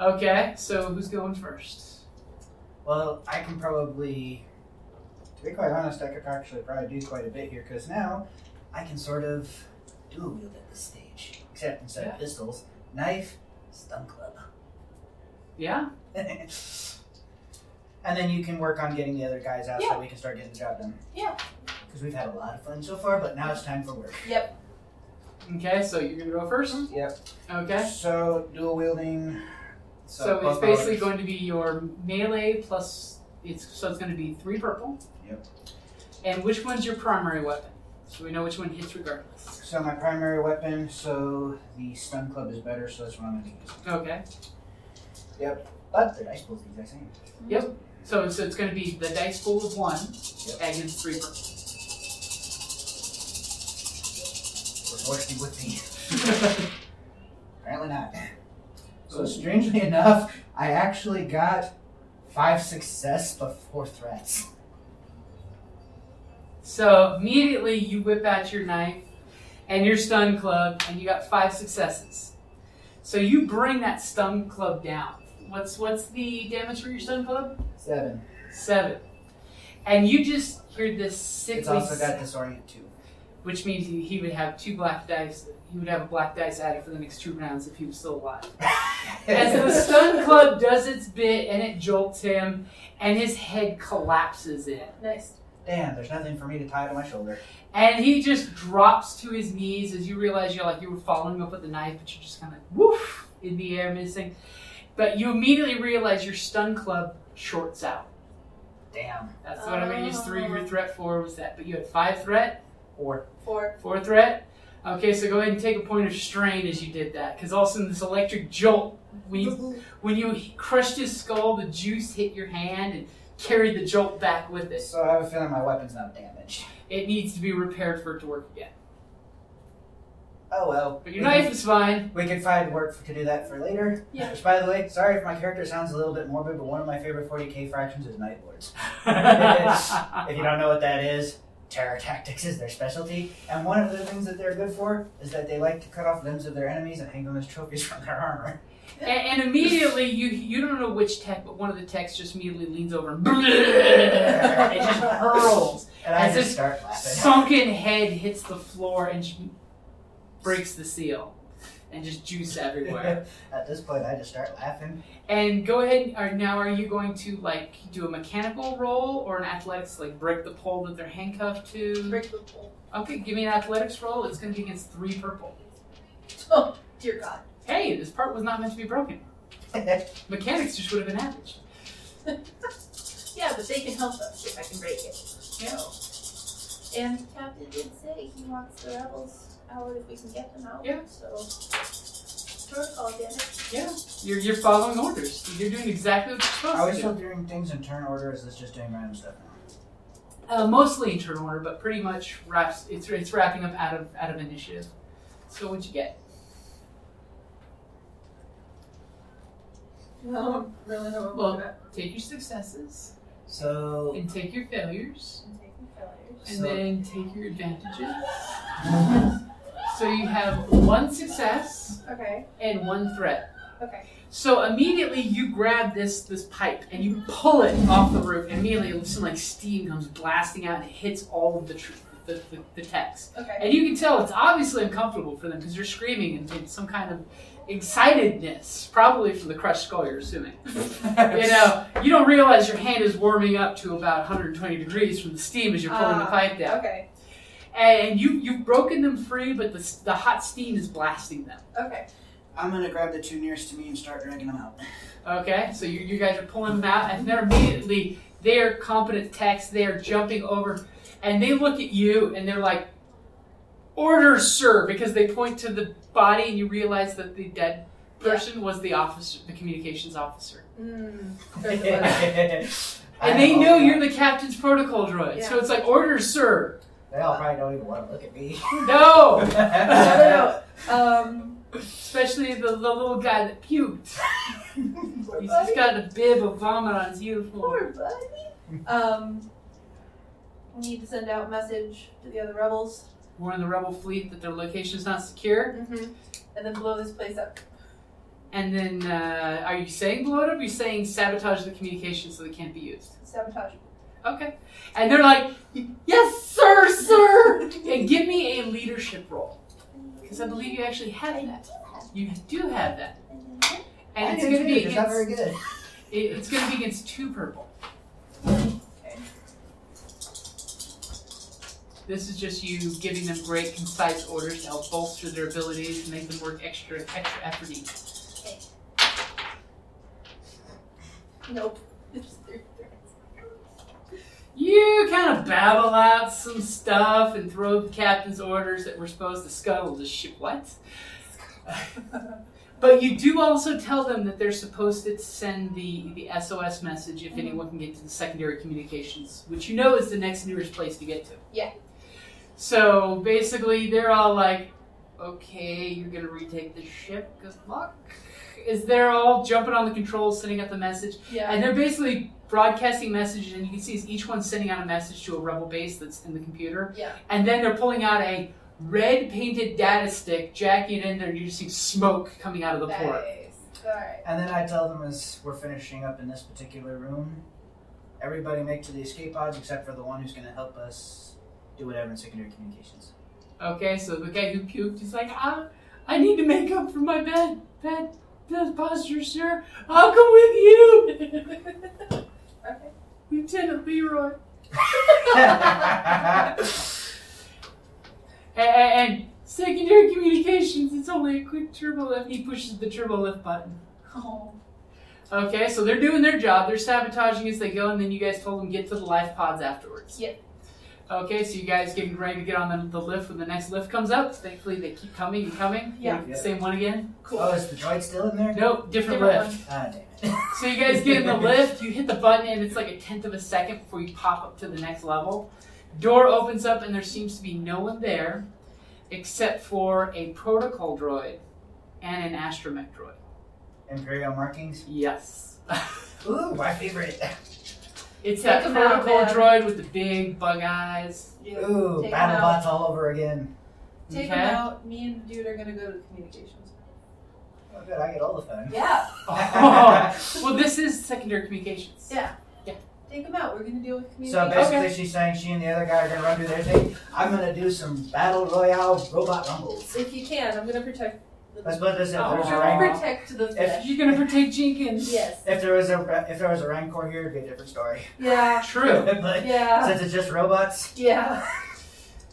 S2: Okay, so who's going first?
S3: Well, I can probably, to be quite honest, I could actually probably do quite a bit here because now I can sort of dual wield at this stage. Except instead
S2: Yeah.
S3: of pistols, knife, Stun Club. [LAUGHS]
S2: Yeah.
S3: and then you can work on getting the other guys out so
S4: Yeah.
S3: we can start getting the job done.
S4: Yeah.
S3: Because we've had a lot of fun so far, but now it's time for work.
S4: Yep.
S2: Okay, so you're gonna go first.
S3: Yep.
S2: Okay.
S3: So dual wielding.
S2: So, it's
S3: both
S2: basically
S3: powers.
S2: going to be your melee plus it's so it's going to be three purple.
S6: Yep.
S2: And which one's your primary weapon? So we know which one hits regardless.
S3: So my primary weapon. So the stun club is better. So that's what I'm going to use.
S2: Okay.
S3: But the dice pool's the exact same.
S2: So, so it's going to be the dice pool of one
S3: Yep.
S2: against three purple.
S3: We're forced to with me. [LAUGHS] Apparently not. So strangely enough, I actually got five success but four threats.
S2: So immediately you whip out your knife and your stun club, and you got five successes. So you bring that stun club down. What's what's the damage for your stun club?
S3: Seven.
S2: Seven. And you just hear this sickly,
S3: It's also got disorient too.
S2: which means he, he would have two black dice. He would have a black dice added for the next two rounds if he was still alive. As the stun club does its bit and it jolts him, and his head collapses in.
S4: Nice.
S3: [LAUGHS] Damn, there's nothing for me to tie to my shoulder.
S2: And he just drops to his knees as you realize you're like you were following up with the knife, but you're just kind of woof in the air, missing. But you immediately realize your stun club shorts out.
S3: Damn.
S2: That's what I used three of your threat for was that, but you had five threat,
S3: Or
S4: Four.
S2: four threat. Okay, so go ahead and take a point of strain as you did that, because all of a sudden this electric jolt when you when you crushed his skull, the juice hit your hand and carried the jolt back with it.
S3: so I have a feeling my weapon's not damaged.
S2: It needs to be repaired for it to work again.
S3: Oh well.
S2: But your knife is fine.
S3: [LAUGHS] We can find work for, to do that for later.
S4: Yeah.
S3: Which, by the way, sorry if my character sounds a little bit morbid, but one of my favorite 40k fractions is Night Lords. If you don't know what that is, terror tactics is their specialty, and one of the things that they're good for is that they like to cut off limbs of their enemies and hang them as trophies [LAUGHS] from their armor.
S2: A- And, immediately, you you don't know which tech, but one of the techs just immediately leans over and [LAUGHS] it just hurls.
S3: And I
S2: As
S3: just
S2: if
S3: start laughing.
S2: Sunken head hits the floor and just breaks the seal, and just juice everywhere.
S3: At this point, I just start laughing.
S2: and go ahead. Are now are you going to like do a mechanical roll or an athletics like break the pole that they're handcuffed to?
S4: Break the pole.
S2: Okay, give me an athletics roll. It's going to be against three purple.
S4: [LAUGHS] Oh, dear God.
S2: Hey, this part was not meant to be broken. Mechanics just would have been average.
S4: Yeah, but they can help us if I can break it.
S2: No.
S4: And the captain did say he wants the rebels out if we can get them out.
S2: Yeah.
S4: So protocol damage.
S2: Yeah, you're, you're following orders. You're doing exactly what you're supposed
S3: Are we
S2: to.
S3: still doing things in turn order? Or is this just doing random stuff now?
S2: uh, mostly in turn order, but pretty much wraps. It's it's wrapping up out of out of initiative. So what'd you get?
S4: No, really no
S2: Well- Take your successes
S3: So,
S2: and take your failures,
S4: I'm taking failures.
S2: and
S3: So- [LAUGHS]
S2: then take your advantages. so you have one success
S4: Okay.
S2: and one threat.
S4: Okay.
S2: So immediately you grab this this pipe and you pull it off the roof. And immediately some like steam comes blasting out and it hits all of the tr- the, the, the text.
S4: Okay.
S2: And you can tell it's obviously uncomfortable for them because they're screaming and in some kind of excitedness, probably from the crushed skull, you're assuming. You know, you don't realize your hand is warming up to about 120 degrees from the steam as you're pulling the
S4: Ah,
S2: pipe down.
S4: Okay.
S2: And you, you've broken them free, but the, s- the hot steam is blasting them.
S4: Okay.
S3: I'm gonna grab the two nearest to me and start dragging them [LAUGHS] out.
S2: Okay, so you, you guys are pulling them out, and they're immediately, they're competent techs, they're jumping over, and they look at you and they're like, Order, sir, because they point to the body, and you realize that the dead person was the officer, the communications officer.
S4: Mm.
S3: [LAUGHS]
S2: And they know you're the captain's protocol droid, so
S4: Yeah.
S2: it's like, Order, sir.
S3: They all probably don't even want to look at me. [LAUGHS]
S2: No!
S4: no, no, no. Um.
S2: Especially the, the little guy that puked. He's just got a bib of vomit on his uniform.
S4: Poor buddy. Um. We need to send out a message to the other rebels.
S2: Warn the rebel fleet that their location is not secure.
S4: Mm-hmm. And then blow this place up.
S2: And then, uh, are you saying blow it up? Are you saying sabotage the communication so they can't be used?
S4: Sabotage.
S2: Okay. And they're like, yes, sir, sir. and give me a leadership role because I believe you actually have that. You do have that.
S5: I do
S2: [LAUGHS] And
S3: I
S2: it's
S3: do
S2: going to
S3: too,
S2: be
S3: It's not very
S2: against,
S3: good.
S2: it, it's going to be against two purple. This is just you giving them great concise orders to help bolster their abilities and make them work extra extra efforty.
S4: Nope. It's their threats.
S2: You kind of babble out some stuff and throw the captain's orders that we're supposed to scuttle the ship. What? but you do also tell them that they're supposed to send the, the SOS message if anyone can get to the secondary communications, which you know is the next nearest place to get to.
S4: Yeah.
S2: So basically, they're all like, okay, you're going to retake the ship. Good luck. Is they're all jumping on the controls, sending out the message.
S4: Yeah.
S2: And they're basically broadcasting messages, and you can see is each one sending out a message to a rebel base that's in the computer.
S4: Yeah.
S2: And then they're pulling out a red painted data stick, jacking it in there, and you just see smoke coming out of the
S4: nice.
S2: port.
S4: Alright.
S3: And then I tell them as we're finishing up in this particular room, everybody make to the escape pods except for the one who's going to help us do whatever in secondary communications.
S2: Okay, so the guy who puked is like, I, I need to make up for my bad, bad, bad posture, sir. I'll come with you, [LAUGHS]
S4: Okay.
S2: Lieutenant Leroy.
S3: That's
S2: And, and secondary communications, it's only a quick turbo lift. He pushes the turbo lift button.
S4: Oh.
S2: Okay, so they're doing their job. They're sabotaging as they go, and then you guys told them get to the life pods afterwards.
S4: Yep.
S2: Okay, so you guys getting ready to get on the, the lift when the next lift comes up. Thankfully, they keep coming and coming.
S4: Yeah.
S3: Yeah.
S2: Same one again?
S4: Cool.
S3: Oh, is the droid still in there?
S2: Nope, different,
S4: Different
S2: lift.
S3: Ah, damn it. [LAUGHS]
S2: So you guys get in the lift, you hit the button, and it's like a tenth of a second before you pop up to the next level. Door opens up, and there seems to be no one there except for a protocol droid and an astromech droid.
S3: Imperial markings.
S2: Yes.
S3: Ooh, my favorite.
S2: [LAUGHS] It's that
S4: Take 'em out,
S2: protocol
S4: man.
S2: droid with the big bug eyes.
S4: Yeah.
S3: Ooh,
S4: Take 'em
S3: battle
S4: out.
S3: bots all over again.
S4: Take him
S2: Okay.
S4: out. Me and the dude are gonna go to the communications.
S3: Oh, good, I get all
S4: [LAUGHS]
S3: the fun.
S4: Yeah.
S2: Oh, well, this is secondary communications.
S4: Yeah.
S2: Yeah.
S4: Take him out. We're gonna deal with
S3: So
S4: communications.
S3: basically, she's saying she and the other guy are gonna run do their thing. I'm gonna do some battle royale robot rumbles.
S4: If you can, I'm gonna protect. The,
S3: Let's put this in.
S2: Oh,
S3: There's a
S2: wow.
S4: I'm gonna
S3: rank.
S4: protect the
S3: If-
S4: fish.
S2: You're gonna protect Jenkins.
S4: Yes.
S3: If there was a if there was a rancor here, it'd be a different story.
S4: Yeah.
S2: True.
S3: [LAUGHS] but
S4: Yeah.
S3: since it's just robots,
S4: Yeah.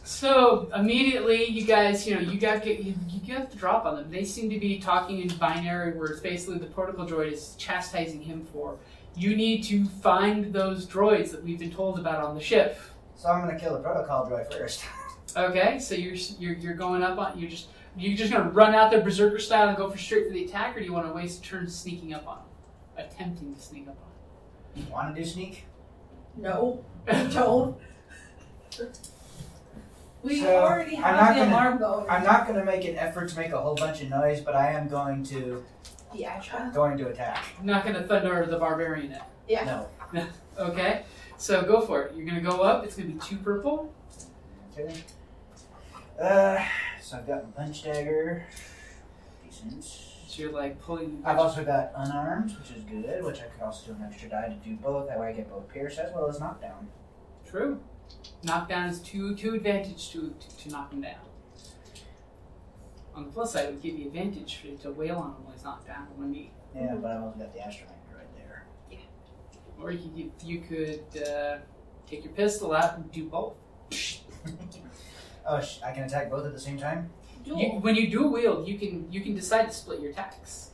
S2: So immediately, you guys, you know, you got get you, you got the drop on them. They seem to be talking in binary, where it's basically the protocol droid is chastising him for you need to find those droids that we've been told about on the ship.
S3: so I'm gonna kill the protocol droid first. [LAUGHS]
S2: Okay, so you're you're, you're going up on you're just you're just gonna run out there berserker style and go for straight for the attack, or do you want to waste turns sneaking up on him, attempting to sneak up
S3: Want to do sneak?
S4: No.
S2: on him?
S4: Don't. We
S3: So,
S4: already
S3: I'm
S4: have
S3: not
S4: the
S3: gonna-
S4: alarm going.
S3: I'm not gonna make an effort to make a whole bunch of noise, but I am going to
S4: yeah.
S3: going to attack.
S2: Not gonna thunder the barbarian at.
S4: Yeah.
S3: No.
S2: Okay, so go for it. You're gonna go up. It's gonna be two purple.
S3: Okay. Uh, so I've got my punch dagger. Decent.
S2: So you're like pulling.
S3: I've also got unarmed, which is good, which I could also do an extra die to do both. That way I get both pierce as well as knockdown.
S2: True. Knockdown is two two advantage to to, to knock him down. On the plus side, it would give you advantage for, to wail on him when he's knocked down with one knee,
S3: Yeah, but I've also got the astromech right there.
S2: or you could, you could uh, take your pistol out and do both.
S3: Oh, sh- I can attack both at the same time?
S4: Duel.
S2: You, when you do wield, you can you can decide to split your attacks.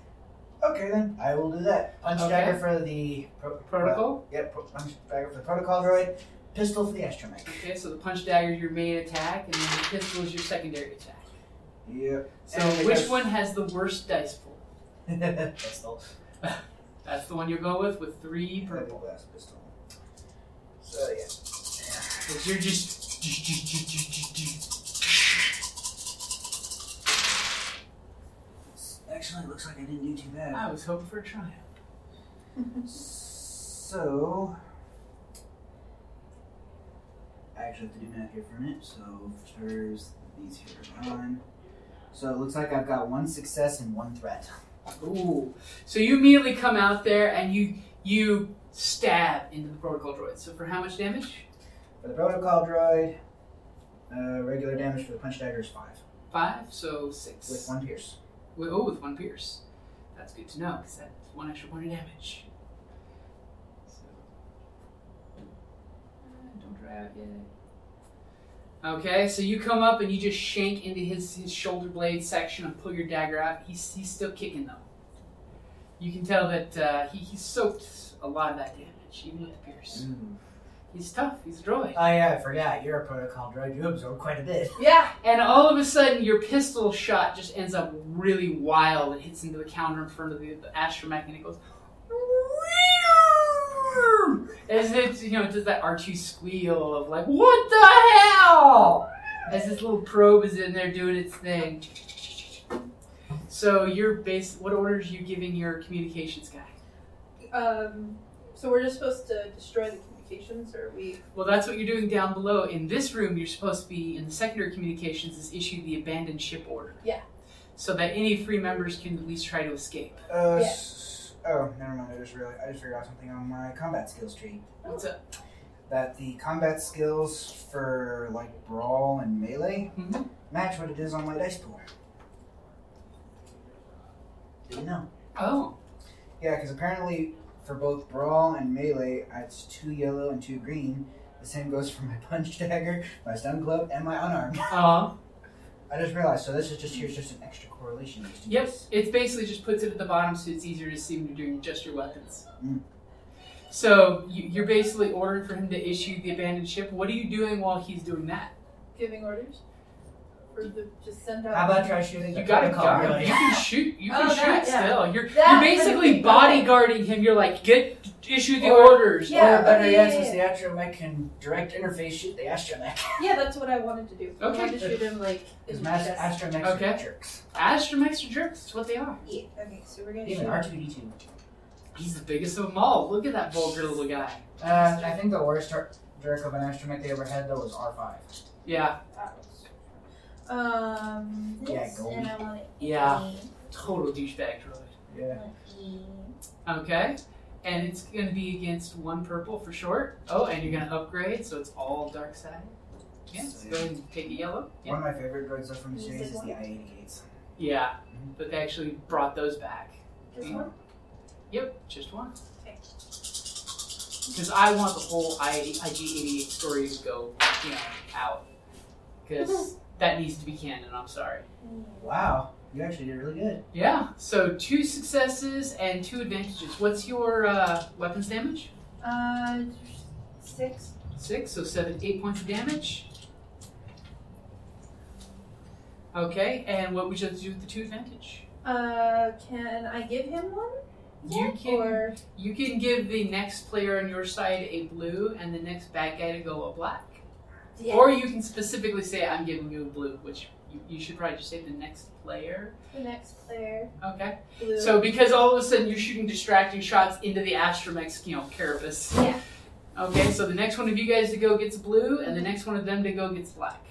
S3: Okay then, I will do that. Punch
S2: Okay.
S3: dagger for the pro-
S2: Protocol.
S3: Uh, yeah, pro- punch dagger for the protocol droid. Pistol for the astromech.
S2: Okay, so the punch dagger is your main attack, and then the pistol is your secondary attack.
S3: [LAUGHS] Yep.
S2: So
S3: And
S2: which
S3: because-
S2: one has the worst dice pool?
S3: pistol.
S2: That's the one you'll go with with three purple.
S3: Purple glass pistol. So yeah.
S2: Because you're just.
S3: Actually, it looks like I didn't do too bad.
S2: I was hoping for a triumph.
S3: So, I actually have to do math here for a minute. So, there's these here are on. So it looks like I've got one success and one threat.
S2: Ooh. So you immediately come out there and you you stab into the protocol droid. So for how much damage?
S3: For the protocol droid, uh, regular damage for the punch dagger is five
S2: Five, so
S3: with
S2: six.
S3: one pierce.
S2: With, oh, with one pierce. That's good to know because that's one extra point of damage. So, uh, don't dry out yet. Okay, so you come up and you just shank into his, his shoulder blade section and pull your dagger out. He's, he's still kicking though. You can tell that uh, he, he soaked a lot of that damage, even with the pierce.
S3: Mm.
S2: He's tough. He's a droid.
S3: Oh yeah, I forgot. You're a protocol droid. You absorb quite a bit.
S2: Yeah, and all of a sudden your pistol shot just ends up really wild and hits into the counter in front of the, the astromech and it goes as it you know does that R2 squeal of like what the hell as this little probe is in there doing its thing. So you're base. What orders are you giving your communications guy?
S4: Um, so we're just supposed to destroy the communications, or we?
S2: Well, that's what you're doing down below. In this room, you're supposed to be in the secondary communications is issue the abandoned ship order.
S4: Yeah.
S2: So that any free members can at least try to escape.
S3: Uh,
S4: Yeah.
S3: s- oh, never mind. I just really I just figured out something on my combat skills tree.
S2: What's up?
S3: That the combat skills for like brawl and melee
S2: Mhm.
S3: match what it is on my dice pool. Didn't know.
S2: Oh,
S3: Yeah, because apparently for both brawl and melee, uh, it's two yellow and two green. The same goes for my [LAUGHS] punch dagger, my stun glove, and my unarmed.
S2: uh,
S3: I just realized. So this is just here's just an extra correlation. Just in
S2: yep.
S3: case.
S2: It basically just puts it at the bottom, so it's easier to see when you're doing just your weapons.
S3: Mm.
S2: So you, you're basically ordering for him to issue the abandoned ship. What are you doing while he's doing that?
S4: Giving orders, or the, just send out.
S3: How about try shooting?
S2: You
S3: the
S2: got a
S3: protocol,
S2: gun. You
S4: [LAUGHS]
S3: really?
S2: can shoot. You can
S4: Oh,
S2: shoot
S4: that, yeah.
S2: still. You're
S4: That-
S2: you're basically bodyguarding him. You're like, get issue the
S3: Or-
S2: orders.
S4: Yeah,
S3: or better
S4: okay,
S3: yet,
S4: yeah,
S3: since the astromech can direct interface shoot the astromech.
S4: Yeah, that's what I wanted to do. I
S2: Okay.
S4: wanted to shoot him like. in
S3: Because
S4: the
S3: mas-
S4: chest.
S3: astromechs are
S2: Okay.
S3: jerks.
S2: Astromechs are jerks. That's what they are.
S4: Yeah. Okay, so we're gonna
S3: Even
S4: shoot.
S3: R two D two.
S2: He's the biggest of them all. Look at that vulgar little guy.
S3: Uh, I think the worst jer- jerk of an astromech they ever had though was R five.
S2: Yeah,
S4: Um.
S3: Yeah,
S5: This,
S3: go.
S5: and I want it
S2: yeah, total douchebag droid.
S3: Yeah.
S5: eat.
S2: Okay, and it's gonna be against one purple for short. Oh, and you're gonna upgrade, so it's all dark side. Yeah, so go ahead and take a yellow.
S3: One
S2: Yeah,
S3: of my favorite droids though from the
S4: Is
S3: series
S4: it
S3: is the
S4: one?
S3: I eighty gates.
S2: yeah, but they actually brought those back. Mm.
S4: This one?
S2: Yep, just one.
S4: Okay.
S2: Because I want the whole IG 88 story to go, you know, out. Because that needs to be canon, I'm sorry.
S3: Wow, you actually did really good.
S2: Yeah, so two successes and two advantages. What's your uh, weapons damage?
S4: Uh, six.
S2: Six, so seven, eight points of damage. Okay, and what would you like to do with the two advantage?
S4: Uh, can I give him one?
S2: You
S4: yet,
S2: can-
S4: Or
S2: You can give the next player on your side a blue and the next bad guy to go a black.
S4: yeah.
S2: Or you can specifically say, I'm giving you a blue, which you, you should probably just say the next player.
S4: the next player.
S2: Okay.
S4: Blue.
S2: So, because all of a sudden you're shooting distracting shots into the astromech, you know, carapace.
S4: Yeah.
S2: Okay, so the next one of you guys to go gets blue, and the next one of them to go gets black.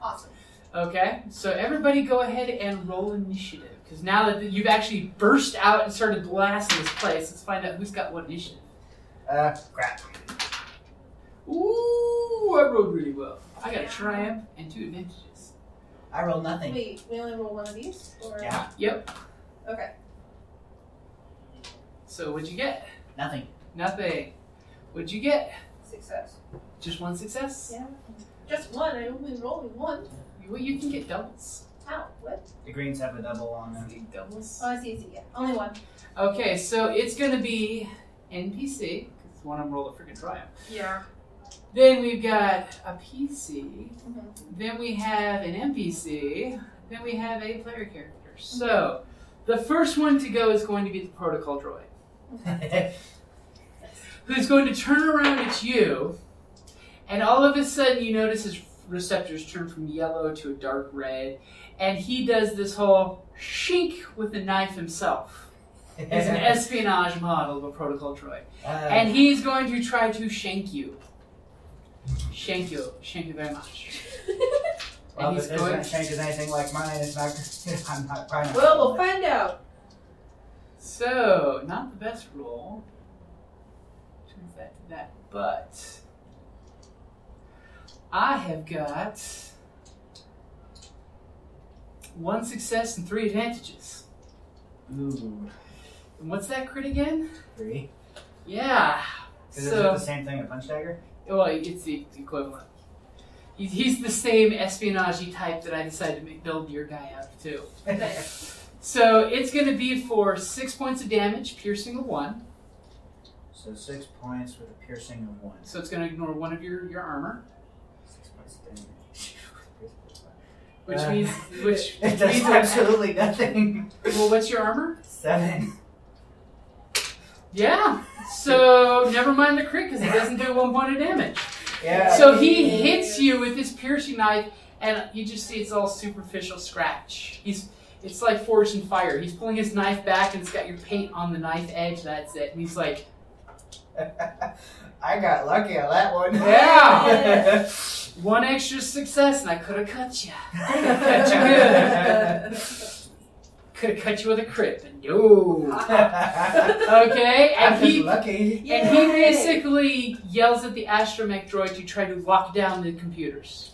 S4: awesome.
S2: Okay, so everybody go ahead and roll initiative. Because now that you've actually burst out and started blasting this place, let's find out who's got what initiative.
S3: Uh, crap.
S2: Ooh, I rolled really well. I got a triumph and two advantages.
S3: I rolled nothing.
S4: Wait, we only roll one of these, or
S3: Yeah.
S2: Yep.
S4: Okay.
S2: So, what'd you get?
S3: Nothing.
S2: Nothing. What'd you get?
S4: success?
S2: Just one success?
S4: Yeah. Just one. I only rolled one.
S2: Well, you can get doubles.
S4: How? What?
S3: The greens have a double
S2: [LAUGHS]
S3: on them.
S2: Get doubles.
S4: Oh, I see. I see. Yeah. Only one.
S2: Okay, so it's gonna be NPC, because one of them rolled a freaking triumph.
S4: Yeah.
S2: Then we've got a PC.
S4: Mhm.
S2: Then we have an NPC. Then we have a player character. So the first one to go is going to be the protocol droid, who's going to turn around at you, and all of a sudden you notice his receptors turn from yellow to a dark red, and he does this whole shink with a knife himself. It's an espionage model of a protocol droid.
S3: Uh,
S2: And he's going to try to shank you. Shank you. Shank you very
S3: [LAUGHS]
S2: much.
S3: well,
S2: and
S3: if
S2: he's
S3: this
S2: going-
S3: going... shank is anything like mine, it's not. [LAUGHS] I'm not probably not.
S4: Well, we'll find
S3: [LAUGHS]
S4: out.
S2: So, not the best roll. Turns that to that. But, I have got one success and three advantages.
S3: Ooh.
S2: And what's that crit again?
S3: Three.
S2: Yeah.
S3: Because is it the
S2: So,
S3: same thing, a punch dagger? [LAUGHS]
S2: well, it's the equivalent. He's, he's the same espionage type that I decided to make, build your guy up to. So it's going to be for six points of damage, piercing of one.
S3: so six points with a piercing of one.
S2: So it's going to ignore one of your, your armor,
S3: Six points of damage.
S2: which
S3: Uh, [LAUGHS]
S2: means which
S3: it
S2: means
S3: does
S2: that-
S3: absolutely nothing.
S2: well, what's your armor?
S3: Seven.
S2: Yeah. So never mind the crit because it doesn't do one point of damage.
S3: Yeah.
S2: So he hits you with his piercing knife, and you just see it's all superficial scratch. He's it's like forged in fire. He's pulling his knife back, and it's got your paint on the knife edge. That's it. And he's like,
S3: I got lucky on that one. [LAUGHS]
S2: Yeah. [LAUGHS] one extra success, and I could have cut [LAUGHS] you. Could have cut you with a crit, but no.
S4: Uh-huh.
S2: Okay,
S3: [LAUGHS] I'm
S2: and
S3: just
S2: he
S3: lucky.
S2: and he basically yells at the astromech droid to try to lock down the computers.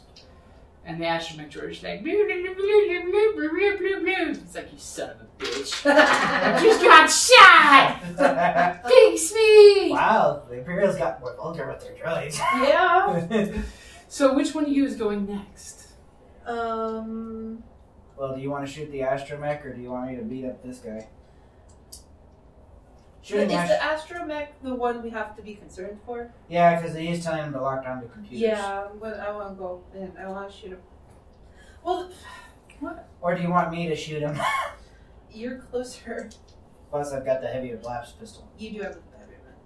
S2: And the astromech droid's like, "Blue, blue, blue, blue, blue, blue, blue, blue, blue." it's like you son of a bitch. I just got shot. Fix me.
S3: [LAUGHS] wow, the Imperials got more vulgar with their
S4: [LAUGHS]
S3: droids.
S4: yeah.
S2: So which one of you is going next?
S4: Um.
S3: well, do you want to shoot the astromech or do you want me to beat up this guy? Shooting
S4: is
S3: Ast-
S4: the astromech the one we have to be concerned for?
S3: Yeah, because he's telling him to lock down the computers.
S4: Yeah, but I want to go and I want to shoot him. Well,
S3: Or do you want me to shoot him? [LAUGHS]
S4: you're closer. [LAUGHS]
S3: Plus, I've got the heavier blast pistol.
S4: You do have a better one.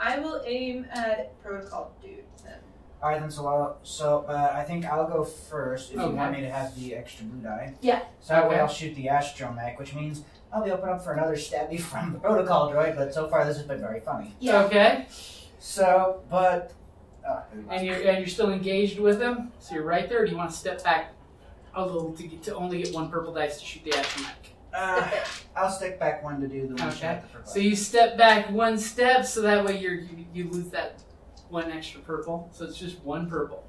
S4: I will aim at protocol dude then.
S3: All right, then. So, I'll, so uh, I think I'll go first if you want
S2: Okay.
S3: me to have the extra blue die.
S4: Yeah.
S3: So that way
S2: Okay.
S3: I'll shoot the astromech, which means I'll be open up for another stabby from the [LAUGHS] protocol droid. But so far, this has been very funny.
S2: Okay.
S3: So, but uh,
S2: And you're and you're still engaged with him, so you're right there. Or do you want to step back a little to get to only get one purple dice to shoot the astromech?
S3: uh, I'll stick back one to do the one
S2: Okay.
S3: shot. that
S2: So you step back one step, so that way you're, you you lose that one extra purple. So it's just one purple.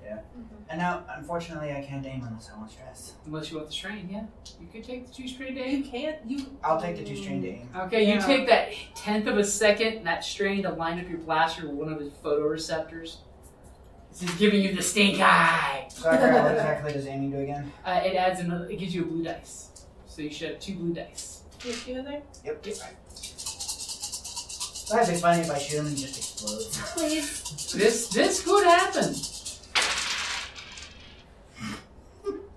S3: And now, unfortunately, I can't aim unless I want stress.
S2: Unless you want the strain, yeah. You could take the two strain to
S4: You
S2: aim.
S4: can't. You.
S3: I'll take the two strain to aim.
S2: Okay, you
S4: Yeah.
S2: take that tenth of a second and that strain to line up your blaster with one of his photoreceptors. This is giving you the stink eye.
S3: So I forgot what exactly does aiming do again?
S2: Uh, it adds another. It gives you a blue dice, so you should have two blue dice.
S4: Mm. You have two in there?
S3: Yep.
S2: Yep.
S3: That'd be funny if I shoot him and he just explodes.
S4: Please.
S2: This this could happen.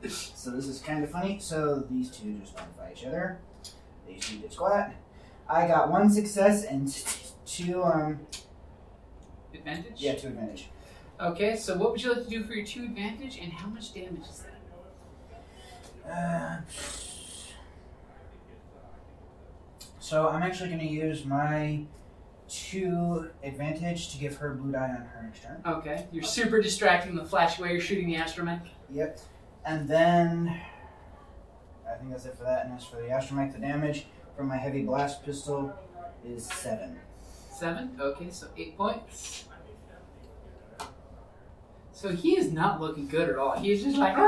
S3: So this is kind of funny. So these two just went by each other. These two did squat. I got one success and [LAUGHS] two um
S2: Advantage.
S3: yeah two advantage.
S2: Okay, so what would you like to do for your two advantage, and how much damage is that?
S3: Uh, so I'm actually going to use my two advantage to give her blue die on her next turn.
S2: Okay, you're super distracting the flash while you're shooting the astromech.
S3: Yep. And then I think that's it for that. And as for the astromech, the damage from my heavy blast pistol is [LAUGHS] seven.
S2: Seven. Okay, so eight points. So he is not looking good at all. He's just like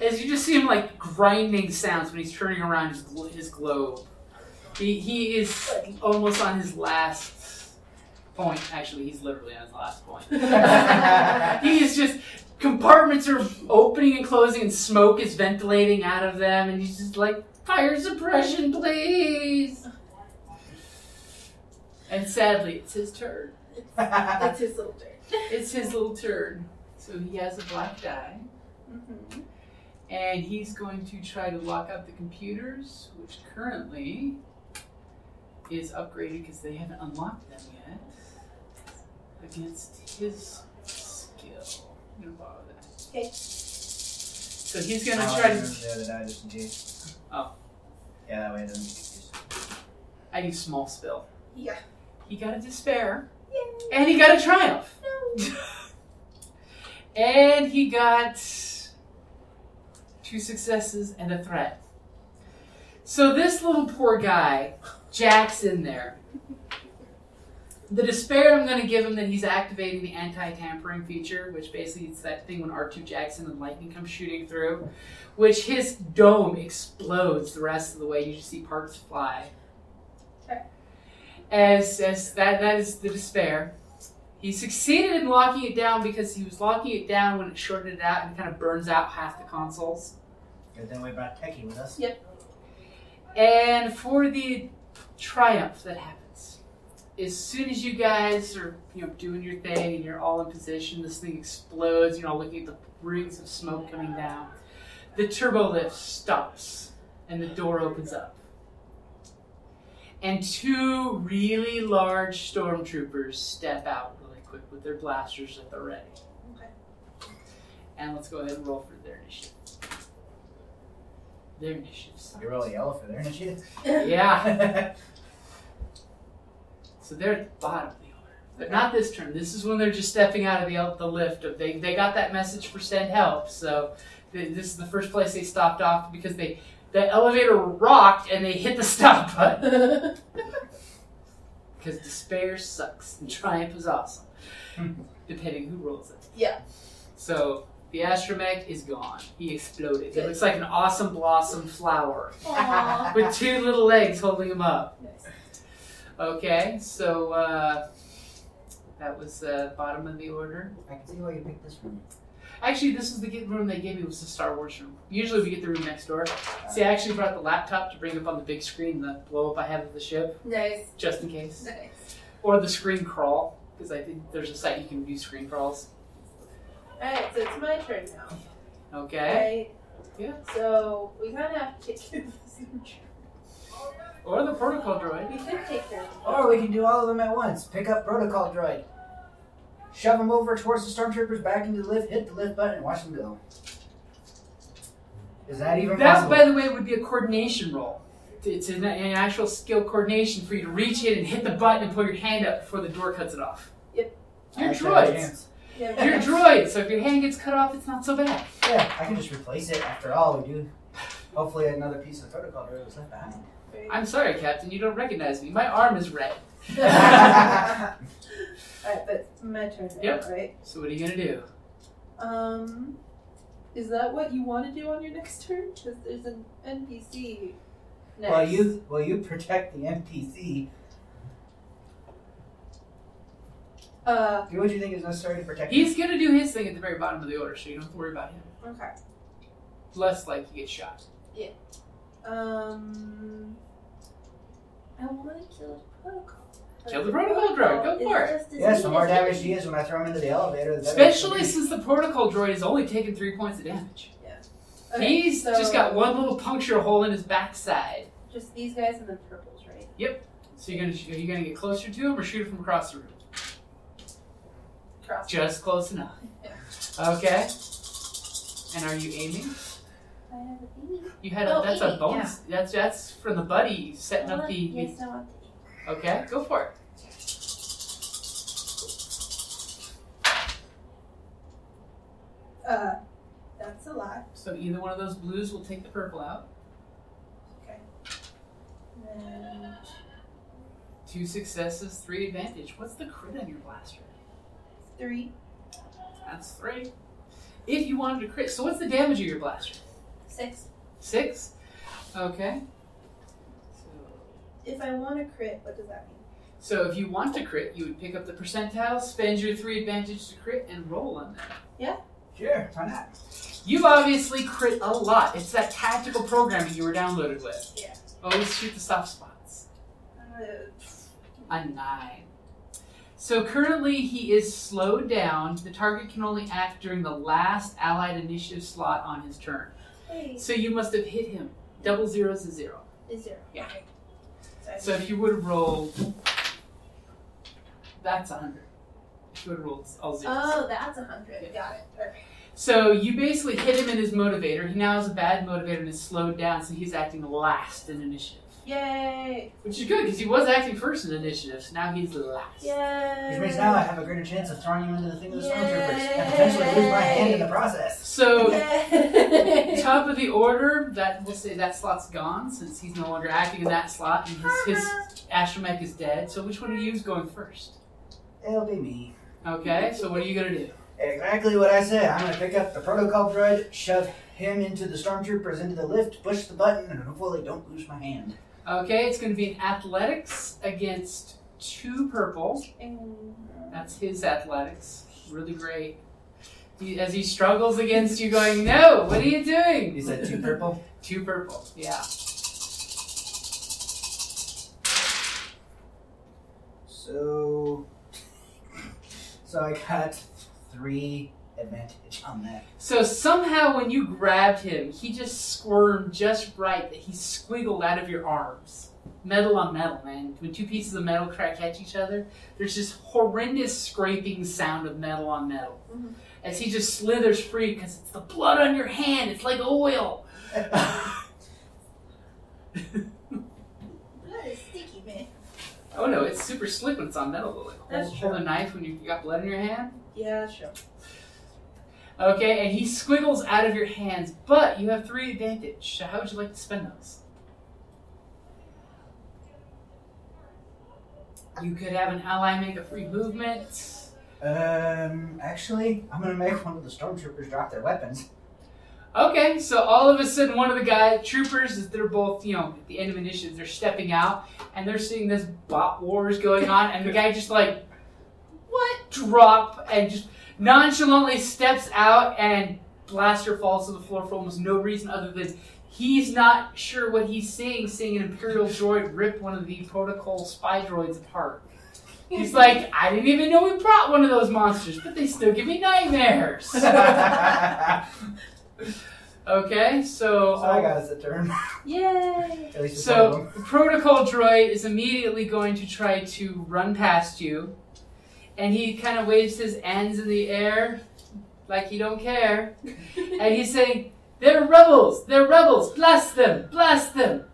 S2: as you just see him like grinding sounds when he's turning around his glo- his globe. He he is almost on his last point. Actually, he's literally on his last point. he is just compartments are opening and closing, and smoke is ventilating out of them, and he's just like fire suppression, please. And sadly, it's his turn.
S4: That's his little dirt.
S2: It's his little turn. So he has a black die,
S4: Mm-hmm.
S2: and he's going to try to lock up the computers, which currently is upgraded because they haven't unlocked them yet. Against his skill, I'm gonna borrow that.
S4: Okay.
S2: So he's gonna
S3: I'll
S2: try to.
S3: use the other die just in case.
S2: Oh.
S3: Yeah, that way it doesn't get confused.
S2: I use small spill.
S4: Yeah.
S2: He got a despair. And he got a triumph. and he got two successes and a threat. So this little poor guy, Jack's in there. The despair I'm going to give him that he's activating the anti-tampering feature, which basically it's that thing when R2 Jackson and lightning comes shooting through, which his dome explodes the rest of the way. You just see parts fly.
S4: Okay.
S2: As as that that is the despair. He succeeded in locking it down because he was locking it down when it shorted it out and kind of burns out half the consoles.
S3: Good thing we brought Techie with us.
S2: And for the triumph that happens, as soon as you guys are you know doing your thing and you're all in position, this thing explodes. You're all looking at the rings of smoke coming down. The turbo lift stops and the door opens up. And two really large stormtroopers step out really quick with their blasters at the ready.
S4: Okay.
S2: And let's go ahead and roll for their initiative. Their initiatives.
S3: You're really yellow for there, aren't you? [LAUGHS]
S2: Yeah. So they're at the bottom of the order. But not this turn. This is when they're just stepping out of the, the lift. Of they, they got that message for send help. So th- this is the first place they stopped off because they the elevator rocked and they hit the [LAUGHS] stop button. Because despair sucks and triumph is awesome. Depending who rolls it.
S4: Yeah.
S2: So the astromech is gone. He exploded. It looks like an awesome blossom
S4: [LAUGHS]
S2: flower
S4: Aw.
S2: with two little legs holding him up.
S4: Nice.
S2: Okay, so uh, that was uh, bottom of the order.
S3: I can see why you picked this room.
S2: Actually, this is the gi- room they gave me was the Star Wars room. Usually we get the room next door. See, I actually brought the laptop to bring up on the big screen the blow up I have of the ship
S4: Nice.
S2: just in case,
S4: Nice.
S2: or the screen crawl because I think there's a site you can do screen crawls.
S4: Alright, so it's my turn now.
S2: Okay,
S4: Right?
S2: Yeah.
S4: So we kind of have to take care of this [LAUGHS] intro.
S2: or the protocol droid.
S4: We could take care of
S3: Or we can do all of them at once. Pick up protocol droid. Shove them over towards the stormtroopers back into the lift, hit the lift button, and watch them go. Is that even
S2: That,
S3: possible?
S2: by the way, would be a coordination roll. It's an, an actual skill coordination for you to reach in and hit the button and pull your hand up before the door cuts it off.
S4: Yep.
S3: I
S2: You're
S3: actually have a
S2: droids.
S3: chance.
S4: Yeah,
S2: You're a droid, so if your hand gets cut off, it's not so bad.
S3: Yeah, I can just replace it after all we do. Hopefully another piece of protocol droid was left behind.
S2: I'm sorry, Captain, you don't recognize me. My arm is red.
S4: Alright, but it's my turn now,
S2: Yep.
S4: right?
S2: So what are you gonna do?
S4: Um, is that what you want to do on your next turn? Because there's an NPC next.
S3: Well you well you protect the NPC.
S4: Uh,
S3: Do what you think is necessary to protect
S2: He's gonna do his thing at the very bottom of the order, so you don't have to worry about him.
S4: okay.
S2: Less like you get shot.
S4: Um, I want to kill the protocol.
S2: Kill the protocol droid, go for it.
S3: Yes, the more damage he is when I throw him into the elevator, the better.
S2: Especially since the protocol droid is only taking three points of damage.
S4: Okay,
S2: He's
S4: so
S2: just got one little puncture hole in his backside.
S4: Just these guys and the purples, right?
S2: So you're gonna are you gonna get closer to him or shoot him from across the room?
S4: Cross.
S2: Just close enough. Okay. And are you aiming?
S5: I have a bee.
S2: You had a,
S4: Oh,
S2: that's a
S4: aiming,
S2: bonus. That's that's from the buddy setting up the.
S5: Yes, I want the
S2: Okay, go for it.
S4: Uh, that's a lot.
S2: So either one of those blues will take the purple out.
S4: And
S2: Two successes, three advantage. What's the crit on your blaster?
S4: three,
S2: That's three. If you wanted to crit, so what's the damage of your blaster?
S4: six.
S2: Six. Okay. So,
S4: If I want to crit, what does that mean?
S2: so if you want to crit, you would pick up the percentile, spend your three advantage to crit, and roll on that.
S3: Sure, why not?
S2: You've obviously crit a lot. It's that tactical programming you were downloaded with.
S4: Yeah. Uh,
S2: Always shoot the soft spots. A nine. So currently he is slowed down. The target can only act during the last allied initiative slot on his turn.
S4: Wait,
S2: So you must have hit him. Double zeros is zero.
S4: is zero.
S2: Yeah.
S4: Okay.
S2: So if you would have rolled, that's a hundred. If you would have rolled all zeros.
S4: Oh, that's a hundred.
S2: Yeah.
S4: Got it. Okay.
S2: So you basically hit him in his motivator. He now has a bad motivator and is slowed down, so he's acting last in initiative.
S4: Yay!
S2: Which is good because he was acting first in initiative, so now he's last.
S4: Yay!
S3: Which means now I have a greater chance of throwing him into the thing with the stormtroopers and
S4: Yay.
S3: potentially lose my hand in the process.
S2: So [LAUGHS]
S4: Yay.
S2: top of the order, that we'll say that slot's gone since he's no longer acting in that slot and his, his astromech is dead. So which one of you is going first?
S3: It'll be me.
S2: Okay, so what are you gonna do?
S3: Exactly what I said. I'm gonna pick up the protocol droid, shove him into the stormtroopers into the lift, push the button, and hopefully don't lose my hand.
S2: Okay, it's gonna be an athletics against two purple. That's his athletics. Really great. He, as he struggles against you, going, "No, what are you doing?"
S3: Is that too purple?
S2: Two purple. Yeah.
S3: So, so I got three advantage on that.
S2: So somehow, when you grabbed him, he just squirmed just right that he squiggled out of your arms. Metal on metal, man. When two pieces of metal crack at each other, there's this horrendous scraping sound of metal on metal.
S4: Mhm.
S2: As he just slithers free because it's the blood on your hand. It's like
S4: [LAUGHS]
S2: oil.
S4: Blood is sticky, man.
S2: Oh no, it's super slick when it's on metal. But like
S4: That's
S2: hold, hold a knife when you got blood in your hand.
S4: Yeah, that's true.
S2: Okay, and he squiggles out of your hands, but you have three advantage. So how would you like to spend those? You could have an ally make a free movement.
S3: Um, actually, I'm gonna make one of the stormtroopers drop their weapons. [LAUGHS]
S2: Okay, so all of a sudden, one of the guy troopers is they're both you know at the end of initiative, they're stepping out and they're seeing this bot wars going on, and the guy just like what drop and just nonchalantly steps out and blaster falls to the floor for almost no reason other than he's not sure what he's seeing, seeing an imperial droid rip one of the protocol spy droids apart. He's like, I didn't even know we brought one of those monsters, but they still give me nightmares.
S3: so I
S2: Okay, so
S3: got us a turn.
S4: Yay!
S3: [LAUGHS] At least it's one of
S2: So
S3: them.
S2: the protocol droid is immediately going to try to run past you, and he kind of waves his hands in the air like he don't care, and he's saying, "They're rebels! They're rebels! Blast them! Blast them!"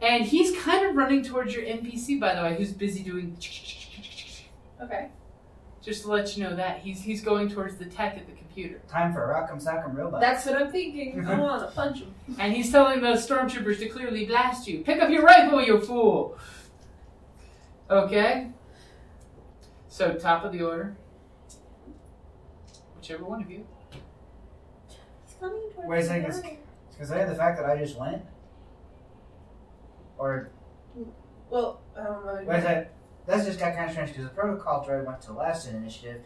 S2: And he's kind of running towards your NPC, by the way, who's busy doing.
S4: Okay.
S2: Just to let you know that he's he's going towards the tech at the computer,
S3: time for a rock'em sock'em robot.
S4: That's what I'm thinking.
S3: Mm-hmm.
S4: I want to punch him.
S2: and he's telling those stormtroopers to clearly blast you. Pick up your rifle, you fool. Okay. So top of the order. Whichever one of you.
S5: He's coming towards
S3: Wait a second.
S5: the door.
S3: Because I had the fact that I just went. Or
S4: Well, um, I don't know.
S3: wait, that that's just got kind of strange because the protocol droid went to the last initiative.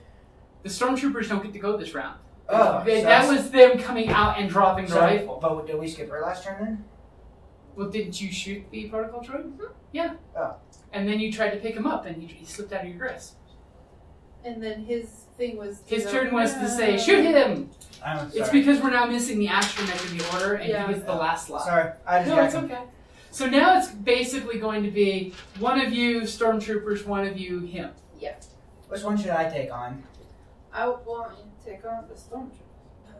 S2: The stormtroopers don't get to go this round.
S3: Oh,
S2: They-
S3: so
S2: that
S3: I-
S2: was them coming out and dropping the
S3: so-
S2: rifle.
S3: But did we skip her last turn then?
S2: Well, didn't you shoot the particle droid?
S4: Mm-hmm.
S2: Yeah.
S3: Oh.
S2: And then you tried to pick him up, and he, he slipped out of your grasp.
S4: And then his thing was. to
S2: His
S4: go, "Ah."
S2: turn was to say,
S4: "No."
S2: "Shoot him!"
S3: I'm
S2: It's
S3: sorry.
S2: because we're now missing the astromech in the order, and
S4: Yeah.
S2: he gets the last slot.
S3: Sorry, I just
S2: No,
S3: got
S2: it's okay. So now it's basically going to be one of you stormtroopers, one of you him.
S4: Yeah.
S3: Which one should I take on?
S4: I would want you to take on the stormtrooper.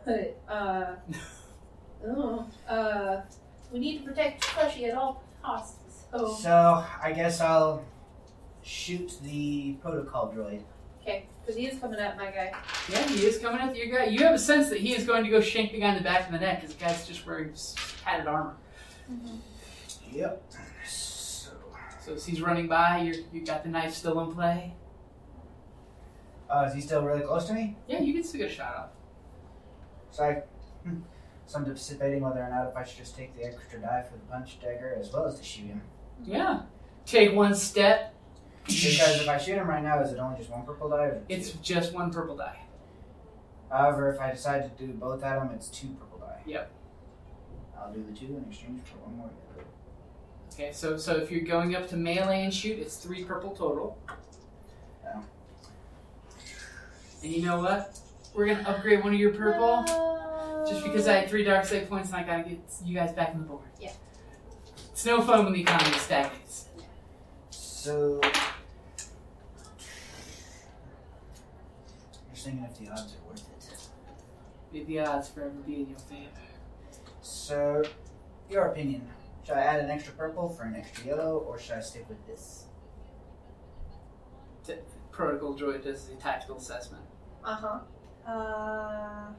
S4: But,
S3: [LAUGHS]
S4: uh. I don't know. Uh. We need to protect Fleshy at all costs. So.
S3: So I guess I'll shoot the protocol droid.
S4: Okay. Because he is coming at my guy.
S2: Yeah, he is coming after your guy. You have a sense that he is going to go shank the guy in the back of the neck because the guy's just wearing s- padded armor.
S3: Yep. So
S2: So as he's running by, you're, you got the knife still in play.
S3: Oh, is he still really close to me?
S2: Yeah, you can still get a shot off.
S3: So I hmm. so I'm debating whether or not if I should just take the extra die for the punch dagger as well as to shoot him.
S2: Yeah. Take one step.
S3: Because if I shoot him right now, is it only just one purple die? Or is it
S2: It's
S3: two?
S2: just one purple die.
S3: However, if I decide to do both at him, it's two purple die.
S2: Yep.
S3: I'll do the two in exchange for one more.
S2: Okay, so so if you're going up to melee and shoot, it's three purple total.
S3: Yeah.
S2: And you know what? We're gonna upgrade one of your purple. Just because I had three dark side points and I gotta get you guys back on the board.
S4: Yeah.
S2: It's no fun when the economy stagnates.
S3: So. Just thinking if the odds are worth it.
S2: May the odds forever be in your favor.
S3: So, your opinion. Should I add an extra purple for an extra yellow, or should I stick with this?
S2: T- Protocol droid does the tactical assessment.
S4: Uh huh. Uh.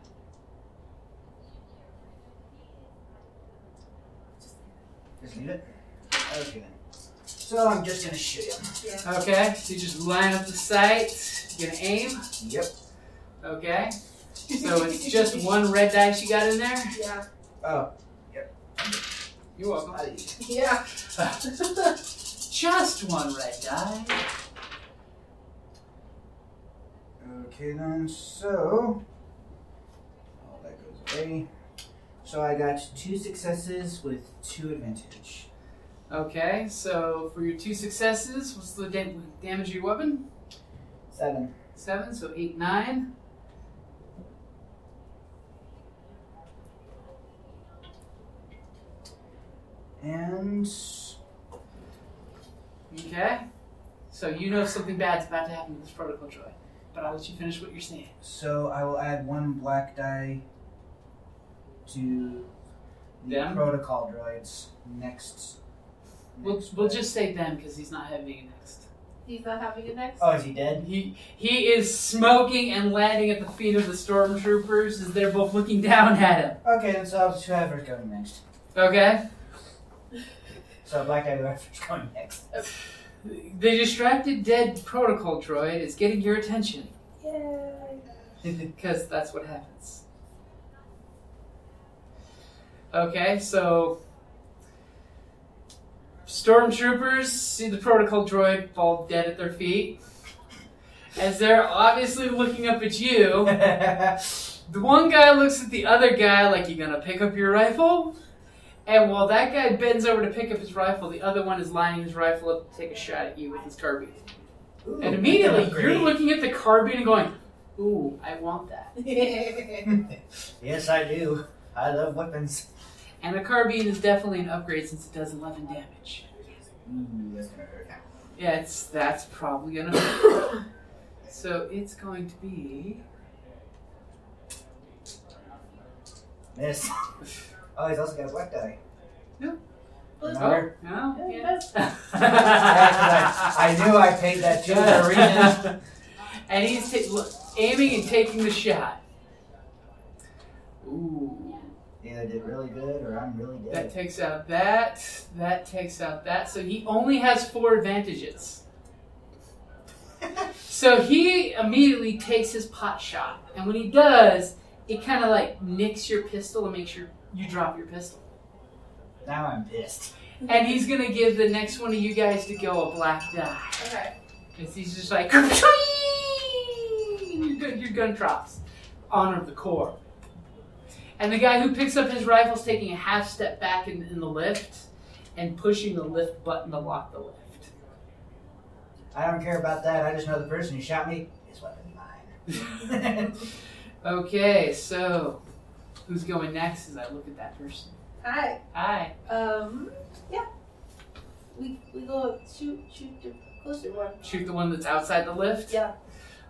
S3: Just leave it? Okay then. So I'm just gonna shoot him.
S4: Yeah.
S2: Okay, so you just line up the sights. You're gonna aim.
S3: Yep.
S2: Okay, so it's just one red dice you got in there.
S4: Yeah.
S3: Oh,
S2: You're welcome.
S3: I-
S4: Yeah.
S2: [LAUGHS] just one red die.
S3: okay then. So all that goes away. So I got two successes with two advantage.
S2: Okay, so for your two successes, what's the dam- damage of your weapon?
S3: Seven.
S2: Seven, so eight, nine.
S3: And
S2: Okay, so you know something bad's about to happen to this protocol droid, but I'll let you finish what you're saying.
S3: so I will add one black die to the
S2: Them?
S3: protocol droids next.
S2: We'll,
S3: next
S2: we'll
S3: play.
S2: just say them because he's not having it next.
S4: He's not having it next.
S3: Oh, is he dead?
S2: He he is smoking and landing at the feet of the stormtroopers as they're both looking down at him.
S3: Okay, then so I'll just whoever's going next.
S2: Okay,
S3: So black die whoever's going next. [LAUGHS]
S2: the distracted dead protocol droid is getting your attention
S5: Yay.
S2: because that's what happens. Okay, so stormtroopers see the protocol droid fall dead at their feet as they're obviously looking up at you. The one guy looks at the other guy like, You gonna pick up your rifle? And while that guy bends over to pick up his rifle, the other one is lining his rifle up to take a shot at you with his carbine.
S3: Ooh,
S2: And immediately
S3: great.
S2: you're
S3: [LAUGHS]
S2: looking at the carbine and going, Ooh, I want that.
S4: [LAUGHS]
S3: yes, I do. I love weapons.
S2: And the carbine is definitely an upgrade since it does 11 damage.
S3: Ooh, that's gonna hurt.
S2: Yeah, it's, that's probably gonna hurt. [COUGHS] So it's going to be.
S3: Miss. Oh, he's also got a black die.
S2: No.
S3: Remember?
S2: No?
S3: I knew I paid that too for a reason.
S2: [LAUGHS] and he's ta- look, aiming and taking the shot. Ooh,
S3: Either did really good or I'm really
S2: that
S3: dead.
S2: takes out that. That takes out that. So he only has four advantages. so he immediately takes his pot shot, and when he does, it kind of like nicks your pistol and makes your you drop your pistol.
S3: Now I'm pissed.
S2: And he's gonna give the next one of you guys to go a black die.
S4: okay.
S2: Because he's just like, your gun, your gun drops. Honor of the Corps. And the guy who picks up his rifle is taking a half step back in, in the lift and pushing the lift button to lock the lift.
S3: I don't care about that. I just know the person who shot me is weapon
S4: [LAUGHS]
S3: mine.
S2: Okay, so who's going next as I look at that person?
S4: Hi.
S2: Hi.
S4: Um. Yeah. We we go shoot shoot the closer one.
S2: Shoot the one that's outside the lift?
S4: Yeah.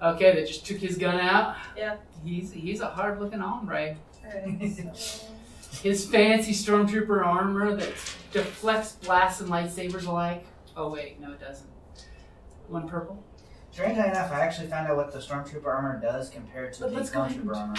S2: Okay, that just took his gun out.
S4: Yeah.
S2: He's he's a hard looking hombre.
S4: Alright, so-
S2: His fancy stormtrooper armor that deflects blasts and lightsabers alike. Oh wait, no, it doesn't. One purple.
S3: [LAUGHS] Strangely enough, I actually found out what the stormtrooper armor does compared to
S2: But
S3: the
S2: let's go
S3: stormtrooper
S2: ahead.
S3: armor.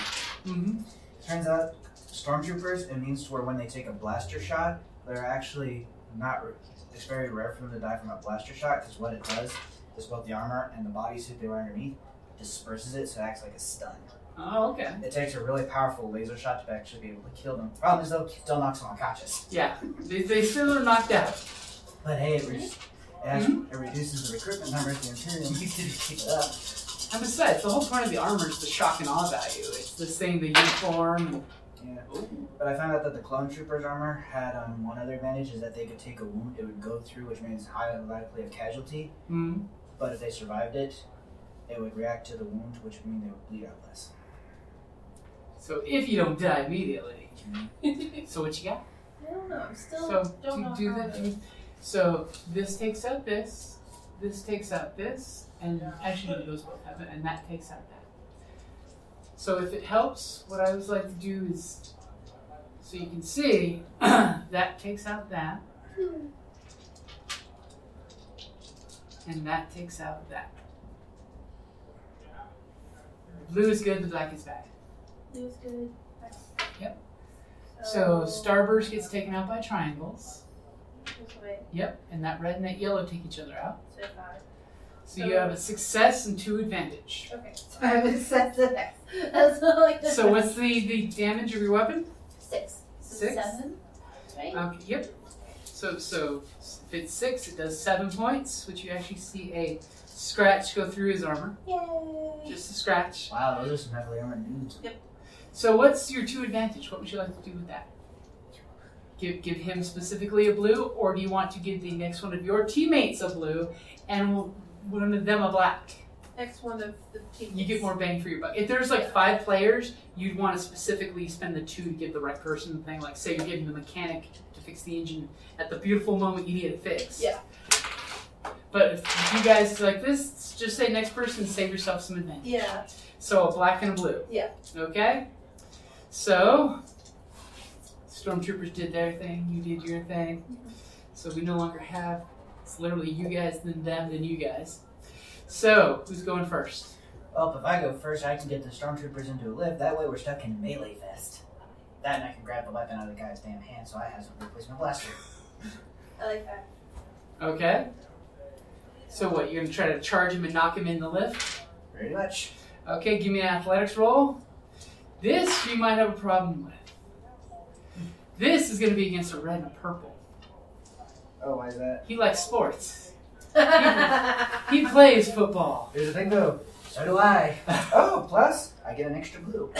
S2: Mm-hmm.
S3: Turns out, stormtroopers, it means where when they take a blaster shot, they're actually not, r- it's very rare for them to die from a blaster shot because what it does is both the armor and the bodysuit they wear underneath disperses it so it acts like a stun.
S2: Oh, okay.
S3: It takes a really powerful laser shot to actually be able to kill them. Problem is, though, it still knocks them unconscious.
S2: Yeah, they, they still are knocked out.
S3: But hey, it, re- it, has, it reduces the recruitment number at the Imperium needs to keep it up.
S2: And besides, the whole point of the armor is the shock and awe value. It's this thing, the uniform.
S3: Yeah.
S2: Ooh.
S3: But I found out that the clone troopers armor had um, one other advantage is that they could take a wound it would go through, which means high likelihood of casualty.
S2: Mm.
S3: But if they survived it, they would react to the wound, which would mean they would bleed out less.
S2: So if you don't die [LAUGHS] immediately.
S3: Mhm.
S2: so what you got?
S4: I don't know. I'm still
S2: So
S4: don't
S2: do,
S4: know
S2: do
S4: how
S2: the,
S4: to-
S2: do- So this takes out this. This takes out this, and actually no, those both have it, and that takes out that. So if it helps, what I always like to do is, so you can see, [CLEARS THROAT] that takes out that, and that takes out that. Blue is good, the black is bad.
S4: It was good. Oh.
S2: So starburst gets taken out by triangles.
S4: This way.
S2: Yep, and that red and that yellow take each other out.
S4: So five.
S2: So you have a success and two advantage.
S4: Okay. So [LAUGHS] I have a set the next. [LAUGHS] That's not like the
S2: So what's the, the damage of your weapon?
S4: six. So
S2: Six? Uh,
S4: Seven. Right?
S2: Okay, yep. So so if it's six, it does seven points, which you actually see a scratch go through his armor.
S4: Yay.
S2: Just a scratch.
S3: Wow, those are some heavily armored dudes.
S2: So what's your two advantage? What would you like to do with that? Give, give him specifically a blue, or do you want to give the next one of your teammates a blue and we'll- one of them a black?
S4: Next one of the team.
S2: You get more bang for your buck. If there's like five players, you'd want to specifically spend the two to give the right person the thing. Like, say you're giving the mechanic to fix the engine at the beautiful moment you need it fixed.
S4: Yeah.
S2: But if you guys like this, just say next person, save yourself some advantage.
S4: Yeah.
S2: So a black and a blue.
S4: Yeah.
S2: Okay. So stormtroopers did their thing. You did your thing.
S4: Mm-hmm.
S2: So we no longer have. It's literally you guys, then them, then you guys. So who's going first?
S3: Well, Oh, if I go first, I can get the stormtroopers into a lift. That way, we're stuck in melee fest. That and I can grab the weapon out of the guy's damn hand, so I have some replacement blaster.
S4: I
S2: [LAUGHS]
S4: like that. [LAUGHS]
S2: Okay. So what? You're gonna try to charge him and knock him in the lift?
S3: Pretty much.
S2: Okay, give me an athletics roll. This you might have a problem with. This is gonna be against a red and a purple.
S3: Oh, why is that?
S2: He likes sports.
S3: [LAUGHS]
S2: He plays football.
S3: Here's the thing, though. So do I. [LAUGHS] oh, plus I get an extra blue.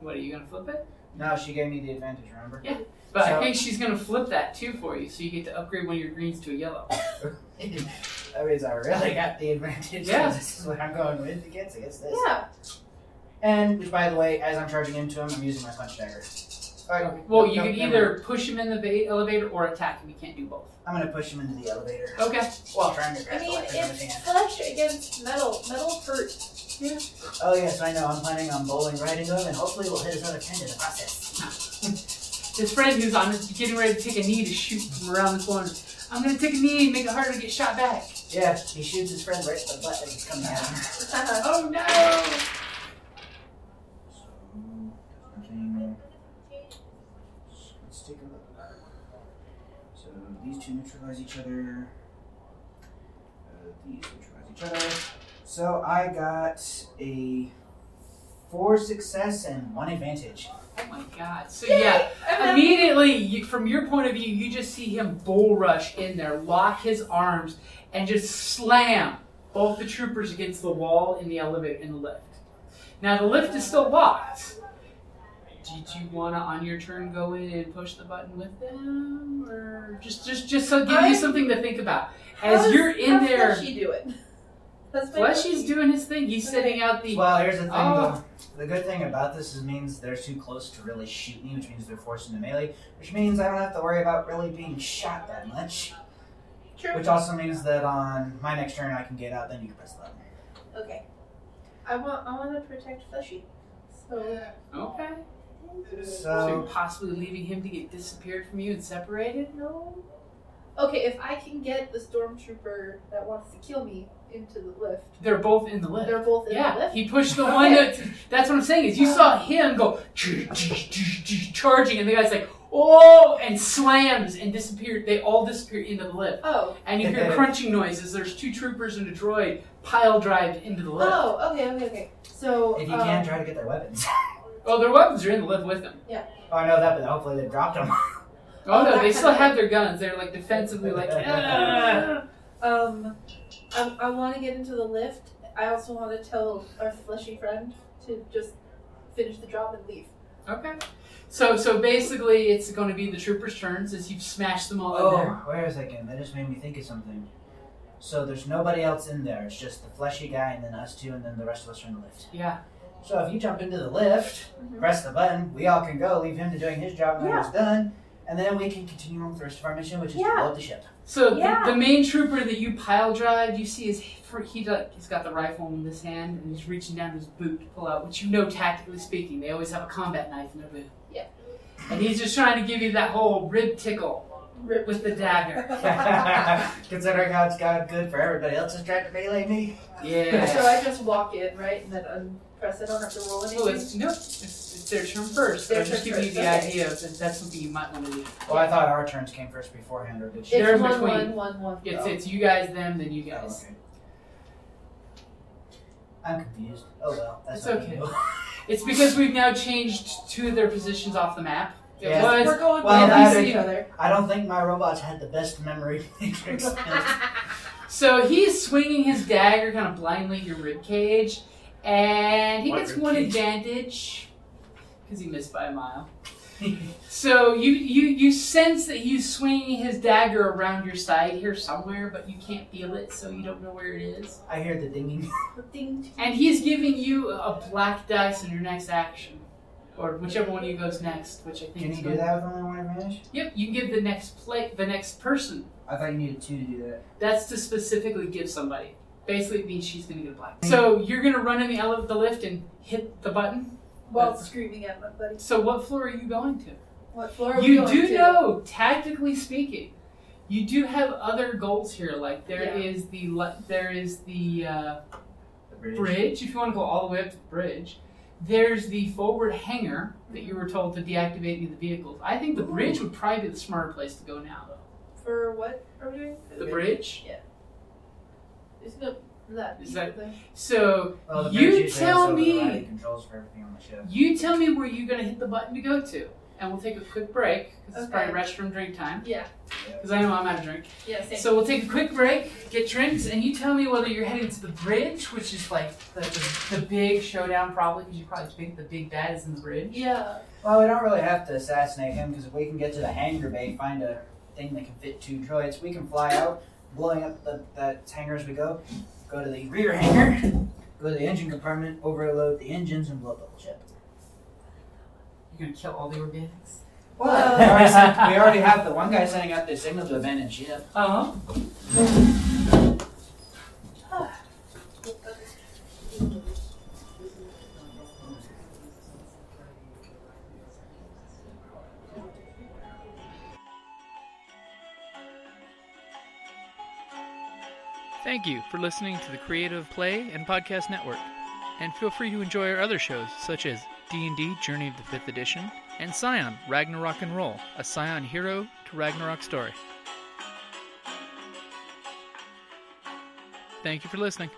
S2: What are you gonna flip it?
S3: No, she gave me the advantage. Remember?
S2: But I
S3: So-
S2: think she's gonna flip that too for you, so you get to upgrade one of your greens to a yellow.
S3: [LAUGHS] that means I really got the advantage.
S2: Yeah.
S3: [LAUGHS] This is what I'm going with against against this.
S4: yeah.
S3: And which, by the way, as I'm charging into him, I'm using my punch dagger. All right.
S2: Well,
S3: no,
S2: you
S3: no,
S2: can
S3: never mind.
S2: either push him in the va- elevator or attack him. You can't do both.
S3: I'm gonna push him into the elevator.
S2: Okay.
S3: Well, trying to
S4: I
S3: grab the
S4: mean,
S3: weapon out of his
S4: it's
S3: hand.
S4: flesh against metal. Metal [LAUGHS] hurts.
S3: Oh yes, I know. I'm planning on bowling right into him, and hopefully we'll hit his other hand in the process.
S2: His friend who's on his getting ready to take a knee to shoot from around the corner. I'm gonna take a knee and make it harder to get shot back.
S3: Yeah, he shoots his friend right in the butt as he's coming at him.
S2: Oh no!
S3: Let's take a look. So uh, these two neutralize each other. Uh, these neutralize each other. So I got a four success and one advantage.
S2: Oh my god. So yeah, immediately you, from your point of view, you just see him bull rush in there, lock his arms, and just slam both the troopers against the wall in the elevator in the lift. Now the lift is still locked. Did you wanna on your turn go in and push the button with them, or just just just so give you
S4: I'm-
S2: something to think about
S4: How
S2: as
S4: does-
S2: you're in
S4: how
S2: there?
S4: does she do it? That's my
S2: Fleshy's
S4: question.
S2: doing his thing. He's sitting out the.
S3: Well, here's the thing.
S2: Oh.
S3: Though. The good thing about this is means they're too close to really shoot me, which means they're forced into melee, which means I don't have to worry about really being shot that much.
S4: True.
S3: Which also means that on my next turn I can get out, then you can press the button.
S4: Okay. I want I want to protect Fleshy. So
S2: Okay. So you're
S3: So
S2: possibly leaving him to get disappeared from you and separated?
S4: no. Okay, if I can get the stormtrooper that wants to kill me into the lift,
S2: They're both in the lift.
S4: they're both in the
S2: yeah,
S4: lift.
S2: he pushed the one that. That's what I'm saying is you saw him go charging, and the guy's like, "Oh!" and slams and disappeared. They all disappear into the lift,
S4: Oh.
S2: and you hear crunching noises. There's two troopers and a droid pile drive into the lift. Oh,
S4: Oh. Okay. Okay. Okay. So.
S3: if you
S4: um,
S3: can, try to get their weapons. [LAUGHS]
S2: Oh, their weapons are in the lift with them.
S3: oh, I know that, but hopefully they dropped them.
S2: Oh,
S4: Oh,
S2: no,
S4: that
S2: they
S4: kind
S2: still
S4: of-
S2: have their guns. They're like defensively
S4: [LAUGHS]
S2: like. "Ah."
S4: Um, I, I want to get into the lift. I also want to tell our fleshy friend to just finish the job and leave.
S2: Okay. So so basically, it's going to be the troopers' turns as you've smashed them all in there.
S3: Oh, wait a second. That just made me think of something. So there's nobody else in there. It's just the fleshy guy, and then us two, and then the rest of us are in the lift.
S2: Yeah.
S3: So if you jump into the lift,
S4: Mhm.
S3: press the button, we all can go, leave him to doing his job when
S4: Yeah.
S3: it's done, and then we can continue on with the rest of our mission, which is to
S4: Yeah.
S3: blow up the ship. [LAUGHS]
S2: So
S4: Yeah.
S2: The, the main trooper that you pile drive, you see is for he like, he's got the rifle in his hand and he's reaching down his boot to pull out, which you know tactically speaking, they always have a combat knife in their boot.
S4: Yeah.
S2: And he's just trying to give you that whole rib tickle
S4: Rip.
S2: with the
S4: [LAUGHS]
S2: dagger. [LAUGHS]
S3: Considering how it's gone good for everybody else who's trying to melee me.
S4: So
S2: Yeah.
S4: I just walk in, right, and then um, press it. I don't have to roll anything.
S2: Oh, it's nope. It's,
S7: it's their turn first.
S4: Their
S7: but I'm just
S4: turn
S7: giving you
S4: first,
S7: the
S4: okay.
S7: idea of that that's something you might want to do.
S3: Well, I thought our turns came first beforehand, or did she?
S4: It's
S2: They're in
S4: one,
S2: between.
S4: one, one, one.
S2: It's,
S4: though.
S2: it's you guys, them, then you
S3: Oh,
S2: guys.
S3: okay. I'm confused. Oh well, that's
S2: It's
S3: not
S2: okay.
S3: you.
S2: It's because we've now changed two of their positions off the map. It
S3: Yeah.
S2: was
S4: We're going
S3: Well,
S4: well,
S3: that-
S4: with each other.
S3: I don't think my robots had the best memory [LAUGHS] matrix.
S2: so he's swinging his dagger kind of blindly at your rib cage, and he
S6: What
S2: gets
S6: rib
S2: one
S6: cage?
S2: advantage because he missed by a
S3: [LAUGHS]
S2: mile. so you you you sense that he's swinging his dagger around your side here somewhere, but you can't feel it, so you don't know where it is.
S3: I hear
S2: [LAUGHS]
S3: the dinging.
S4: Ding.
S2: And he's giving you a black dice in your next action, or whichever one of you goes next, which I think.
S3: Can
S2: is
S3: you do
S2: going-
S3: that with only one advantage?
S2: Yep, you can give the next play the next person
S3: I thought you needed two to do that.
S2: That's to specifically give somebody. Basically, it means she's going to get a black. So you're going to run in the ele- the lift and hit the button.
S4: While screaming at my buddy.
S2: So what floor are you going to?
S4: What floor are we
S2: you
S4: going
S2: do
S4: to?
S2: know, tactically speaking, you do have other goals here. Like there
S4: Yeah.
S2: is the le- there is the uh,
S3: The bridge.
S2: bridge. If you want to go all the way up to the bridge, there's the forward hangar that you were told to deactivate any of the vehicles. I think the bridge would probably be the smarter place to go now.
S4: For what are we doing?
S2: The bridge.
S4: It's not that.
S2: Is that- So
S3: Well, the
S2: You
S3: bridge usually has
S2: tell
S3: over the
S2: me.
S3: riding controls for everything on the ship.
S2: You tell me where you're going to hit the button to go to, and we'll take a quick break because it's probably
S4: Okay.
S2: restroom drink time.
S4: Yeah.
S2: Because I know I'm out of drink.
S4: Yeah. Same.
S2: So we'll take a quick break, get drinks, and you tell me whether you're heading to the bridge, which is like the, the, the big showdown probably, because you probably think the big bad is in the bridge.
S4: yeah.
S3: Well, we don't really have to assassinate him because if we can get to the hangar bay, find a thing that can fit two droids, we can fly out, blowing up the, the hangar as we go, go to the rear hangar, go to the engine compartment, overload the engines, and blow up the whole ship.
S2: You're going to kill all the organics.
S3: Well, [LAUGHS] we already, sent, we already have the one guy sending out the signal to abandon ship.
S2: Uh huh.
S8: Thank you for listening to the Creative Play and Podcast Network. And feel free to enjoy our other shows such as D&D Journey of the 5th Edition and Scion Ragnarok and Roll, a Scion hero to Ragnarok story. Thank you for listening.